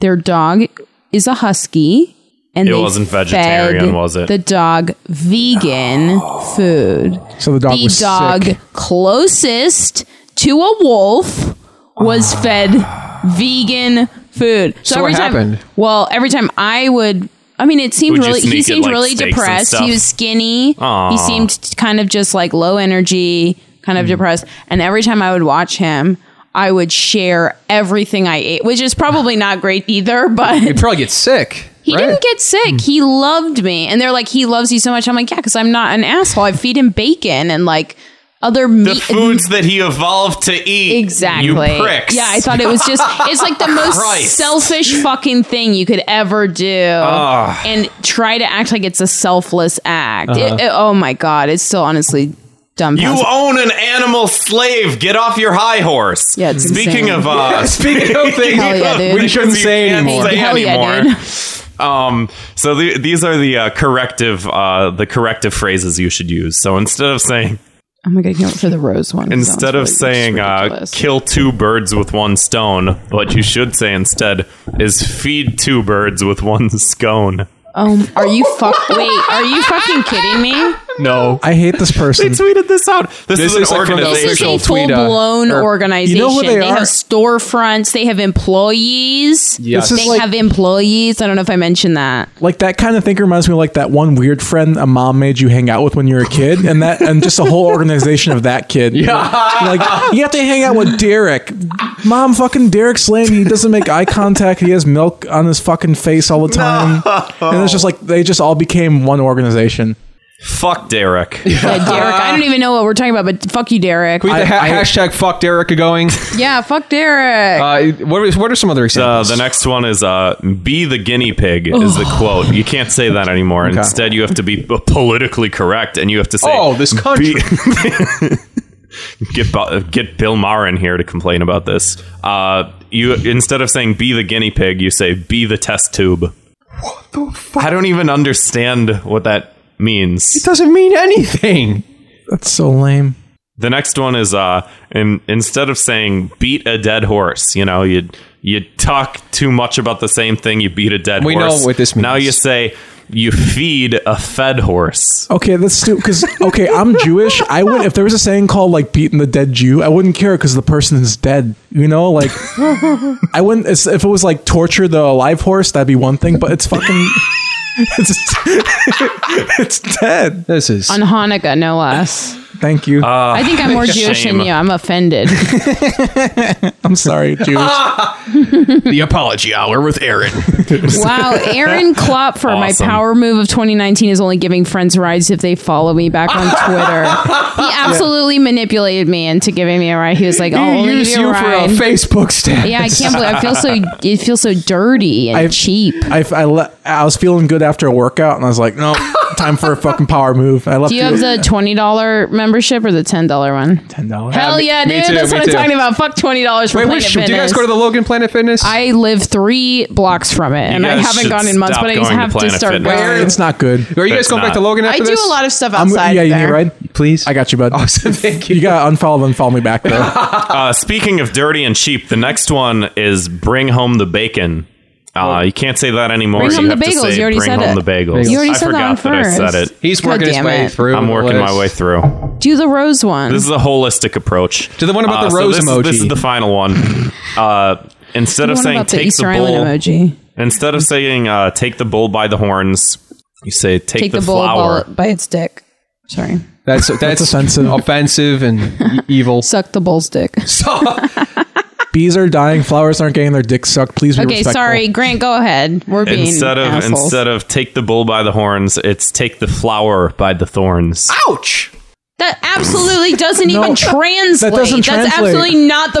Speaker 8: Their dog is a husky, and
Speaker 7: It
Speaker 8: they
Speaker 7: wasn't vegetarian,
Speaker 8: fed
Speaker 7: was it?
Speaker 8: The dog vegan food.
Speaker 9: so the dog
Speaker 8: the
Speaker 9: was
Speaker 8: dog
Speaker 9: sick.
Speaker 8: closest to a wolf was
Speaker 9: Ah.
Speaker 8: fed vegan food.
Speaker 6: So what
Speaker 8: every time,
Speaker 6: happened?
Speaker 8: Well, every time I would, I mean, it seemed
Speaker 7: Would you
Speaker 8: really. He
Speaker 7: sneak in,
Speaker 8: seemed
Speaker 7: like,
Speaker 8: really
Speaker 7: steaks and
Speaker 8: depressed.
Speaker 7: stuff?
Speaker 8: He was skinny. He seemed kind of just like low energy, kind of
Speaker 7: Hmm.
Speaker 8: depressed. And every time I would watch him. I would share everything I ate, which is probably not great either, but
Speaker 6: You'd probably get sick.
Speaker 8: he
Speaker 6: right?
Speaker 8: didn't get sick. He loved me. And they're like, he loves you so much. I'm like, yeah, because I'm not an asshole. I feed him bacon and like other
Speaker 7: the
Speaker 8: meat.
Speaker 7: foods that he evolved to eat.
Speaker 8: Exactly.
Speaker 7: you pricks.
Speaker 8: Yeah, I thought it was just, it's like the most
Speaker 7: Christ.
Speaker 8: selfish fucking thing you could ever do.
Speaker 7: Ah.
Speaker 8: And try to act like it's a selfless act. It- it- oh my God. It's still honestly dumb.
Speaker 7: You own an animal slave. Get off your high horse.
Speaker 8: Yeah, it's
Speaker 7: Speaking
Speaker 8: insane.
Speaker 7: of uh,
Speaker 6: Speaking of things,
Speaker 8: Hell yeah, dude.
Speaker 6: we shouldn't
Speaker 7: You
Speaker 6: say
Speaker 7: can't
Speaker 6: anymore.
Speaker 7: say
Speaker 8: Hell yeah,
Speaker 7: anymore.
Speaker 8: dude.
Speaker 7: Um, so the, these are the uh, corrective uh, the corrective phrases you should use. So instead of saying
Speaker 8: oh my God. You know, for the rose one. it sounds
Speaker 7: instead of
Speaker 8: really- it's
Speaker 7: saying uh,
Speaker 8: ridiculous.
Speaker 7: kill two birds with one stone, what you should say instead is feed two birds with one scone.
Speaker 8: um, are you fuck, wait, are you fucking kidding me?
Speaker 6: No.
Speaker 9: I hate this person.
Speaker 7: They tweeted this out. This,
Speaker 6: This
Speaker 7: is an
Speaker 6: is like from the
Speaker 8: This is
Speaker 7: organization.
Speaker 8: a
Speaker 6: official
Speaker 8: full
Speaker 6: tweet, uh,
Speaker 8: blown
Speaker 6: or-
Speaker 8: organization.
Speaker 9: You know who
Speaker 8: they
Speaker 9: they
Speaker 8: have
Speaker 9: are?
Speaker 8: storefronts. They have employees.
Speaker 6: Yes.
Speaker 9: This
Speaker 8: They
Speaker 9: is like-
Speaker 8: have employees. I don't know if I mentioned that.
Speaker 9: like that kind of thing reminds me of like that one weird friend a mom made you hang out with when you were a kid and that and just a whole organization of that kid yeah like you have to hang out with derek mom fucking derek's lame he doesn't make eye contact he has milk on his fucking face all the time and it's just like they just all became one organization
Speaker 7: Fuck Derek.
Speaker 8: Yeah, Derek, I don't even know what we're talking about, but fuck you, Derek.
Speaker 6: We had the ha-
Speaker 9: I-
Speaker 6: hashtag fucked Erica going.
Speaker 8: yeah, fuck Derek.
Speaker 6: Uh, what, is, what are some other
Speaker 7: Uh,
Speaker 6: examples?
Speaker 7: the next one is uh, "Be the guinea pig" is the quote. You can't say that anymore. Instead, you have to be politically correct, and you have to say,
Speaker 6: Oh, this country.
Speaker 7: get Bu- get Bill Maher in here to complain about this. Uh, you instead of saying "be the guinea pig," you say "be the test tube." What the fuck? I don't even understand what that means.
Speaker 6: doesn't mean anything.
Speaker 9: that's so lame
Speaker 7: The next one is uh, in, instead of saying "beat a dead horse," you know, you You talk too much about the same thing. You beat a dead
Speaker 6: We know
Speaker 7: horse.
Speaker 6: what this
Speaker 7: Now
Speaker 6: means.
Speaker 7: you say you feed a fed horse.
Speaker 9: Okay, that's stupid. Because okay, I'm Jewish. I would if there was a saying called like "beating the dead Jew," I wouldn't care because the person is dead. You know, like I wouldn't. it's- If it was like torture the alive horse, that'd be one thing. But it's fucking. It's, it's dead.
Speaker 6: This is
Speaker 8: on Hanukkah, no less.
Speaker 9: Thank you.
Speaker 8: I think I'm more Jewish
Speaker 7: shame.
Speaker 8: than you. I'm offended.
Speaker 9: I'm sorry, Jewish.
Speaker 6: the apology hour with Aaron.
Speaker 8: wow, Aaron Klopp for
Speaker 7: Awesome.
Speaker 8: my power move of 2019 is only giving friends rides if they follow me back on Twitter. he absolutely manipulated me into giving me a ride. He was like, "I'll only give
Speaker 6: use
Speaker 8: you
Speaker 6: you
Speaker 8: a
Speaker 6: for a
Speaker 8: ride."
Speaker 6: Facebook status.
Speaker 8: yeah, I can't believe I feel so. It feels so dirty and
Speaker 9: I've-
Speaker 8: cheap.
Speaker 9: I, I, le- I was feeling good after a workout, and I was like, no, time for a fucking power move. I left
Speaker 8: Do you have the twenty dollar membership or the ten dollar one?
Speaker 9: ten dollars.
Speaker 8: Hell yeah,
Speaker 6: me
Speaker 8: dude!
Speaker 6: too,
Speaker 8: that's
Speaker 6: me
Speaker 8: what
Speaker 6: too.
Speaker 8: I'm talking about. Fuck twenty dollars for
Speaker 6: Wait,
Speaker 8: Planet
Speaker 6: which, do you guys
Speaker 8: Fitness.
Speaker 6: go to the Logan Planet Fitness?
Speaker 8: I live three blocks from it, and I
Speaker 7: guys
Speaker 8: haven't
Speaker 7: should
Speaker 8: gone in months,
Speaker 7: stop
Speaker 8: but I
Speaker 7: going to
Speaker 8: have to,
Speaker 7: Planet
Speaker 8: start
Speaker 7: Fitness.
Speaker 8: going.
Speaker 9: It's not good.
Speaker 6: Are you guys
Speaker 7: It's
Speaker 6: going back
Speaker 7: not.
Speaker 6: to Logan
Speaker 10: I
Speaker 6: after
Speaker 10: do
Speaker 6: this?
Speaker 10: a lot of stuff
Speaker 9: I'm,
Speaker 10: outside.
Speaker 9: yeah, you need
Speaker 10: there.
Speaker 9: a ride.
Speaker 6: Please,
Speaker 9: I got you, bud.
Speaker 6: Awesome, thank you.
Speaker 9: You got unfollow and follow me back though.
Speaker 7: Uh, speaking of dirty and cheap, the next one is bring home the bacon. Uh, you can't say that anymore.
Speaker 8: Bring
Speaker 7: you
Speaker 8: home the
Speaker 7: have to
Speaker 8: bagels.
Speaker 7: say
Speaker 8: You already
Speaker 7: bring
Speaker 8: said
Speaker 7: home
Speaker 8: it.
Speaker 7: the bagels.
Speaker 8: You already
Speaker 7: I
Speaker 8: said that
Speaker 7: forgot
Speaker 8: on
Speaker 7: that I said
Speaker 8: first.
Speaker 7: it.
Speaker 6: He's working
Speaker 8: God
Speaker 6: his
Speaker 8: damn
Speaker 6: way
Speaker 8: it.
Speaker 6: through.
Speaker 7: I'm
Speaker 6: the
Speaker 7: working my
Speaker 6: list.
Speaker 7: way through.
Speaker 8: Do the rose one.
Speaker 7: This is a holistic approach. Uh,
Speaker 6: To the one about the
Speaker 7: so
Speaker 6: rose
Speaker 7: this,
Speaker 6: emoji.
Speaker 7: This is the final one. Uh, instead of
Speaker 8: What
Speaker 7: saying
Speaker 8: about the
Speaker 7: take the
Speaker 8: Easter Island
Speaker 7: bull,
Speaker 8: emoji.
Speaker 7: instead of saying uh, take the bull by the horns, you say take,
Speaker 8: Take
Speaker 7: the,
Speaker 8: the, bull
Speaker 7: flower.
Speaker 8: ball by its dick. Sorry,
Speaker 6: That's that's
Speaker 9: offensive.
Speaker 6: offensive and e-, evil.
Speaker 8: suck the bull's dick.
Speaker 9: Bees are dying. Flowers aren't getting their dicks sucked. Please be
Speaker 8: Okay,
Speaker 9: respectful.
Speaker 8: sorry, Grant. Go ahead. We're being
Speaker 7: Instead of
Speaker 8: assholes.
Speaker 7: instead of take the bull by the horns, it's take the flower by the
Speaker 9: Ah!
Speaker 7: thorns.
Speaker 6: Ouch!
Speaker 8: that absolutely doesn't
Speaker 9: No,
Speaker 8: even translate.
Speaker 9: doesn't translate.
Speaker 8: That's absolutely not the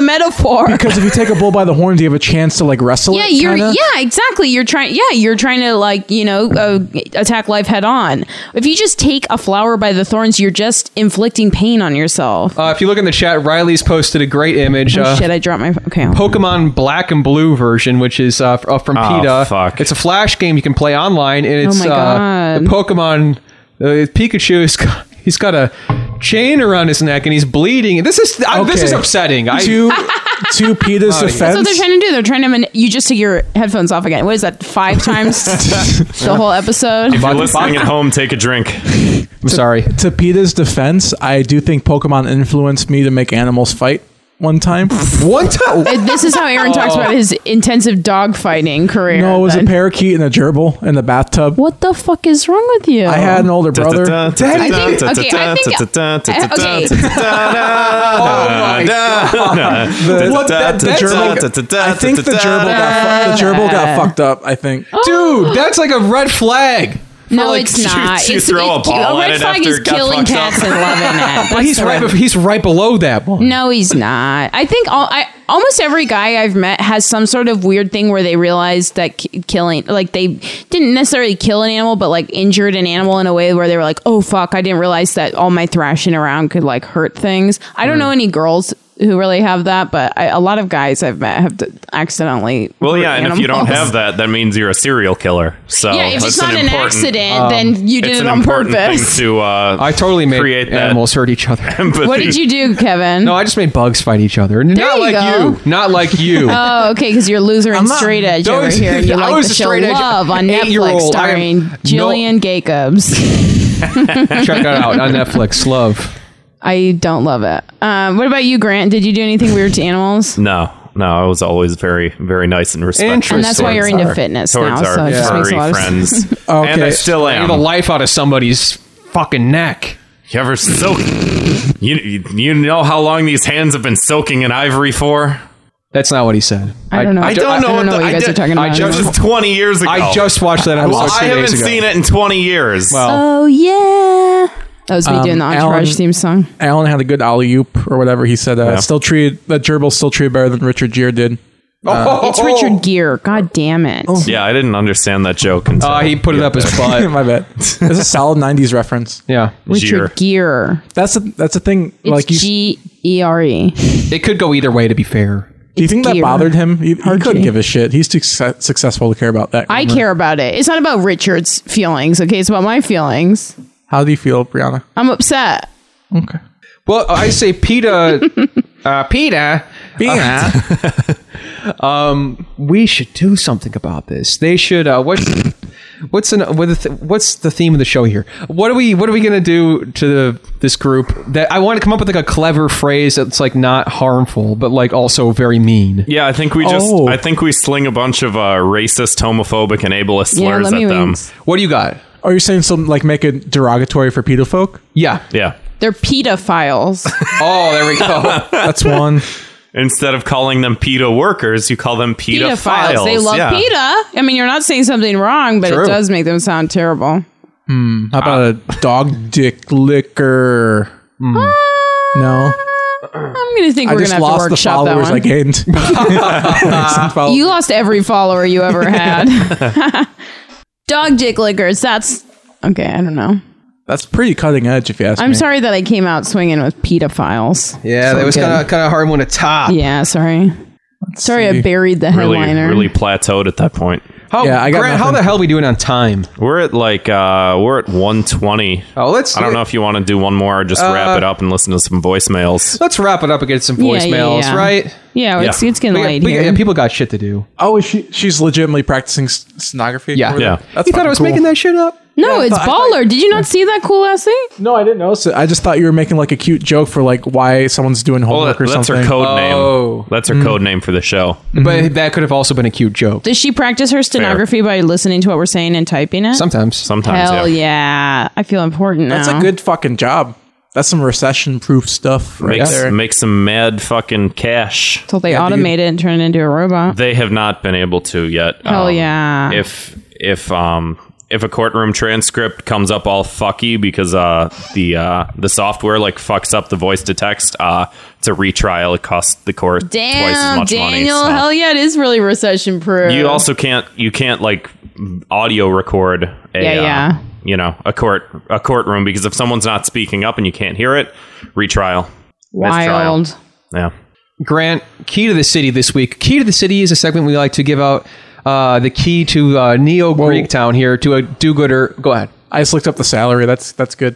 Speaker 8: metaphor.
Speaker 9: Because if you take a bull by the horns, you have a chance to like wrestle
Speaker 8: yeah,
Speaker 9: it.
Speaker 8: you're
Speaker 9: kinda.
Speaker 8: yeah, exactly. You're trying yeah, you're trying to like, you know, uh, attack life head on. If you just take a flower by the thorns, you're just inflicting pain on
Speaker 9: Oh,
Speaker 8: yourself.
Speaker 6: Uh, if you look in the chat, Riley's posted a great image.
Speaker 8: oh
Speaker 6: Uh,
Speaker 8: shit, I dropped my okay. hold on.
Speaker 6: Pokemon Black and Blue version, which is uh, f- uh, from
Speaker 7: Oh,
Speaker 6: PETA.
Speaker 7: fuck.
Speaker 6: It's a Flash game you can play online, and it's
Speaker 8: Oh my
Speaker 6: uh,
Speaker 8: God.
Speaker 6: the Pokemon uh, Pikachu. Is, he's got a chain around his neck, and he's bleeding. This is uh, this is
Speaker 9: Okay.
Speaker 6: upsetting. I,
Speaker 9: To to Peter's
Speaker 8: That's what they're
Speaker 9: defense,
Speaker 8: trying to do. They're trying to. Man- you just took your headphones off again. What is that? Five times the whole episode.
Speaker 7: If you're listening at home, take a drink.
Speaker 6: I'm sorry.
Speaker 9: to Peter's defense, I do think Pokemon influenced me to make animals fight one time.
Speaker 6: One time.
Speaker 8: Uh, This is how Aaron talks about his intensive dog fighting career.
Speaker 9: Oh. no, it was a
Speaker 8: then.
Speaker 9: parakeet and a gerbil in the bathtub.
Speaker 8: What the fuck is wrong with you?
Speaker 9: I had an older brother.
Speaker 7: I
Speaker 8: I think- okay, I think- I- okay. Oh
Speaker 9: The- what, that- the gerbil- I think the gerbil got fu- the gerbil got fucked up. I think.
Speaker 6: Dude, that's like a red flag.
Speaker 8: no,
Speaker 6: like,
Speaker 8: it's
Speaker 7: you-
Speaker 8: not.
Speaker 7: you
Speaker 8: it's,
Speaker 7: throw a
Speaker 8: it,
Speaker 7: ball
Speaker 8: a
Speaker 7: at
Speaker 8: red
Speaker 7: it
Speaker 8: flag
Speaker 7: after
Speaker 8: is
Speaker 7: it got
Speaker 8: killing
Speaker 7: fucked up.
Speaker 8: cats and loving it.
Speaker 6: But he's right. He's right below that one.
Speaker 8: No, he's not. I think all, I almost every guy I've met has some sort of weird thing where they realized that ki- killing, like they didn't necessarily kill an animal, but like injured an animal in a way where they were like, "Oh fuck, I didn't realize that all my thrashing around could like hurt things." I
Speaker 7: Hmm.
Speaker 8: don't know any girls who really have that, but I, a lot of guys I've met have d- accidentally.
Speaker 7: Well,
Speaker 8: hurt
Speaker 7: yeah, and if you don't
Speaker 8: animals.
Speaker 7: have that, that means you're a serial killer. So
Speaker 8: yeah, if
Speaker 7: that's
Speaker 8: it's not an,
Speaker 7: important- um,
Speaker 8: accident, then you did
Speaker 7: it's
Speaker 8: it
Speaker 7: an
Speaker 8: on
Speaker 7: important
Speaker 8: purpose.
Speaker 7: Thing to, uh,
Speaker 6: I totally made
Speaker 7: create that
Speaker 6: animals hurt each other.
Speaker 7: empathy.
Speaker 8: What did you do, Kevin?
Speaker 6: No, I just made bugs fight each other. Not
Speaker 8: you
Speaker 6: like
Speaker 8: go.
Speaker 6: you. Not like you.
Speaker 8: Oh, okay, because you're a loser and
Speaker 9: not-
Speaker 8: straight edge
Speaker 6: Don't-
Speaker 8: over here. You
Speaker 6: I
Speaker 8: like
Speaker 6: was
Speaker 8: the
Speaker 6: a
Speaker 8: show
Speaker 6: straight edge
Speaker 8: Love on Netflix
Speaker 6: eight-year-old. I am
Speaker 8: starring
Speaker 6: no-
Speaker 8: Jillian Jacobs.
Speaker 6: Check that out on Netflix. Love.
Speaker 8: I don't love it. Um, what about you, Grant? Did you do anything weird to animals?
Speaker 7: No, no, I was always very, very nice and respectful.
Speaker 6: Interesting.
Speaker 8: And that's why you're
Speaker 7: towards
Speaker 8: into
Speaker 7: our-
Speaker 8: fitness
Speaker 7: towards
Speaker 8: now,
Speaker 7: our
Speaker 8: so it just makes a
Speaker 7: furry
Speaker 8: lot of sense.
Speaker 7: friends. And I
Speaker 9: Okay.
Speaker 7: still
Speaker 6: Get the
Speaker 7: am.
Speaker 6: life out of somebody's fucking neck.
Speaker 7: You ever soak? You, you you know how long these hands have been soaking in ivory for?
Speaker 6: That's not what he said.
Speaker 8: I don't know.
Speaker 7: I don't know
Speaker 8: I
Speaker 7: what
Speaker 8: don't know
Speaker 7: the-
Speaker 8: what
Speaker 7: I
Speaker 8: you guys
Speaker 7: did-
Speaker 8: are talking
Speaker 6: I
Speaker 8: about. Oh.
Speaker 7: This
Speaker 6: just-
Speaker 7: is 20 years ago.
Speaker 6: I just watched that episode.
Speaker 7: Well, I
Speaker 6: two
Speaker 7: haven't
Speaker 6: days ago.
Speaker 7: seen it in 20 years.
Speaker 6: Well,
Speaker 8: oh yeah, Um, that was me doing the
Speaker 9: Alan-
Speaker 8: Entourage theme song.
Speaker 9: Alan had a good alley oop or whatever he said. Uh,
Speaker 7: Yeah.
Speaker 9: Still treated that gerbil still treated better than Richard Gere did.
Speaker 8: Uh,
Speaker 7: Oh.
Speaker 8: It's
Speaker 6: Oh.
Speaker 8: Richard Gere. God damn it!
Speaker 7: yeah, I didn't understand that joke until
Speaker 6: Uh, he put it up his butt.
Speaker 9: My bad. It's a solid '90s reference.
Speaker 6: Yeah,
Speaker 7: Gere.
Speaker 8: Richard Gere.
Speaker 9: That's a, that's a thing.
Speaker 8: It's
Speaker 9: like you,
Speaker 8: G E R E.
Speaker 6: it could go either way. To be fair,
Speaker 9: do you think that
Speaker 8: Gere.
Speaker 9: bothered him? He, he couldn't
Speaker 8: G.
Speaker 9: give a shit. He's too suc- successful to care about that.
Speaker 7: Mm-hmm.
Speaker 8: I care about it. It's not about Richard's feelings. Okay, it's about my feelings.
Speaker 9: How do you feel, Brianna?
Speaker 8: I'm upset.
Speaker 9: Okay.
Speaker 6: well, I say PETA. uh, PETA.
Speaker 9: Brianna.
Speaker 6: Um, we should do something about this. They should. Uh, what? What's an, what the th- what's the theme of the show here? What are we what are we gonna do to the, this group? That I want to come up with like a clever phrase that's like not harmful, but like also very mean.
Speaker 7: Yeah, I think we just
Speaker 9: Oh.
Speaker 7: I think we sling a bunch of uh, racist, homophobic, and ableist
Speaker 8: Yeah,
Speaker 7: slurs
Speaker 8: let me
Speaker 7: at them.
Speaker 8: wings.
Speaker 6: What do you got?
Speaker 9: Are you saying something like make it derogatory for pedo folk?
Speaker 6: Yeah.
Speaker 7: Yeah.
Speaker 8: They're pedophiles.
Speaker 6: Oh, there we go.
Speaker 9: That's one.
Speaker 7: Instead of calling them PETA workers, you call them PETA
Speaker 8: pedophiles. They love
Speaker 7: yeah.
Speaker 8: PETA. I mean, you're not saying something wrong, but
Speaker 6: True.
Speaker 8: it does make them sound terrible.
Speaker 9: How about a dog dick liquor? Hmm. No,
Speaker 8: I'm gonna think
Speaker 9: I
Speaker 8: Uh, we're
Speaker 9: just
Speaker 8: gonna have to
Speaker 9: lost the
Speaker 8: workshop that
Speaker 9: followers
Speaker 8: one.
Speaker 9: I gained. Some follow-
Speaker 8: You lost every follower you ever had. Dog dick lickers. That's okay. I don't know.
Speaker 9: That's pretty cutting edge, if you ask
Speaker 8: I'm
Speaker 9: me.
Speaker 8: sorry that I came out swinging with pedophiles.
Speaker 6: Yeah, that was
Speaker 8: good.
Speaker 6: kind of kind of hard one to top.
Speaker 8: Yeah, sorry. Sorry, I
Speaker 9: see.
Speaker 8: buried the
Speaker 7: Really,
Speaker 8: headliner.
Speaker 7: really plateaued at that point.
Speaker 6: How,
Speaker 9: Yeah, I got
Speaker 6: Grant, how
Speaker 9: nothing.
Speaker 6: the hell are we doing on time?
Speaker 7: We're at like uh, we're at 120.
Speaker 6: Oh, let's.
Speaker 7: I don't know if you want to do one more or just
Speaker 9: Uh,
Speaker 7: wrap it up and listen to some voicemails.
Speaker 6: Let's wrap it up and get some
Speaker 8: Yeah, yeah,
Speaker 6: voicemails,
Speaker 8: yeah.
Speaker 6: right?
Speaker 8: Yeah, it's,
Speaker 7: Yeah.
Speaker 8: it's getting
Speaker 6: We got-
Speaker 8: late
Speaker 6: we got-
Speaker 8: here.
Speaker 6: yeah, people got shit to do.
Speaker 9: Oh, is she she's legitimately practicing s- stenography.
Speaker 6: Yeah.
Speaker 9: Or-
Speaker 7: Yeah.
Speaker 9: That's
Speaker 6: you thought
Speaker 9: fucking
Speaker 6: I was
Speaker 9: cool.
Speaker 6: making that shit up?
Speaker 8: no,
Speaker 9: I
Speaker 8: it's
Speaker 9: thought- I
Speaker 8: baller. Did you not see that cool ass thing?
Speaker 9: No, I didn't notice it. I just thought you were making like a cute joke for like why someone's doing
Speaker 7: Well,
Speaker 9: homework
Speaker 7: that-
Speaker 9: or
Speaker 7: that's
Speaker 9: something. Mm.
Speaker 7: her code name.
Speaker 6: Oh.
Speaker 7: That's her code name for the show.
Speaker 6: But that could have also been a cute joke.
Speaker 8: Does she practice her stenography by listening to what we're saying and typing it?
Speaker 6: Sometimes.
Speaker 7: Sometimes,
Speaker 8: Hell
Speaker 7: yeah.
Speaker 8: yeah. I feel important now.
Speaker 9: That's a good fucking job. That's some recession-proof stuff right
Speaker 7: Makes,
Speaker 9: there.
Speaker 7: makes some mad fucking cash.
Speaker 8: Until they automate it and turn it into a robot.
Speaker 7: They have not been able to yet.
Speaker 8: Hell
Speaker 7: Um,
Speaker 8: yeah.
Speaker 7: If if um if a courtroom transcript comes up all fucky because uh the uh the software like fucks up the voice to text uh to retrial it costs the court twice as
Speaker 8: Damn,
Speaker 7: much
Speaker 8: Daniel.
Speaker 7: money. so-
Speaker 8: Hell yeah, it is really recession proof.
Speaker 7: You also can't you can't like audio record a
Speaker 8: Yeah,
Speaker 7: uh,
Speaker 8: yeah.
Speaker 7: you know a court a courtroom because if someone's not speaking up and you can't hear it, retrial. Mistrial.
Speaker 8: wild.
Speaker 7: Yeah.
Speaker 6: Grant, key to the city this week. Key to the city is a segment we like to give out uh, the key to uh, Neo Greek town here to a do gooder. Go ahead.
Speaker 9: I just looked up the salary. That's that's good.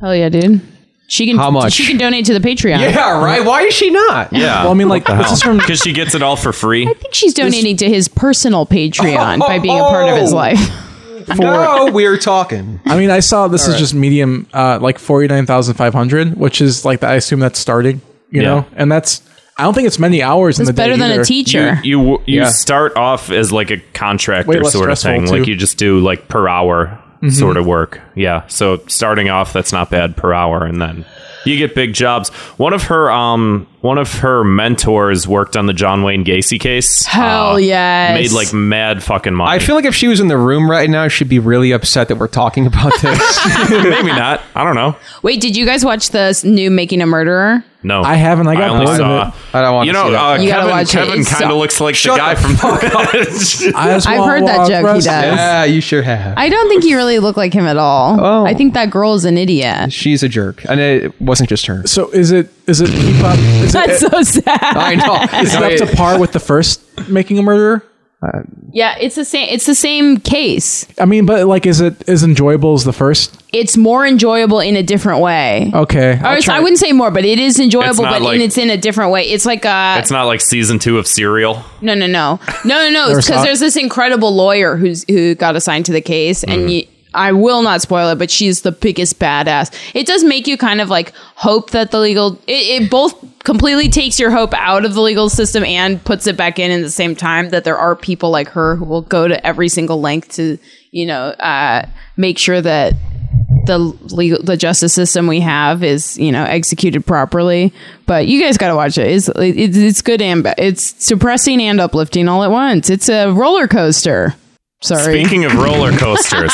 Speaker 8: Hell yeah, dude. She can
Speaker 6: How much?
Speaker 8: she can donate to the Patreon.
Speaker 6: Yeah, right? Why is she not?
Speaker 7: Yeah.
Speaker 9: Well, I mean, like this is from
Speaker 7: because she gets it all for free.
Speaker 8: I think she's donating to his personal Patreon by being a part of his
Speaker 6: Oh.
Speaker 8: life.
Speaker 6: No, we're talking.
Speaker 9: I mean, I saw this is just medium, uh, like forty nine thousand five hundred, which is like I assume that's starting, you
Speaker 7: Yeah.
Speaker 9: know, and that's I don't think it's many hours. in
Speaker 8: It's
Speaker 9: the
Speaker 8: better
Speaker 9: day
Speaker 8: than
Speaker 9: either.
Speaker 8: a teacher.
Speaker 7: You you, you
Speaker 9: Yeah.
Speaker 7: start off as like a
Speaker 9: Way
Speaker 7: contractor
Speaker 9: less
Speaker 7: sort of
Speaker 9: stressful,
Speaker 7: thing.
Speaker 9: too. Mm-hmm.
Speaker 7: Like you just do like per hour sort of work. Yeah. So starting off, that's not bad per hour, and then you get big jobs. One of her um one of her mentors worked on the John Wayne Gacy case. Uh,
Speaker 8: Hell yes.
Speaker 7: Made like mad fucking money.
Speaker 6: I feel like if she was in the room right now, she'd be really upset that we're talking about this.
Speaker 7: maybe not. I don't know.
Speaker 8: Wait, did you guys watch this new Making a Murderer?
Speaker 7: No,
Speaker 9: I haven't. I got
Speaker 7: only
Speaker 9: bored of
Speaker 7: saw-
Speaker 9: it.
Speaker 6: I don't want
Speaker 7: You
Speaker 6: to
Speaker 7: know,
Speaker 6: see that.
Speaker 7: uh,
Speaker 8: You gotta
Speaker 7: Kevin,
Speaker 8: watch it.
Speaker 7: Kevin
Speaker 8: It
Speaker 7: kind of
Speaker 8: sucks.
Speaker 7: looks like
Speaker 6: Shut
Speaker 7: the guy
Speaker 6: the
Speaker 7: from.
Speaker 9: I just
Speaker 8: I've
Speaker 9: wanna
Speaker 8: heard that
Speaker 9: watch
Speaker 8: joke he
Speaker 9: wrestling.
Speaker 8: does.
Speaker 6: yeah, you sure have.
Speaker 8: I don't think you really look like him at all.
Speaker 6: Oh.
Speaker 8: I think that girl is an idiot.
Speaker 6: She's a jerk. And it wasn't just her.
Speaker 9: So is it is it keep up? Is it,
Speaker 8: That's so sad.
Speaker 6: I know.
Speaker 9: is it up to par with the first making a murderer?
Speaker 8: Yeah, it's the same. It's the same case.
Speaker 9: I mean, but like, is it as enjoyable as the first?
Speaker 8: It's more enjoyable in a different way.
Speaker 9: Okay,
Speaker 8: Or
Speaker 9: I'll
Speaker 8: it's-
Speaker 9: try
Speaker 8: I
Speaker 9: it.
Speaker 8: wouldn't say more, but it is
Speaker 7: It's
Speaker 8: enjoyable,
Speaker 7: not
Speaker 8: but
Speaker 7: like-
Speaker 8: in, it's in a different way. It's like a
Speaker 7: It's not like season two of Serial.
Speaker 8: no, no, no, no, no, no.
Speaker 9: Never
Speaker 8: Because
Speaker 9: saw it.
Speaker 8: there's this incredible lawyer who's who got assigned to the case, and you, I will not spoil it, but she's the biggest badass. It does make you kind of like hope that the legal it, it both completely takes your hope out of the legal system and puts it back in at the same time that there are people like her who will go to every single length to you know uh, make sure that the legal the justice system we have is you know executed properly but you guys got to watch it it's, it's it's good and ba- it's suppressing and uplifting all at once it's a roller coaster sorry
Speaker 7: Speaking of roller coasters,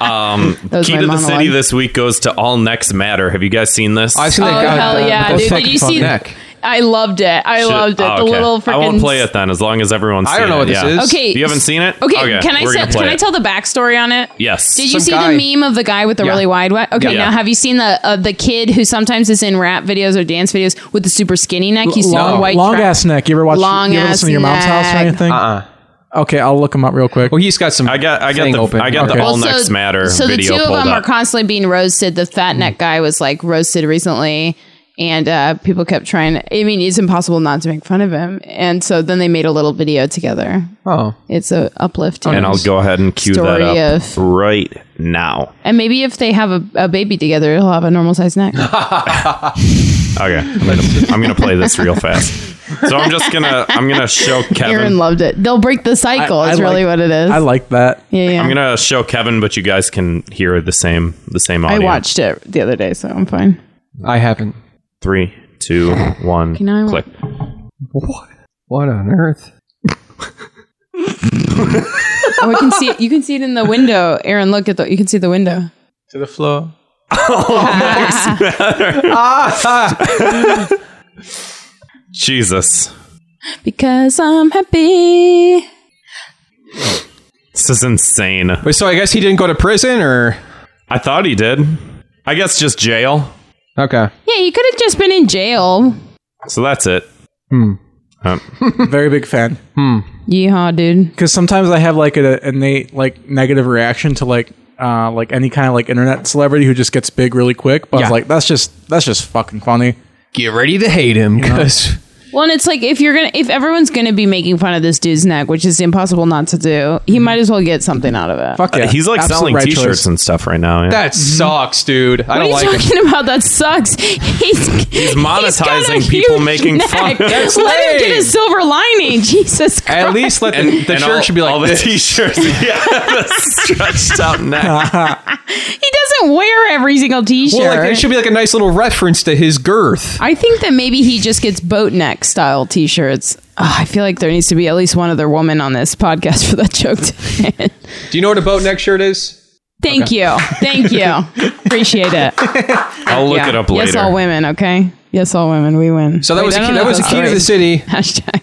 Speaker 7: um,
Speaker 8: That was
Speaker 7: Key
Speaker 8: my
Speaker 7: to the
Speaker 8: monologue.
Speaker 7: City this week goes to All Next Matter. Have you guys seen this?
Speaker 6: I've seen
Speaker 8: oh
Speaker 6: that guy.
Speaker 8: hell
Speaker 6: with
Speaker 7: uh,
Speaker 6: the-
Speaker 8: yeah
Speaker 6: with the
Speaker 8: dude did
Speaker 6: fucking
Speaker 8: you see
Speaker 6: neck.
Speaker 8: i loved it i
Speaker 7: Should-
Speaker 8: loved it
Speaker 7: oh,
Speaker 8: the
Speaker 7: okay.
Speaker 8: little freaking
Speaker 7: I won't play it then, as long as everyone's.
Speaker 6: I don't
Speaker 7: seen
Speaker 6: know
Speaker 7: it,
Speaker 6: what this
Speaker 7: yeah.
Speaker 6: is.
Speaker 8: okay
Speaker 7: You haven't seen it?
Speaker 8: okay,
Speaker 7: Okay,
Speaker 8: can i
Speaker 7: we're
Speaker 8: say,
Speaker 7: gonna
Speaker 8: can
Speaker 7: play
Speaker 8: i
Speaker 7: it.
Speaker 8: tell the backstory on it
Speaker 7: Yes.
Speaker 8: Did you
Speaker 6: Some
Speaker 8: see
Speaker 6: guy-
Speaker 8: the meme of the guy with the
Speaker 6: Yeah.
Speaker 8: really wide one? Okay,
Speaker 7: Yeah.
Speaker 8: now have you seen the uh, the kid who sometimes is in rap videos or dance videos with the super skinny neck? You see the
Speaker 9: long,
Speaker 8: white
Speaker 9: long
Speaker 8: trash-
Speaker 9: ass neck. You ever watch?
Speaker 8: Long
Speaker 9: you ever
Speaker 8: ass
Speaker 9: listen to your mom's house or
Speaker 8: neck.
Speaker 9: anything?
Speaker 6: Uh-uh.
Speaker 9: Okay, I'll look him up real quick.
Speaker 6: Well, Oh, he's got some.
Speaker 7: I got. I got
Speaker 6: thing
Speaker 7: the.
Speaker 6: Open.
Speaker 7: I got
Speaker 9: Okay.
Speaker 7: the All
Speaker 8: Well,
Speaker 7: Next Matter
Speaker 8: so
Speaker 7: video
Speaker 8: the two of
Speaker 7: pulled
Speaker 8: them are
Speaker 7: up. Mm.
Speaker 8: constantly being roasted. The fat neck guy was like roasted recently And uh, people kept trying. I mean, it's impossible not to make fun of him. And so then they made a little video together.
Speaker 9: Oh,
Speaker 8: It's a uplifting.
Speaker 7: and I'll go ahead and cue that
Speaker 8: Story
Speaker 7: up
Speaker 8: of-
Speaker 7: right now.
Speaker 8: And maybe if they have a, a baby together, he'll have a normal size neck.
Speaker 7: Okay, I'm gonna, I'm gonna play this real fast. So I'm just gonna I'm gonna show
Speaker 8: Aaron
Speaker 7: Kevin.
Speaker 8: loved it. They'll break the cycle.
Speaker 9: I- I
Speaker 8: is really
Speaker 9: like-
Speaker 8: what it is.
Speaker 9: I like that.
Speaker 8: yeah, yeah.
Speaker 7: I'm gonna show Kevin, but you guys can hear the same the same
Speaker 8: I
Speaker 7: audio.
Speaker 8: watched it the other day, so I'm fine.
Speaker 6: I haven't.
Speaker 7: Three, two, one,
Speaker 8: now I want-
Speaker 7: click.
Speaker 6: What? What on earth?
Speaker 8: Oh, I can see it. You can see it in the window, Aaron. Look at the. You can see the window.
Speaker 9: To the floor.
Speaker 7: Oh, Jesus,
Speaker 8: Because I'm happy.
Speaker 7: this is insane.
Speaker 6: Wait, so I guess he didn't go to prison, or
Speaker 7: I thought he did. I guess just jail.
Speaker 6: okay.
Speaker 8: Yeah, you could have just been in jail.
Speaker 7: So that's it. Uh,
Speaker 9: Very big fan.
Speaker 8: Yeehaw, dude.
Speaker 9: Because sometimes I have like an innate like negative reaction to like uh like any kind of like internet celebrity who just gets big really quick. But I
Speaker 6: Yeah.
Speaker 9: was like, that's just that's just fucking funny.
Speaker 6: Get ready to hate him, because
Speaker 8: Well, and it's like if you're gonna, if everyone's gonna be making fun of this dude's neck, which is impossible not to do, he might as well get something out of it.
Speaker 9: Fuck yeah.
Speaker 7: Uh, He's like
Speaker 9: Absolute
Speaker 7: selling
Speaker 9: right
Speaker 7: T-shirts
Speaker 9: choice.
Speaker 7: and stuff right now. Yeah.
Speaker 6: that
Speaker 9: Mm-hmm.
Speaker 6: sucks, dude. I
Speaker 8: What are
Speaker 6: don't
Speaker 8: you
Speaker 6: like him.
Speaker 8: talking about? That sucks. He's, he's
Speaker 7: monetizing
Speaker 8: got a
Speaker 7: people
Speaker 8: huge
Speaker 7: making fun.
Speaker 8: neck. Let him get a silver lining. Jesus Christ.
Speaker 6: At least let the, the
Speaker 7: and
Speaker 6: shirt
Speaker 7: all-
Speaker 6: should be
Speaker 7: all
Speaker 6: like
Speaker 7: the
Speaker 6: this.
Speaker 7: T-shirts. Yeah, the stretched out neck.
Speaker 8: he doesn't wear every single t shirt.
Speaker 6: Well, like it should be like a nice little reference to his girth.
Speaker 8: I think that maybe he just gets boat neck style t shirts. I feel like there needs to be at least one other woman on this podcast for that joke. to end.
Speaker 6: Do you know what a boat neck shirt is?
Speaker 8: Thank you. Thank you. Appreciate it.
Speaker 7: I'll look
Speaker 8: Yeah.
Speaker 7: it up later.
Speaker 8: Yes, all women, okay? Yes, all women. We win.
Speaker 6: So that
Speaker 8: Wait,
Speaker 6: was
Speaker 8: I
Speaker 6: a
Speaker 8: don't
Speaker 6: key,
Speaker 8: know
Speaker 6: that was a
Speaker 8: if
Speaker 6: key to the
Speaker 8: that's
Speaker 6: city.
Speaker 8: right. Hashtag.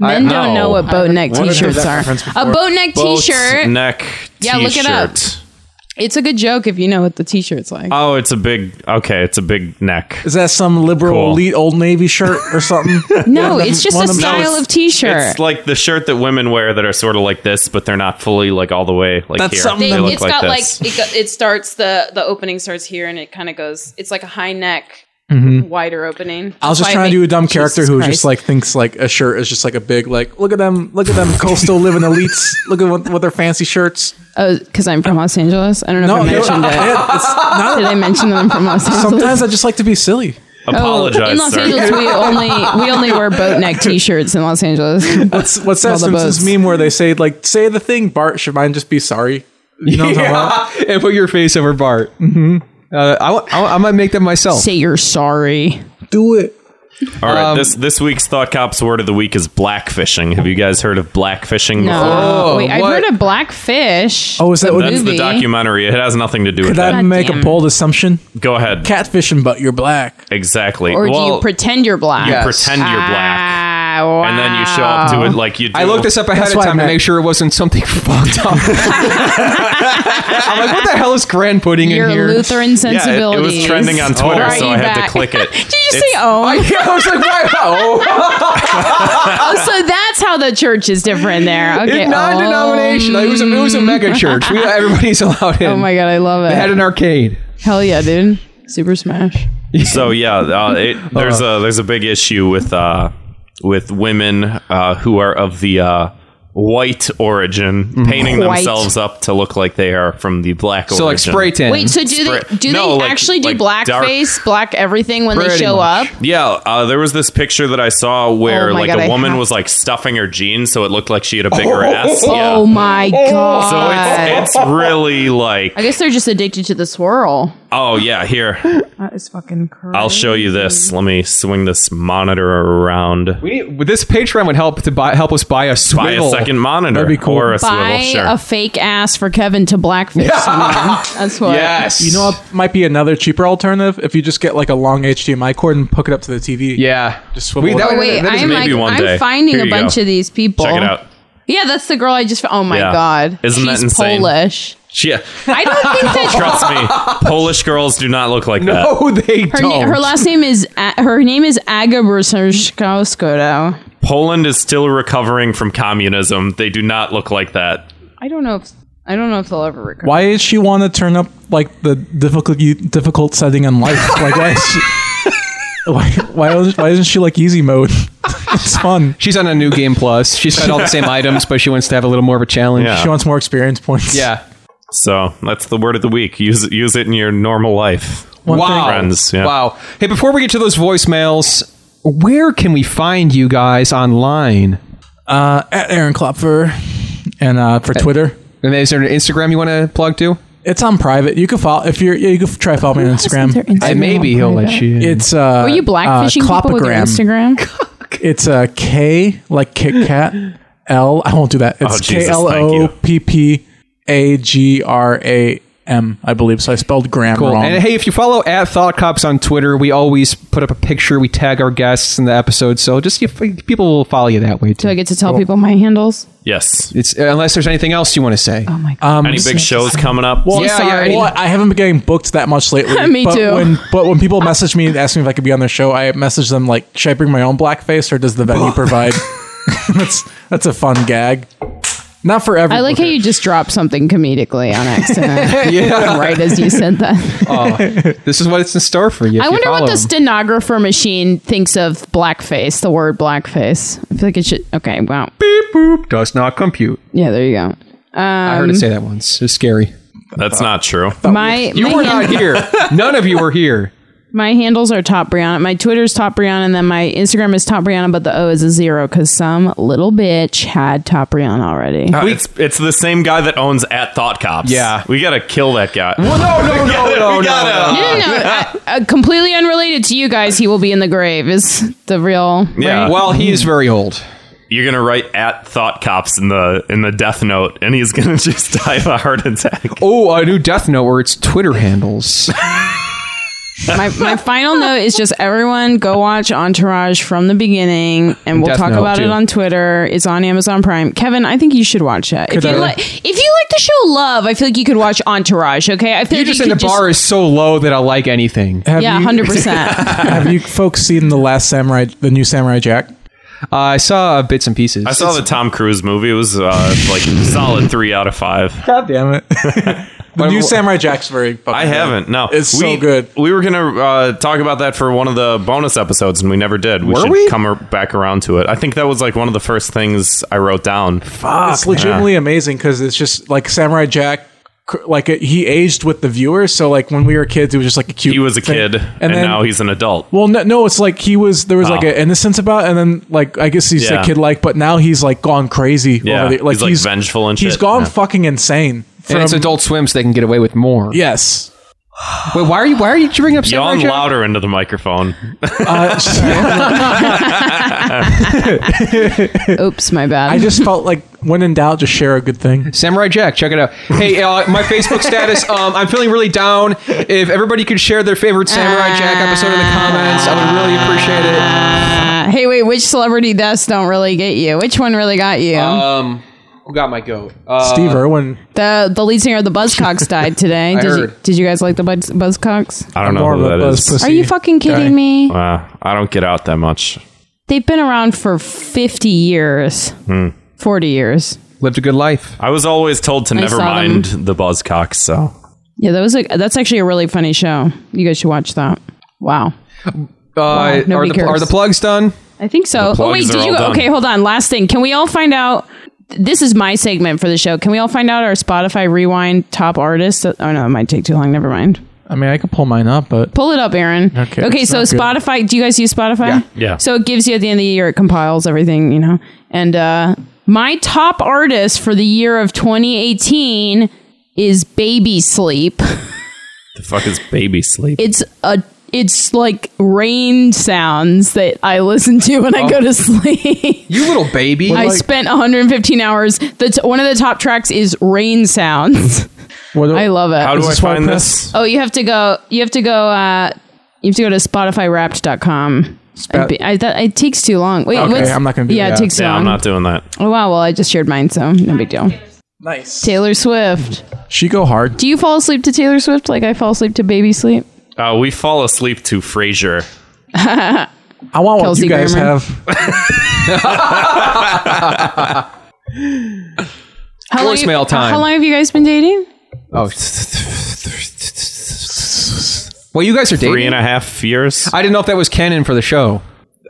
Speaker 8: Men
Speaker 7: no.
Speaker 8: don't know what boat neck
Speaker 9: What
Speaker 8: t
Speaker 9: is the
Speaker 8: shirts are.
Speaker 9: reference
Speaker 8: A
Speaker 9: before?
Speaker 8: boat neck t
Speaker 7: Boat
Speaker 8: shirt.
Speaker 7: neck.
Speaker 8: Yeah, look it up.
Speaker 7: t-shirt.
Speaker 8: It's a good joke if you know what the t shirt's
Speaker 6: Uh,
Speaker 8: like.
Speaker 7: Oh, it's a big. Okay, it's a big neck.
Speaker 9: Is that some liberal
Speaker 7: Cool.
Speaker 9: elite old navy shirt or something?
Speaker 8: no, it's just
Speaker 9: one
Speaker 8: a
Speaker 9: of them-
Speaker 7: No,
Speaker 8: style
Speaker 7: it's-
Speaker 8: of t shirt.
Speaker 7: It's like the shirt that women wear that are sort of like this, but they're not fully like all the way like
Speaker 9: That's
Speaker 7: here.
Speaker 9: something
Speaker 8: They,
Speaker 9: They
Speaker 8: it's got like
Speaker 7: this.
Speaker 8: it, go- it starts the the opening starts here and it kind of goes. It's like a high neck, wider opening.
Speaker 9: Mm-hmm. I was just trying to do a dumb character who just like thinks like a shirt is just like a big like look at them look at them coastal living elites look at what, what their fancy shirts.
Speaker 8: because Oh, I'm from Los Angeles. I don't know
Speaker 9: No,
Speaker 8: if I
Speaker 9: it-
Speaker 8: mentioned it.
Speaker 9: it's
Speaker 8: Did
Speaker 9: not.
Speaker 8: I mention that I'm from Los Angeles?
Speaker 9: Sometimes I just like to be silly.
Speaker 8: oh,
Speaker 7: apologize,
Speaker 8: in Los
Speaker 7: sir.
Speaker 8: Angeles, we only we only wear boat neck T-shirts in Los Angeles.
Speaker 9: What's what's that
Speaker 8: All the
Speaker 9: Simpsons
Speaker 8: boats.
Speaker 9: meme where they say like say the thing Bart should mine just be sorry? You know what I'm talking about?
Speaker 6: and put your face over Bart. Mm-hmm. Uh, I, wa- I, wa- I might make that myself.
Speaker 8: Say you're sorry.
Speaker 9: Do it.
Speaker 7: all right, this this week's thought cops word of the week is blackfishing. Have you guys heard of blackfishing?
Speaker 8: No,
Speaker 7: before?
Speaker 8: wait, I've
Speaker 6: what?
Speaker 8: heard of black fish.
Speaker 9: Oh, is that what?
Speaker 7: That's
Speaker 8: movie.
Speaker 7: the documentary. It has nothing to do with
Speaker 9: Could I
Speaker 7: that.
Speaker 8: God
Speaker 9: make
Speaker 8: damn.
Speaker 9: a bold assumption?
Speaker 7: Go ahead.
Speaker 9: Catfishing, but you're black.
Speaker 7: exactly.
Speaker 8: or do
Speaker 7: Well,
Speaker 8: you pretend you're black?
Speaker 7: you
Speaker 6: Yes.
Speaker 7: pretend you're black,
Speaker 8: Ah, wow.
Speaker 7: and then you show up to it like you. Do.
Speaker 6: I looked this up ahead
Speaker 9: That's
Speaker 6: of
Speaker 9: what I
Speaker 6: time to
Speaker 9: meant.
Speaker 6: make sure it wasn't something fucked up. I'm like, what the hell is grand pudding
Speaker 8: Your
Speaker 6: in here?
Speaker 8: Lutheran
Speaker 7: Yeah, it- it,
Speaker 8: sensibilities.
Speaker 7: was trending on Twitter,
Speaker 8: Right,
Speaker 7: so
Speaker 8: you
Speaker 7: I had
Speaker 8: back.
Speaker 7: to click it.
Speaker 8: Did you just
Speaker 7: It's-
Speaker 8: say oh?
Speaker 6: Yeah, I was like, why? Oh,
Speaker 8: Oh, so that's how the church is different there. Okay. um.
Speaker 6: non-denomination. Like, it was a it was a mega church. We everybody's allowed in.
Speaker 8: Oh, oh my god, I love
Speaker 6: They had
Speaker 8: it.
Speaker 6: an arcade.
Speaker 8: Hell yeah, dude. Super Smash.
Speaker 7: So yeah, uh,
Speaker 8: Oh.
Speaker 7: it, there's a there's a big issue with uh, with women uh, who are of the uh, white origin, painting
Speaker 8: Mm-hmm. White.
Speaker 7: themselves up to look like they are from the black
Speaker 6: So like
Speaker 7: origin.
Speaker 6: spray tan.
Speaker 8: Wait, so do
Speaker 7: Spray-
Speaker 8: they do
Speaker 7: No,
Speaker 8: they
Speaker 7: like-
Speaker 8: actually do
Speaker 7: like
Speaker 8: blackface,
Speaker 7: dark-
Speaker 8: black everything when they
Speaker 6: Pretty
Speaker 8: show
Speaker 6: much.
Speaker 8: up?
Speaker 7: Yeah, uh, there was this picture that I saw where
Speaker 8: Oh my
Speaker 7: like
Speaker 8: God,
Speaker 7: a
Speaker 8: I
Speaker 7: woman
Speaker 8: have-
Speaker 7: was like stuffing her jeans so it looked like she had a bigger ass. Yeah.
Speaker 8: Oh my god.
Speaker 7: so it's, it's really like
Speaker 8: I guess they're just addicted to the swirl.
Speaker 7: oh yeah here
Speaker 8: That is fucking crazy.
Speaker 7: I'll show you this let me swing this monitor around
Speaker 6: We need, this Patreon would help to buy, help us buy a
Speaker 7: buy
Speaker 6: swivel.
Speaker 7: a second monitor
Speaker 9: That'd be cool.
Speaker 7: or a swivel
Speaker 8: Buy
Speaker 7: sure
Speaker 8: a fake ass for Kevin to blackface someone. That's what.
Speaker 6: Yes.
Speaker 9: You know what might be another cheaper alternative if you just get like a long HDMI cord and hook it up to the TV.
Speaker 6: Yeah.
Speaker 9: Just swivel
Speaker 6: We-
Speaker 9: it
Speaker 6: that
Speaker 9: up.
Speaker 8: Oh,
Speaker 6: would-
Speaker 8: wait,
Speaker 6: that is
Speaker 8: I'm
Speaker 7: maybe
Speaker 8: like,
Speaker 7: one day.
Speaker 8: I'm finding
Speaker 7: Here
Speaker 8: a
Speaker 7: you
Speaker 8: bunch
Speaker 7: go.
Speaker 8: of these people.
Speaker 7: check it out
Speaker 8: Yeah, that's the girl I just. Oh my
Speaker 7: Yeah.
Speaker 8: god,
Speaker 7: Isn't that
Speaker 8: she's
Speaker 7: insane?
Speaker 8: Polish.
Speaker 7: yeah
Speaker 8: I don't think that
Speaker 7: Trust me, Polish girls do not look like that.
Speaker 6: No, Oh, they
Speaker 8: Her,
Speaker 6: don't.
Speaker 8: na- her last name is A- her name is Aga Brzezinskoda.
Speaker 7: Poland is still recovering from communism. They do not look like that.
Speaker 8: I don't know if I don't know if they'll ever recover.
Speaker 9: Why does she want to turn up like the difficult difficult setting in life? like why? Is she, why why, was, why isn't she like easy mode? it's fun.
Speaker 6: She's on a new game plus. She's got all the same items, but she wants to have a little more of a challenge.
Speaker 7: Yeah.
Speaker 9: She wants more experience points.
Speaker 6: Yeah.
Speaker 7: So that's the word of the week. Use it, use it in your normal life.
Speaker 6: wow.
Speaker 7: Friends, yeah.
Speaker 6: Wow. Hey, before we get to those voicemails, where can we find you guys online?
Speaker 9: Uh, at Aaron Klopfer and uh, for Twitter.
Speaker 6: And is there an Instagram you want to plug to?
Speaker 9: It's on private. You can follow if you're. Yeah, you can try follow me on Instagram.
Speaker 6: I, maybe he'll let you. in.
Speaker 9: It's uh.
Speaker 8: Are you blackfishing
Speaker 9: uh,
Speaker 8: people with your
Speaker 9: Klopogram.
Speaker 8: Instagram?
Speaker 9: It's uh, K like Kit Kat L. I won't do that. It's K
Speaker 7: Jesus,
Speaker 9: L
Speaker 7: thank
Speaker 9: O
Speaker 7: you.
Speaker 9: P P A G R A M. I believe so. I spelled gram
Speaker 6: Cool.
Speaker 9: wrong.
Speaker 6: And hey, if you follow at Thought Cops on Twitter, we always put up a picture. We tag our guests in the episode, so just if, people will follow you that way
Speaker 8: Do I
Speaker 6: too.
Speaker 8: get to tell people my handles?
Speaker 7: Yes.
Speaker 6: It's unless there's anything else you want to say.
Speaker 8: Oh my god.
Speaker 9: um,
Speaker 7: Any big shows coming up?
Speaker 9: Well,
Speaker 6: Yeah,
Speaker 9: yeah,
Speaker 6: yeah, any-
Speaker 9: well, I haven't been getting booked that much lately.
Speaker 8: Me
Speaker 9: but
Speaker 8: too.
Speaker 9: When, but when people message me and ask me if I could be on their show, I message them like, "Should I bring my own blackface, or does the venue provide?" that's that's a fun gag. Not for everyone.
Speaker 8: I like how you just dropped something comedically on accident. Right as you said that.
Speaker 6: This is what it's in store for you. if
Speaker 8: I
Speaker 6: you
Speaker 8: wonder what
Speaker 6: follow
Speaker 8: the
Speaker 6: 'em.
Speaker 8: stenographer machine thinks of blackface, the word blackface. I feel like it should. Okay, wow.
Speaker 6: does not compute.
Speaker 8: Yeah, there you go.
Speaker 6: I
Speaker 8: Um.
Speaker 6: heard it say that once. It's scary.
Speaker 7: That's not true.
Speaker 8: My
Speaker 6: You
Speaker 8: my,
Speaker 6: were
Speaker 8: hand-
Speaker 6: not here. None of you were here.
Speaker 8: my handles are top Brianna. My Twitter's top Brianna, and then my Instagram is top Brianna, but the O is a zero because some little bitch had top Brianna already.
Speaker 6: Ah.
Speaker 7: Uh, it's it's the same guy that owns at Thought Cops.
Speaker 6: Yeah.
Speaker 7: we gotta kill that guy.
Speaker 6: Well, no, no, no, no,
Speaker 7: we
Speaker 6: no.
Speaker 7: gotta-
Speaker 8: no, no, no. I- uh, completely unrelated to you guys. He will be in the grave. Is the real?
Speaker 7: Yeah, well,
Speaker 6: Well, he is very old.
Speaker 7: you're gonna write at Thought Cops in the in the death note, and he's gonna just die of a heart attack.
Speaker 6: Oh, a new Death Note where it's Twitter handles.
Speaker 8: My, my final note is just everyone go watch Entourage from the beginning, and we'll
Speaker 6: Death
Speaker 8: talk
Speaker 6: Note,
Speaker 8: about
Speaker 6: too.
Speaker 8: it on Twitter. It's on Amazon Prime. Kevin, I think you should watch that. If
Speaker 6: I?
Speaker 8: you, li- if you like the show Love, I feel like you could watch Entourage. Okay, I feel
Speaker 6: You
Speaker 8: like
Speaker 6: just
Speaker 8: you
Speaker 6: in the
Speaker 8: could
Speaker 6: bar is so low that I like anything.
Speaker 9: Have
Speaker 8: yeah,
Speaker 9: you-
Speaker 8: hundred percent.
Speaker 9: Have you folks seen the last Samurai, the new Samurai Jack?
Speaker 6: Uh, I saw bits and pieces.
Speaker 7: I saw the Tom Cruise movie. It was uh, like solid three out of five.
Speaker 9: God damn it! the new Samurai Jack's very. Fucking
Speaker 7: I haven't. No,
Speaker 9: It's
Speaker 7: we,
Speaker 9: so good.
Speaker 7: We were gonna uh, talk about that for one of the bonus episodes, and we never did. We
Speaker 6: Were
Speaker 7: should
Speaker 6: we?
Speaker 7: come ar- back around to it. I think that was like one of the first things I wrote down.
Speaker 9: it's legitimately amazing because it's just like Samurai Jack. cr- Like uh, he aged with the viewers, so like when we were kids, he was just like a cute.
Speaker 7: He was a
Speaker 9: thing.
Speaker 7: kid, and,
Speaker 9: then-
Speaker 7: now he's an adult.
Speaker 9: Well, no, no, it's like he was. There was like
Speaker 7: Oh.
Speaker 9: an innocence about, it, and then like I guess he's
Speaker 7: Yeah.
Speaker 9: a kid like, but now he's like gone crazy.
Speaker 7: Yeah,
Speaker 9: over the, like
Speaker 7: he's, like, vengeful and
Speaker 9: He's
Speaker 7: shit.
Speaker 9: gone
Speaker 7: Yeah.
Speaker 9: fucking insane. From,
Speaker 6: and it's Adult Swim, so they can get away with more.
Speaker 9: Yes.
Speaker 6: Wait, why are you? Why are you bringing up Samurai
Speaker 7: Yawn
Speaker 6: Jack?
Speaker 7: louder into the microphone.
Speaker 9: Uh,
Speaker 8: Oops, my bad.
Speaker 9: I just felt like when in doubt, just share a good thing.
Speaker 6: Samurai Jack, check it out. Hey, uh, my Facebook status. Um, I'm feeling really down. If everybody could share their favorite Samurai Jack episode in the comments, I would really appreciate it.
Speaker 8: Uh, hey, wait, which celebrity deaths don't really get you? Which one really got you?
Speaker 6: Um, who got my goat? Uh,
Speaker 9: Steve Irwin,
Speaker 8: the the lead singer of the Buzzcocks died today. did you
Speaker 6: heard.
Speaker 8: did you guys like the Buzz, Buzzcocks?
Speaker 7: I don't know
Speaker 9: more
Speaker 7: who
Speaker 9: of a
Speaker 7: that
Speaker 9: buzz
Speaker 7: is.
Speaker 9: pussy
Speaker 8: Are you fucking kidding
Speaker 9: guy.
Speaker 8: me?
Speaker 7: Uh, I don't get out that much.
Speaker 8: They've been around for 50 years.
Speaker 6: Hmm.
Speaker 8: 40 years.
Speaker 6: lived a good life. Uh,
Speaker 7: I was always told to never
Speaker 8: saw
Speaker 7: mind the Buzzcocks. So
Speaker 8: Yeah, that was a, that's actually a really funny show. You guys should watch that. Wow.
Speaker 6: Uh, are,
Speaker 8: nobody
Speaker 6: the, are
Speaker 8: cares.
Speaker 6: the plugs done?
Speaker 8: I think so.
Speaker 7: plugs
Speaker 8: Oh wait,
Speaker 7: are
Speaker 8: did you
Speaker 7: all done.
Speaker 8: Okay, hold on. Last thing. Can we all find out this is my segment for the show. Can we all find out our Spotify Rewind top artists? Oh no, it might take too long. Never mind.
Speaker 9: I mean, I could pull mine up, but
Speaker 8: Pull it up, Aaron.
Speaker 9: Okay,
Speaker 8: Okay.
Speaker 9: it's
Speaker 8: So
Speaker 9: not good.
Speaker 8: Spotify. Do you guys use Spotify?
Speaker 6: Yeah.
Speaker 7: Yeah.
Speaker 8: So it gives you at the end of the year. It compiles everything, you know. And uh, my top artist for the year of 2018 is Baby Sleep.
Speaker 7: the fuck is baby sleep?
Speaker 8: It's a it's like rain sounds that I listen to when I go
Speaker 9: Oh.
Speaker 8: to sleep.
Speaker 6: You little baby.
Speaker 8: I spent 115 hours. The t- one of the top tracks is rain sounds.
Speaker 9: what do-
Speaker 8: I love it.
Speaker 7: How do
Speaker 9: Is
Speaker 7: I
Speaker 9: this why I
Speaker 7: find
Speaker 9: press-
Speaker 7: this?
Speaker 8: Oh, you have to go. You have to go. Uh, you have to go to SpotifyWrapped.com. I'd be- I, that, it takes too long. Wait,
Speaker 9: Okay,
Speaker 8: what's,
Speaker 9: I'm not gonna do
Speaker 8: yeah,
Speaker 9: that.
Speaker 8: it takes too
Speaker 7: Yeah,
Speaker 8: long.
Speaker 7: I'm not doing that.
Speaker 8: oh wow, well I just shared mine, so no big deal.
Speaker 9: nice.
Speaker 8: Taylor Swift.
Speaker 9: She go hard.
Speaker 8: Do you fall asleep to Taylor Swift like I fall asleep to Baby Sleep?
Speaker 7: Uh, we fall asleep to Frasier.
Speaker 9: I want what
Speaker 8: Kelsey
Speaker 9: you guys
Speaker 8: Grammer.
Speaker 9: have.
Speaker 8: How long you-
Speaker 6: Voicemail time.
Speaker 8: How long have you guys been dating?
Speaker 6: oh, Well, you guys are dating.
Speaker 7: three and a half years.
Speaker 6: I didn't know if that was canon for the show.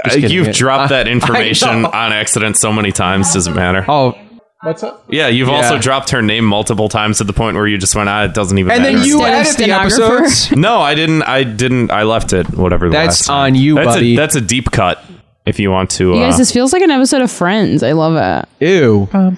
Speaker 7: Uh,
Speaker 6: kidding.
Speaker 7: you've
Speaker 6: It-
Speaker 7: dropped
Speaker 6: I-
Speaker 7: that
Speaker 6: I
Speaker 7: information
Speaker 6: know.
Speaker 7: on accident so many times. Doesn't matter.
Speaker 6: Oh,
Speaker 9: What's up?
Speaker 7: yeah, you've also
Speaker 6: yeah.
Speaker 7: dropped her name multiple times to the point where you just went, ah, it doesn't even.
Speaker 6: and
Speaker 7: matter.
Speaker 6: then you
Speaker 8: Instead of
Speaker 6: edit the
Speaker 8: stenographer.
Speaker 6: episodes.
Speaker 7: No, I didn't. I didn't. I left it. Whatever. the
Speaker 6: That's
Speaker 7: last
Speaker 6: on
Speaker 7: time.
Speaker 6: you,
Speaker 7: that's
Speaker 6: buddy.
Speaker 7: A, that's a deep cut. If you want to,
Speaker 8: You
Speaker 7: uh,
Speaker 8: guys, this feels like an episode of Friends. I love it.
Speaker 6: Ew.
Speaker 7: wow!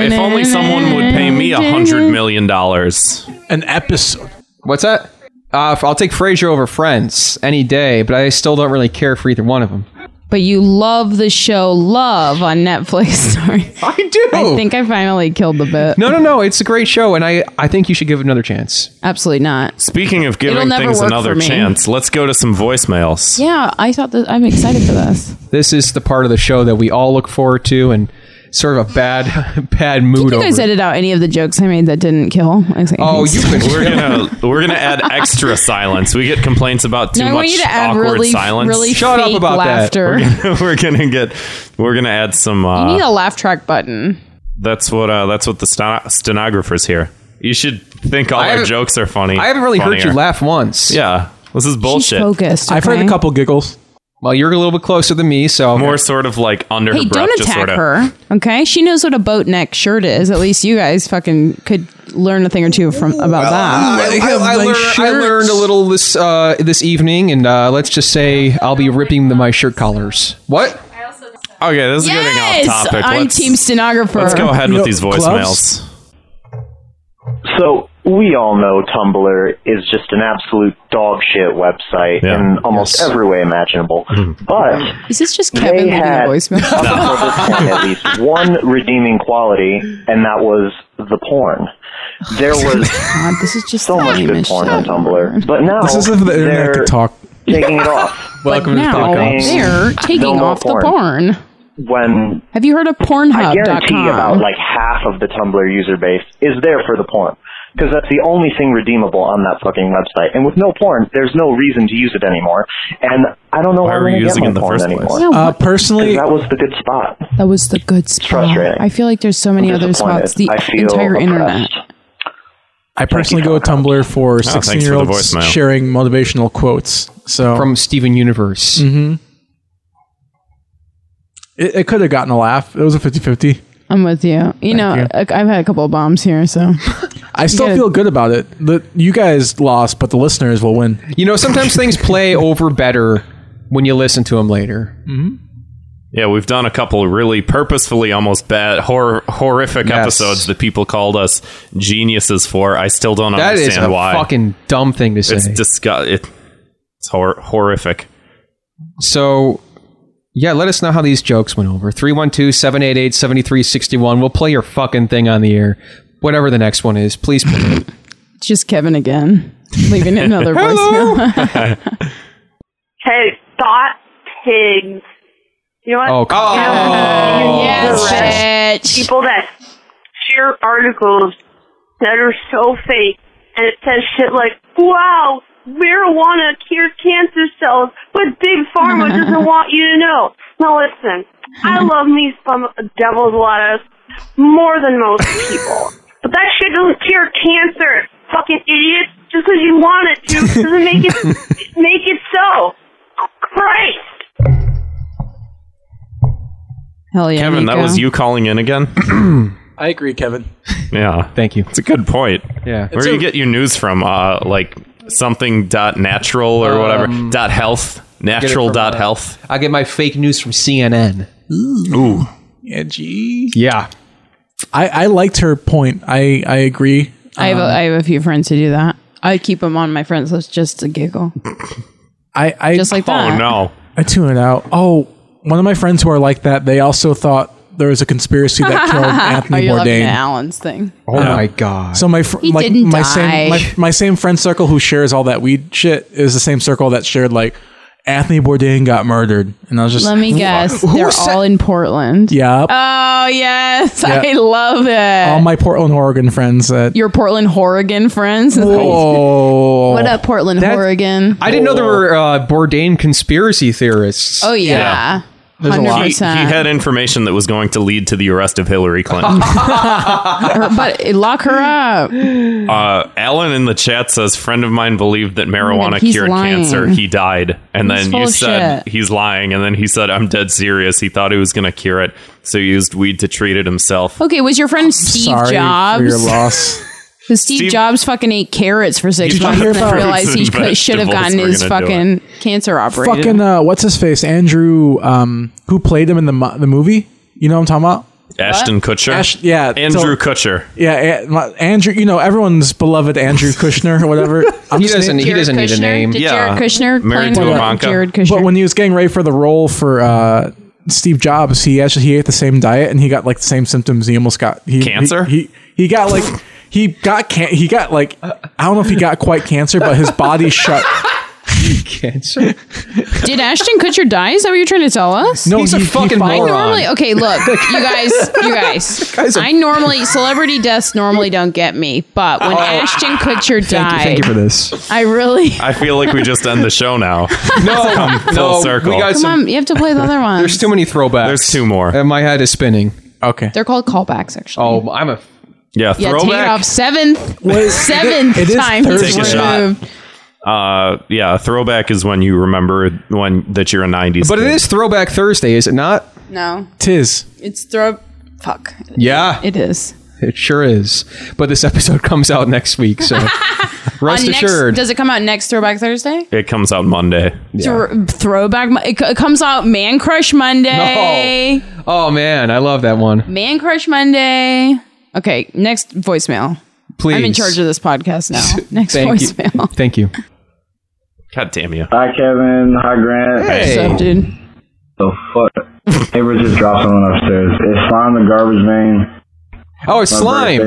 Speaker 7: If only someone would pay me a hundred million dollars.
Speaker 9: An episode.
Speaker 6: What's that? Uh, I'll take Frasier over Friends any day, but I still don't really care for either one of them.
Speaker 8: But you love the show Love on Netflix. Sorry.
Speaker 6: I do.
Speaker 8: I think I finally killed the bit.
Speaker 6: no, no, no. It's a great show, and I, I think you should give it another chance.
Speaker 8: Absolutely not.
Speaker 7: Speaking of giving
Speaker 8: never
Speaker 7: things
Speaker 8: work
Speaker 7: another
Speaker 8: for me.
Speaker 7: chance, let's go to some voicemails.
Speaker 8: Yeah, I thought that I'm excited for this.
Speaker 6: This is the part of the show that we all look forward to, and sort of a bad, bad mood
Speaker 8: You
Speaker 6: over.
Speaker 8: guys
Speaker 6: it.
Speaker 8: edit out any of the jokes I made that didn't kill. I think-
Speaker 6: oh, you could.
Speaker 7: We're gonna we're gonna add extra silence. We get complaints about too
Speaker 8: No, I
Speaker 7: much
Speaker 8: want you to add
Speaker 7: awkward
Speaker 8: really,
Speaker 7: silence.
Speaker 8: really
Speaker 6: Shut up
Speaker 8: fake
Speaker 6: about that.
Speaker 8: laughter.
Speaker 7: we're gonna get we're gonna add some.
Speaker 8: You
Speaker 7: Uh,
Speaker 8: need a laugh track button.
Speaker 7: that's what uh, that's what the sten- stenographers here. You should think all
Speaker 6: I
Speaker 7: our
Speaker 6: haven't-
Speaker 7: jokes are funny.
Speaker 6: I haven't really heard you
Speaker 7: funnier.
Speaker 6: laugh once.
Speaker 7: Yeah, this is
Speaker 8: She's
Speaker 7: bullshit.
Speaker 8: focused.
Speaker 9: I've heard
Speaker 8: okay?
Speaker 9: a couple giggles.
Speaker 6: Well, you're a little bit closer than me, so
Speaker 7: More sort of like under
Speaker 8: Hey,
Speaker 7: her breath,
Speaker 8: don't
Speaker 7: just
Speaker 8: attack
Speaker 7: sort of.
Speaker 8: her. Okay, she knows what a boat neck shirt is. At least you guys fucking could learn a thing or two from about that.
Speaker 6: Ah, I, I- I learned, I learned a little this uh, this evening, and uh, let's just say I'll be ripping the, my shirt collars. What?
Speaker 7: Okay, this is
Speaker 8: Yes,
Speaker 7: getting off topic.
Speaker 8: I'm
Speaker 7: let's,
Speaker 8: team stenographer.
Speaker 7: let's go ahead
Speaker 9: You
Speaker 7: with
Speaker 9: know,
Speaker 7: these
Speaker 9: gloves?
Speaker 7: voicemails.
Speaker 10: So we all know Tumblr is just an absolute dog shit website
Speaker 7: Yeah.
Speaker 10: in almost
Speaker 7: Yes.
Speaker 10: every way imaginable. But
Speaker 8: Is this just Kevin
Speaker 10: They
Speaker 8: leaving a
Speaker 10: had-
Speaker 8: voicemail? Oh,
Speaker 10: up until this point, at least one redeeming quality, and that was the porn. There was
Speaker 8: God, this is just
Speaker 10: so much good
Speaker 8: Amish
Speaker 10: porn on
Speaker 8: shit.
Speaker 10: Tumblr, but now
Speaker 9: This is if the internet
Speaker 10: they're
Speaker 9: could talk.
Speaker 10: taking it off.
Speaker 9: Welcome
Speaker 8: Now
Speaker 10: Cops.
Speaker 8: they're taking
Speaker 10: more
Speaker 8: off the
Speaker 10: porn.
Speaker 8: porn.
Speaker 10: When
Speaker 8: Have you heard of
Speaker 10: I guarantee about
Speaker 8: Pornhub.com?
Speaker 10: like half of the Tumblr user base is there for the porn. Because that's the only thing redeemable on that fucking website. And with no porn, there's no reason to use it anymore. And I don't know
Speaker 7: Why
Speaker 10: why
Speaker 7: were
Speaker 10: I'm
Speaker 7: you
Speaker 10: gonna
Speaker 7: using
Speaker 10: get
Speaker 7: it in the
Speaker 10: my porn
Speaker 7: first place?
Speaker 10: anymore.
Speaker 8: Yeah,
Speaker 9: Uh,
Speaker 8: what-
Speaker 9: personally,
Speaker 10: That was the good spot.
Speaker 8: that was the good spot.
Speaker 10: frustrating.
Speaker 8: I feel like there's so many
Speaker 10: I'm
Speaker 8: other
Speaker 10: disappointed.
Speaker 8: spots. The
Speaker 10: I feel
Speaker 8: entire internet.
Speaker 10: oppressed.
Speaker 9: I personally go with Tumblr for
Speaker 7: Oh, thanks for the
Speaker 9: 16 year olds
Speaker 7: voicemail.
Speaker 9: sharing motivational quotes. So
Speaker 6: From Steven Universe.
Speaker 9: it, it could have gotten a laugh. It was a 50 50.
Speaker 8: I'm with you. You know,
Speaker 9: you.
Speaker 8: I- I've had a couple of bombs here, so
Speaker 9: I still
Speaker 8: gotta-
Speaker 9: feel good about it. The, you guys lost, but the listeners will win.
Speaker 6: You know, sometimes things play over better when you listen to them later.
Speaker 7: Yeah, we've done a couple really purposefully almost bad, hor- horrific
Speaker 6: Yes.
Speaker 7: episodes that people called us geniuses for. I still don't
Speaker 6: That is
Speaker 7: understand
Speaker 6: a
Speaker 7: why.
Speaker 6: fucking dumb thing to say.
Speaker 7: it's disgust. It, it's hor- horrific.
Speaker 6: so, yeah, let us know how these jokes went over. 312 788 7361. We'll play your fucking thing on the air. Whatever the next one is, please play it.
Speaker 8: it's just Kevin again, leaving another voicemail.
Speaker 1: Hey, thought pigs. You know what?
Speaker 6: Oh, come
Speaker 8: Oh, yes, bitch.
Speaker 1: People that share articles that are so fake, and it says shit like, "Wow, marijuana cured cancer cells," but Big Pharma doesn't want you to know. Now listen, I love me some devil's lettuce more than most people, but that shit doesn't cure cancer. Fucking idiots! Just because you want it to doesn't make it make it so. Christ.
Speaker 8: Hell yeah,
Speaker 7: Kevin, that
Speaker 8: Nico.
Speaker 7: was you calling in again?
Speaker 9: I agree, Kevin.
Speaker 7: yeah.
Speaker 6: Thank you.
Speaker 7: It's a good point.
Speaker 6: Yeah.
Speaker 7: Where do you get your news from? Uh, like something dot natural or whatever. Dot health. Natural
Speaker 6: from,
Speaker 7: dot
Speaker 6: uh,
Speaker 7: health.
Speaker 6: I get my fake news from CNN.
Speaker 7: Ooh.
Speaker 9: Yeah, gee.
Speaker 6: Yeah.
Speaker 9: I, I liked her point. I, I agree.
Speaker 8: I
Speaker 9: Um,
Speaker 8: have a, I have a few friends who do that. I keep them on my friends list just to giggle,
Speaker 9: I, I
Speaker 8: just like that.
Speaker 7: Oh no.
Speaker 9: I tune it out. Oh, one of my friends who are like that, they also thought there was a conspiracy that killed
Speaker 8: Are
Speaker 9: Anthony
Speaker 8: Oh, you looking at
Speaker 9: Bourdain.
Speaker 8: Alan's thing?
Speaker 6: Oh, my God.
Speaker 9: So my fr-
Speaker 8: He
Speaker 9: like
Speaker 8: didn't
Speaker 9: my
Speaker 8: die.
Speaker 9: same my, my same friend circle who shares all that weed shit is the same circle that shared like Anthony Bourdain got murdered, and I was just
Speaker 8: Let me guess. They're all in Portland.
Speaker 9: yeah.
Speaker 8: Oh yes, I
Speaker 9: Yeah. Um,
Speaker 8: love it.
Speaker 9: all my Portland, Oregon friends that
Speaker 8: Your Portland, Oregon friends.
Speaker 9: whoa
Speaker 8: What up, Portland, Oregon?
Speaker 6: I didn't know there were uh, Bourdain conspiracy theorists.
Speaker 8: oh yeah.
Speaker 9: There's a lot.
Speaker 7: He, he
Speaker 8: 100%.
Speaker 7: had information that was going to lead to the arrest of Hillary Clinton.
Speaker 8: Her- but lock her up.
Speaker 7: Uh, Alan in the chat says, "Friend of mine believed that marijuana
Speaker 8: Oh God, he's
Speaker 7: cured
Speaker 8: lying.
Speaker 7: cancer. He died, and
Speaker 8: He's
Speaker 7: then
Speaker 8: full
Speaker 7: you
Speaker 8: of
Speaker 7: said
Speaker 8: shit.
Speaker 7: he's lying, and then he said I'm dead serious. He thought he was going to cure it, so he used weed to treat it himself.
Speaker 8: Okay, was your friend Steve
Speaker 9: Sorry for your
Speaker 8: Jobs?
Speaker 9: loss.
Speaker 8: 'Cause Steve,
Speaker 7: Steve-
Speaker 8: Jobs fucking ate carrots for six
Speaker 7: Did you
Speaker 8: months
Speaker 7: hear
Speaker 8: and then
Speaker 7: about-
Speaker 8: realized he
Speaker 7: Fruits and
Speaker 8: could, should have
Speaker 7: vegetables
Speaker 8: gotten
Speaker 7: were
Speaker 8: his
Speaker 7: gonna do
Speaker 8: fucking cancer operated.
Speaker 9: Fucking uh, what's his face? Andrew, um, who played him in the mo- the movie? You know what I'm talking about?
Speaker 7: Ashton Kutcher,
Speaker 9: Ash- yeah, so-
Speaker 7: Andrew Kutcher.
Speaker 9: Yeah, A- my- Andrew. You know everyone's beloved Andrew Kushner or whatever. I'm
Speaker 6: He
Speaker 9: just
Speaker 6: doesn't.
Speaker 9: naming-
Speaker 6: He doesn't need a
Speaker 8: Kushner?
Speaker 6: name.
Speaker 8: Did
Speaker 7: Yeah.
Speaker 8: Jared Kushner
Speaker 7: Married
Speaker 8: play
Speaker 7: to
Speaker 8: him?
Speaker 7: a Ivanka.
Speaker 8: Jared Kushner.
Speaker 9: But when he was getting ready for the role for uh, Steve Jobs, he actually he ate the same diet and he got like the same symptoms. He almost got he,
Speaker 7: Cancer?
Speaker 9: He he, he got like he got can he got like I don't know if he got quite cancer, but his body shut.
Speaker 6: Cancer.
Speaker 8: Did Ashton Kutcher die? Is that what you're trying to tell us?
Speaker 9: No,
Speaker 6: He's a
Speaker 9: he,
Speaker 6: fucking
Speaker 9: he
Speaker 8: I
Speaker 9: followed-
Speaker 6: moron.
Speaker 8: normally okay. Look, you guys, you guys.
Speaker 6: guy's a-
Speaker 8: I normally celebrity deaths normally don't get me, but when Ashton Kutcher
Speaker 6: Thank you,
Speaker 8: died,
Speaker 6: thank you for this.
Speaker 8: I really.
Speaker 7: I feel like we just end the show now.
Speaker 6: No,
Speaker 7: full
Speaker 6: no,
Speaker 7: circle.
Speaker 6: we got
Speaker 8: Come
Speaker 6: some.
Speaker 8: on, you have to play the other one.
Speaker 6: There's too many throwbacks.
Speaker 7: There's two more.
Speaker 6: And my head is spinning.
Speaker 9: Okay,
Speaker 8: They're called callbacks, actually.
Speaker 6: Oh, I'm a.
Speaker 7: Yeah,
Speaker 8: yeah,
Speaker 7: throwback.
Speaker 8: Takeoff seventh, seventh
Speaker 9: it is
Speaker 8: time
Speaker 9: third
Speaker 8: he's
Speaker 7: Take a shot.
Speaker 8: removed.
Speaker 7: Uh, yeah, throwback is when you remember when that you're a '90s.
Speaker 6: But it
Speaker 7: kid.
Speaker 6: is Throwback Thursday, is it not?
Speaker 8: No,
Speaker 9: tis.
Speaker 8: it's throw. Fuck,
Speaker 6: Yeah, it,
Speaker 8: it is.
Speaker 6: sure is. But this episode comes out next week, so rest
Speaker 8: On next,
Speaker 6: assured.
Speaker 8: does it come out next Throwback Thursday?
Speaker 7: It comes out Monday.
Speaker 8: Thro- throwback. Mo- It, c- it comes out Man Crush Monday.
Speaker 6: oh man, I love that one.
Speaker 8: Man Crush Monday. Okay, next voicemail.
Speaker 6: Please,
Speaker 8: I'm in charge of this podcast now. Next
Speaker 6: Thank you.
Speaker 8: voicemail.
Speaker 6: Thank you.
Speaker 7: God damn you!
Speaker 10: Hi, Kevin. Hi, Grant.
Speaker 8: What's up, dude?
Speaker 10: The fuck? Neighbor just dropped someone upstairs. It's Slime the Garbage Man.
Speaker 6: Oh, it's slime.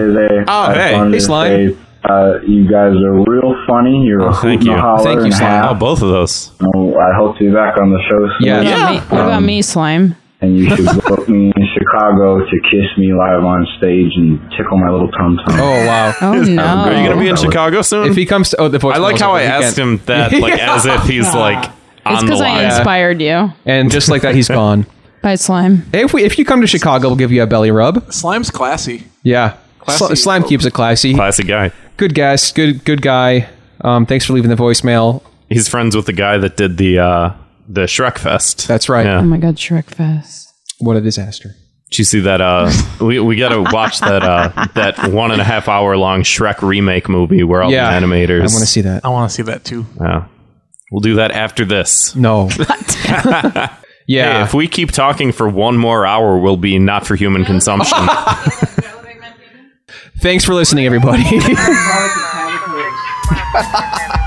Speaker 7: Oh, hey.
Speaker 6: Hey, Slime. Oh,
Speaker 10: Uh, you guys are real funny. You're a
Speaker 7: thank
Speaker 10: hoot and
Speaker 7: you.
Speaker 10: a holler
Speaker 6: Thank you,
Speaker 10: and a
Speaker 6: Slime.
Speaker 7: Oh,
Speaker 10: half.
Speaker 7: both of those.
Speaker 10: So I hope to be back on the show soon. Um,
Speaker 6: Yeah.
Speaker 8: What about,
Speaker 6: Yeah.
Speaker 8: me? What about me, Slime?
Speaker 10: And you should book me in Chicago to kiss me live on stage and tickle my little tum tum.
Speaker 6: Oh wow.
Speaker 8: Oh no!
Speaker 7: Are you gonna be in
Speaker 10: That would-
Speaker 7: Chicago soon?
Speaker 6: If he comes to, oh, the voice.
Speaker 7: I like how I asked him that, like as if he's like
Speaker 8: it's
Speaker 7: on the
Speaker 8: because I
Speaker 7: line.
Speaker 8: inspired you.
Speaker 6: and just like that, he's gone.
Speaker 8: Bye, Slime. Oh
Speaker 6: Hey, if we, if you come to Chicago, we'll give you a belly rub.
Speaker 9: Slime's classy.
Speaker 6: Yeah, Sl- slime keeps it classy.
Speaker 7: Classic guy.
Speaker 6: Good guess. Good good guy. Um, thanks for leaving the voicemail.
Speaker 7: He's friends with the guy that did the uh, the Shrek Fest.
Speaker 6: That's right.
Speaker 7: Yeah.
Speaker 8: Oh my God, Shrek Fest.
Speaker 6: What a disaster.
Speaker 7: Did you see that? Uh, we we got to watch that uh, that one and a half hour long Shrek remake movie where all
Speaker 6: Yeah.
Speaker 7: the
Speaker 6: I
Speaker 7: animators.
Speaker 6: want to see that.
Speaker 9: I want to see that too.
Speaker 7: Yeah. We'll do that after this.
Speaker 6: No. yeah.
Speaker 7: Hey, if we keep talking for one more hour, we'll be not for human consumption.
Speaker 6: Thanks for listening, everybody.
Speaker 2: Wow.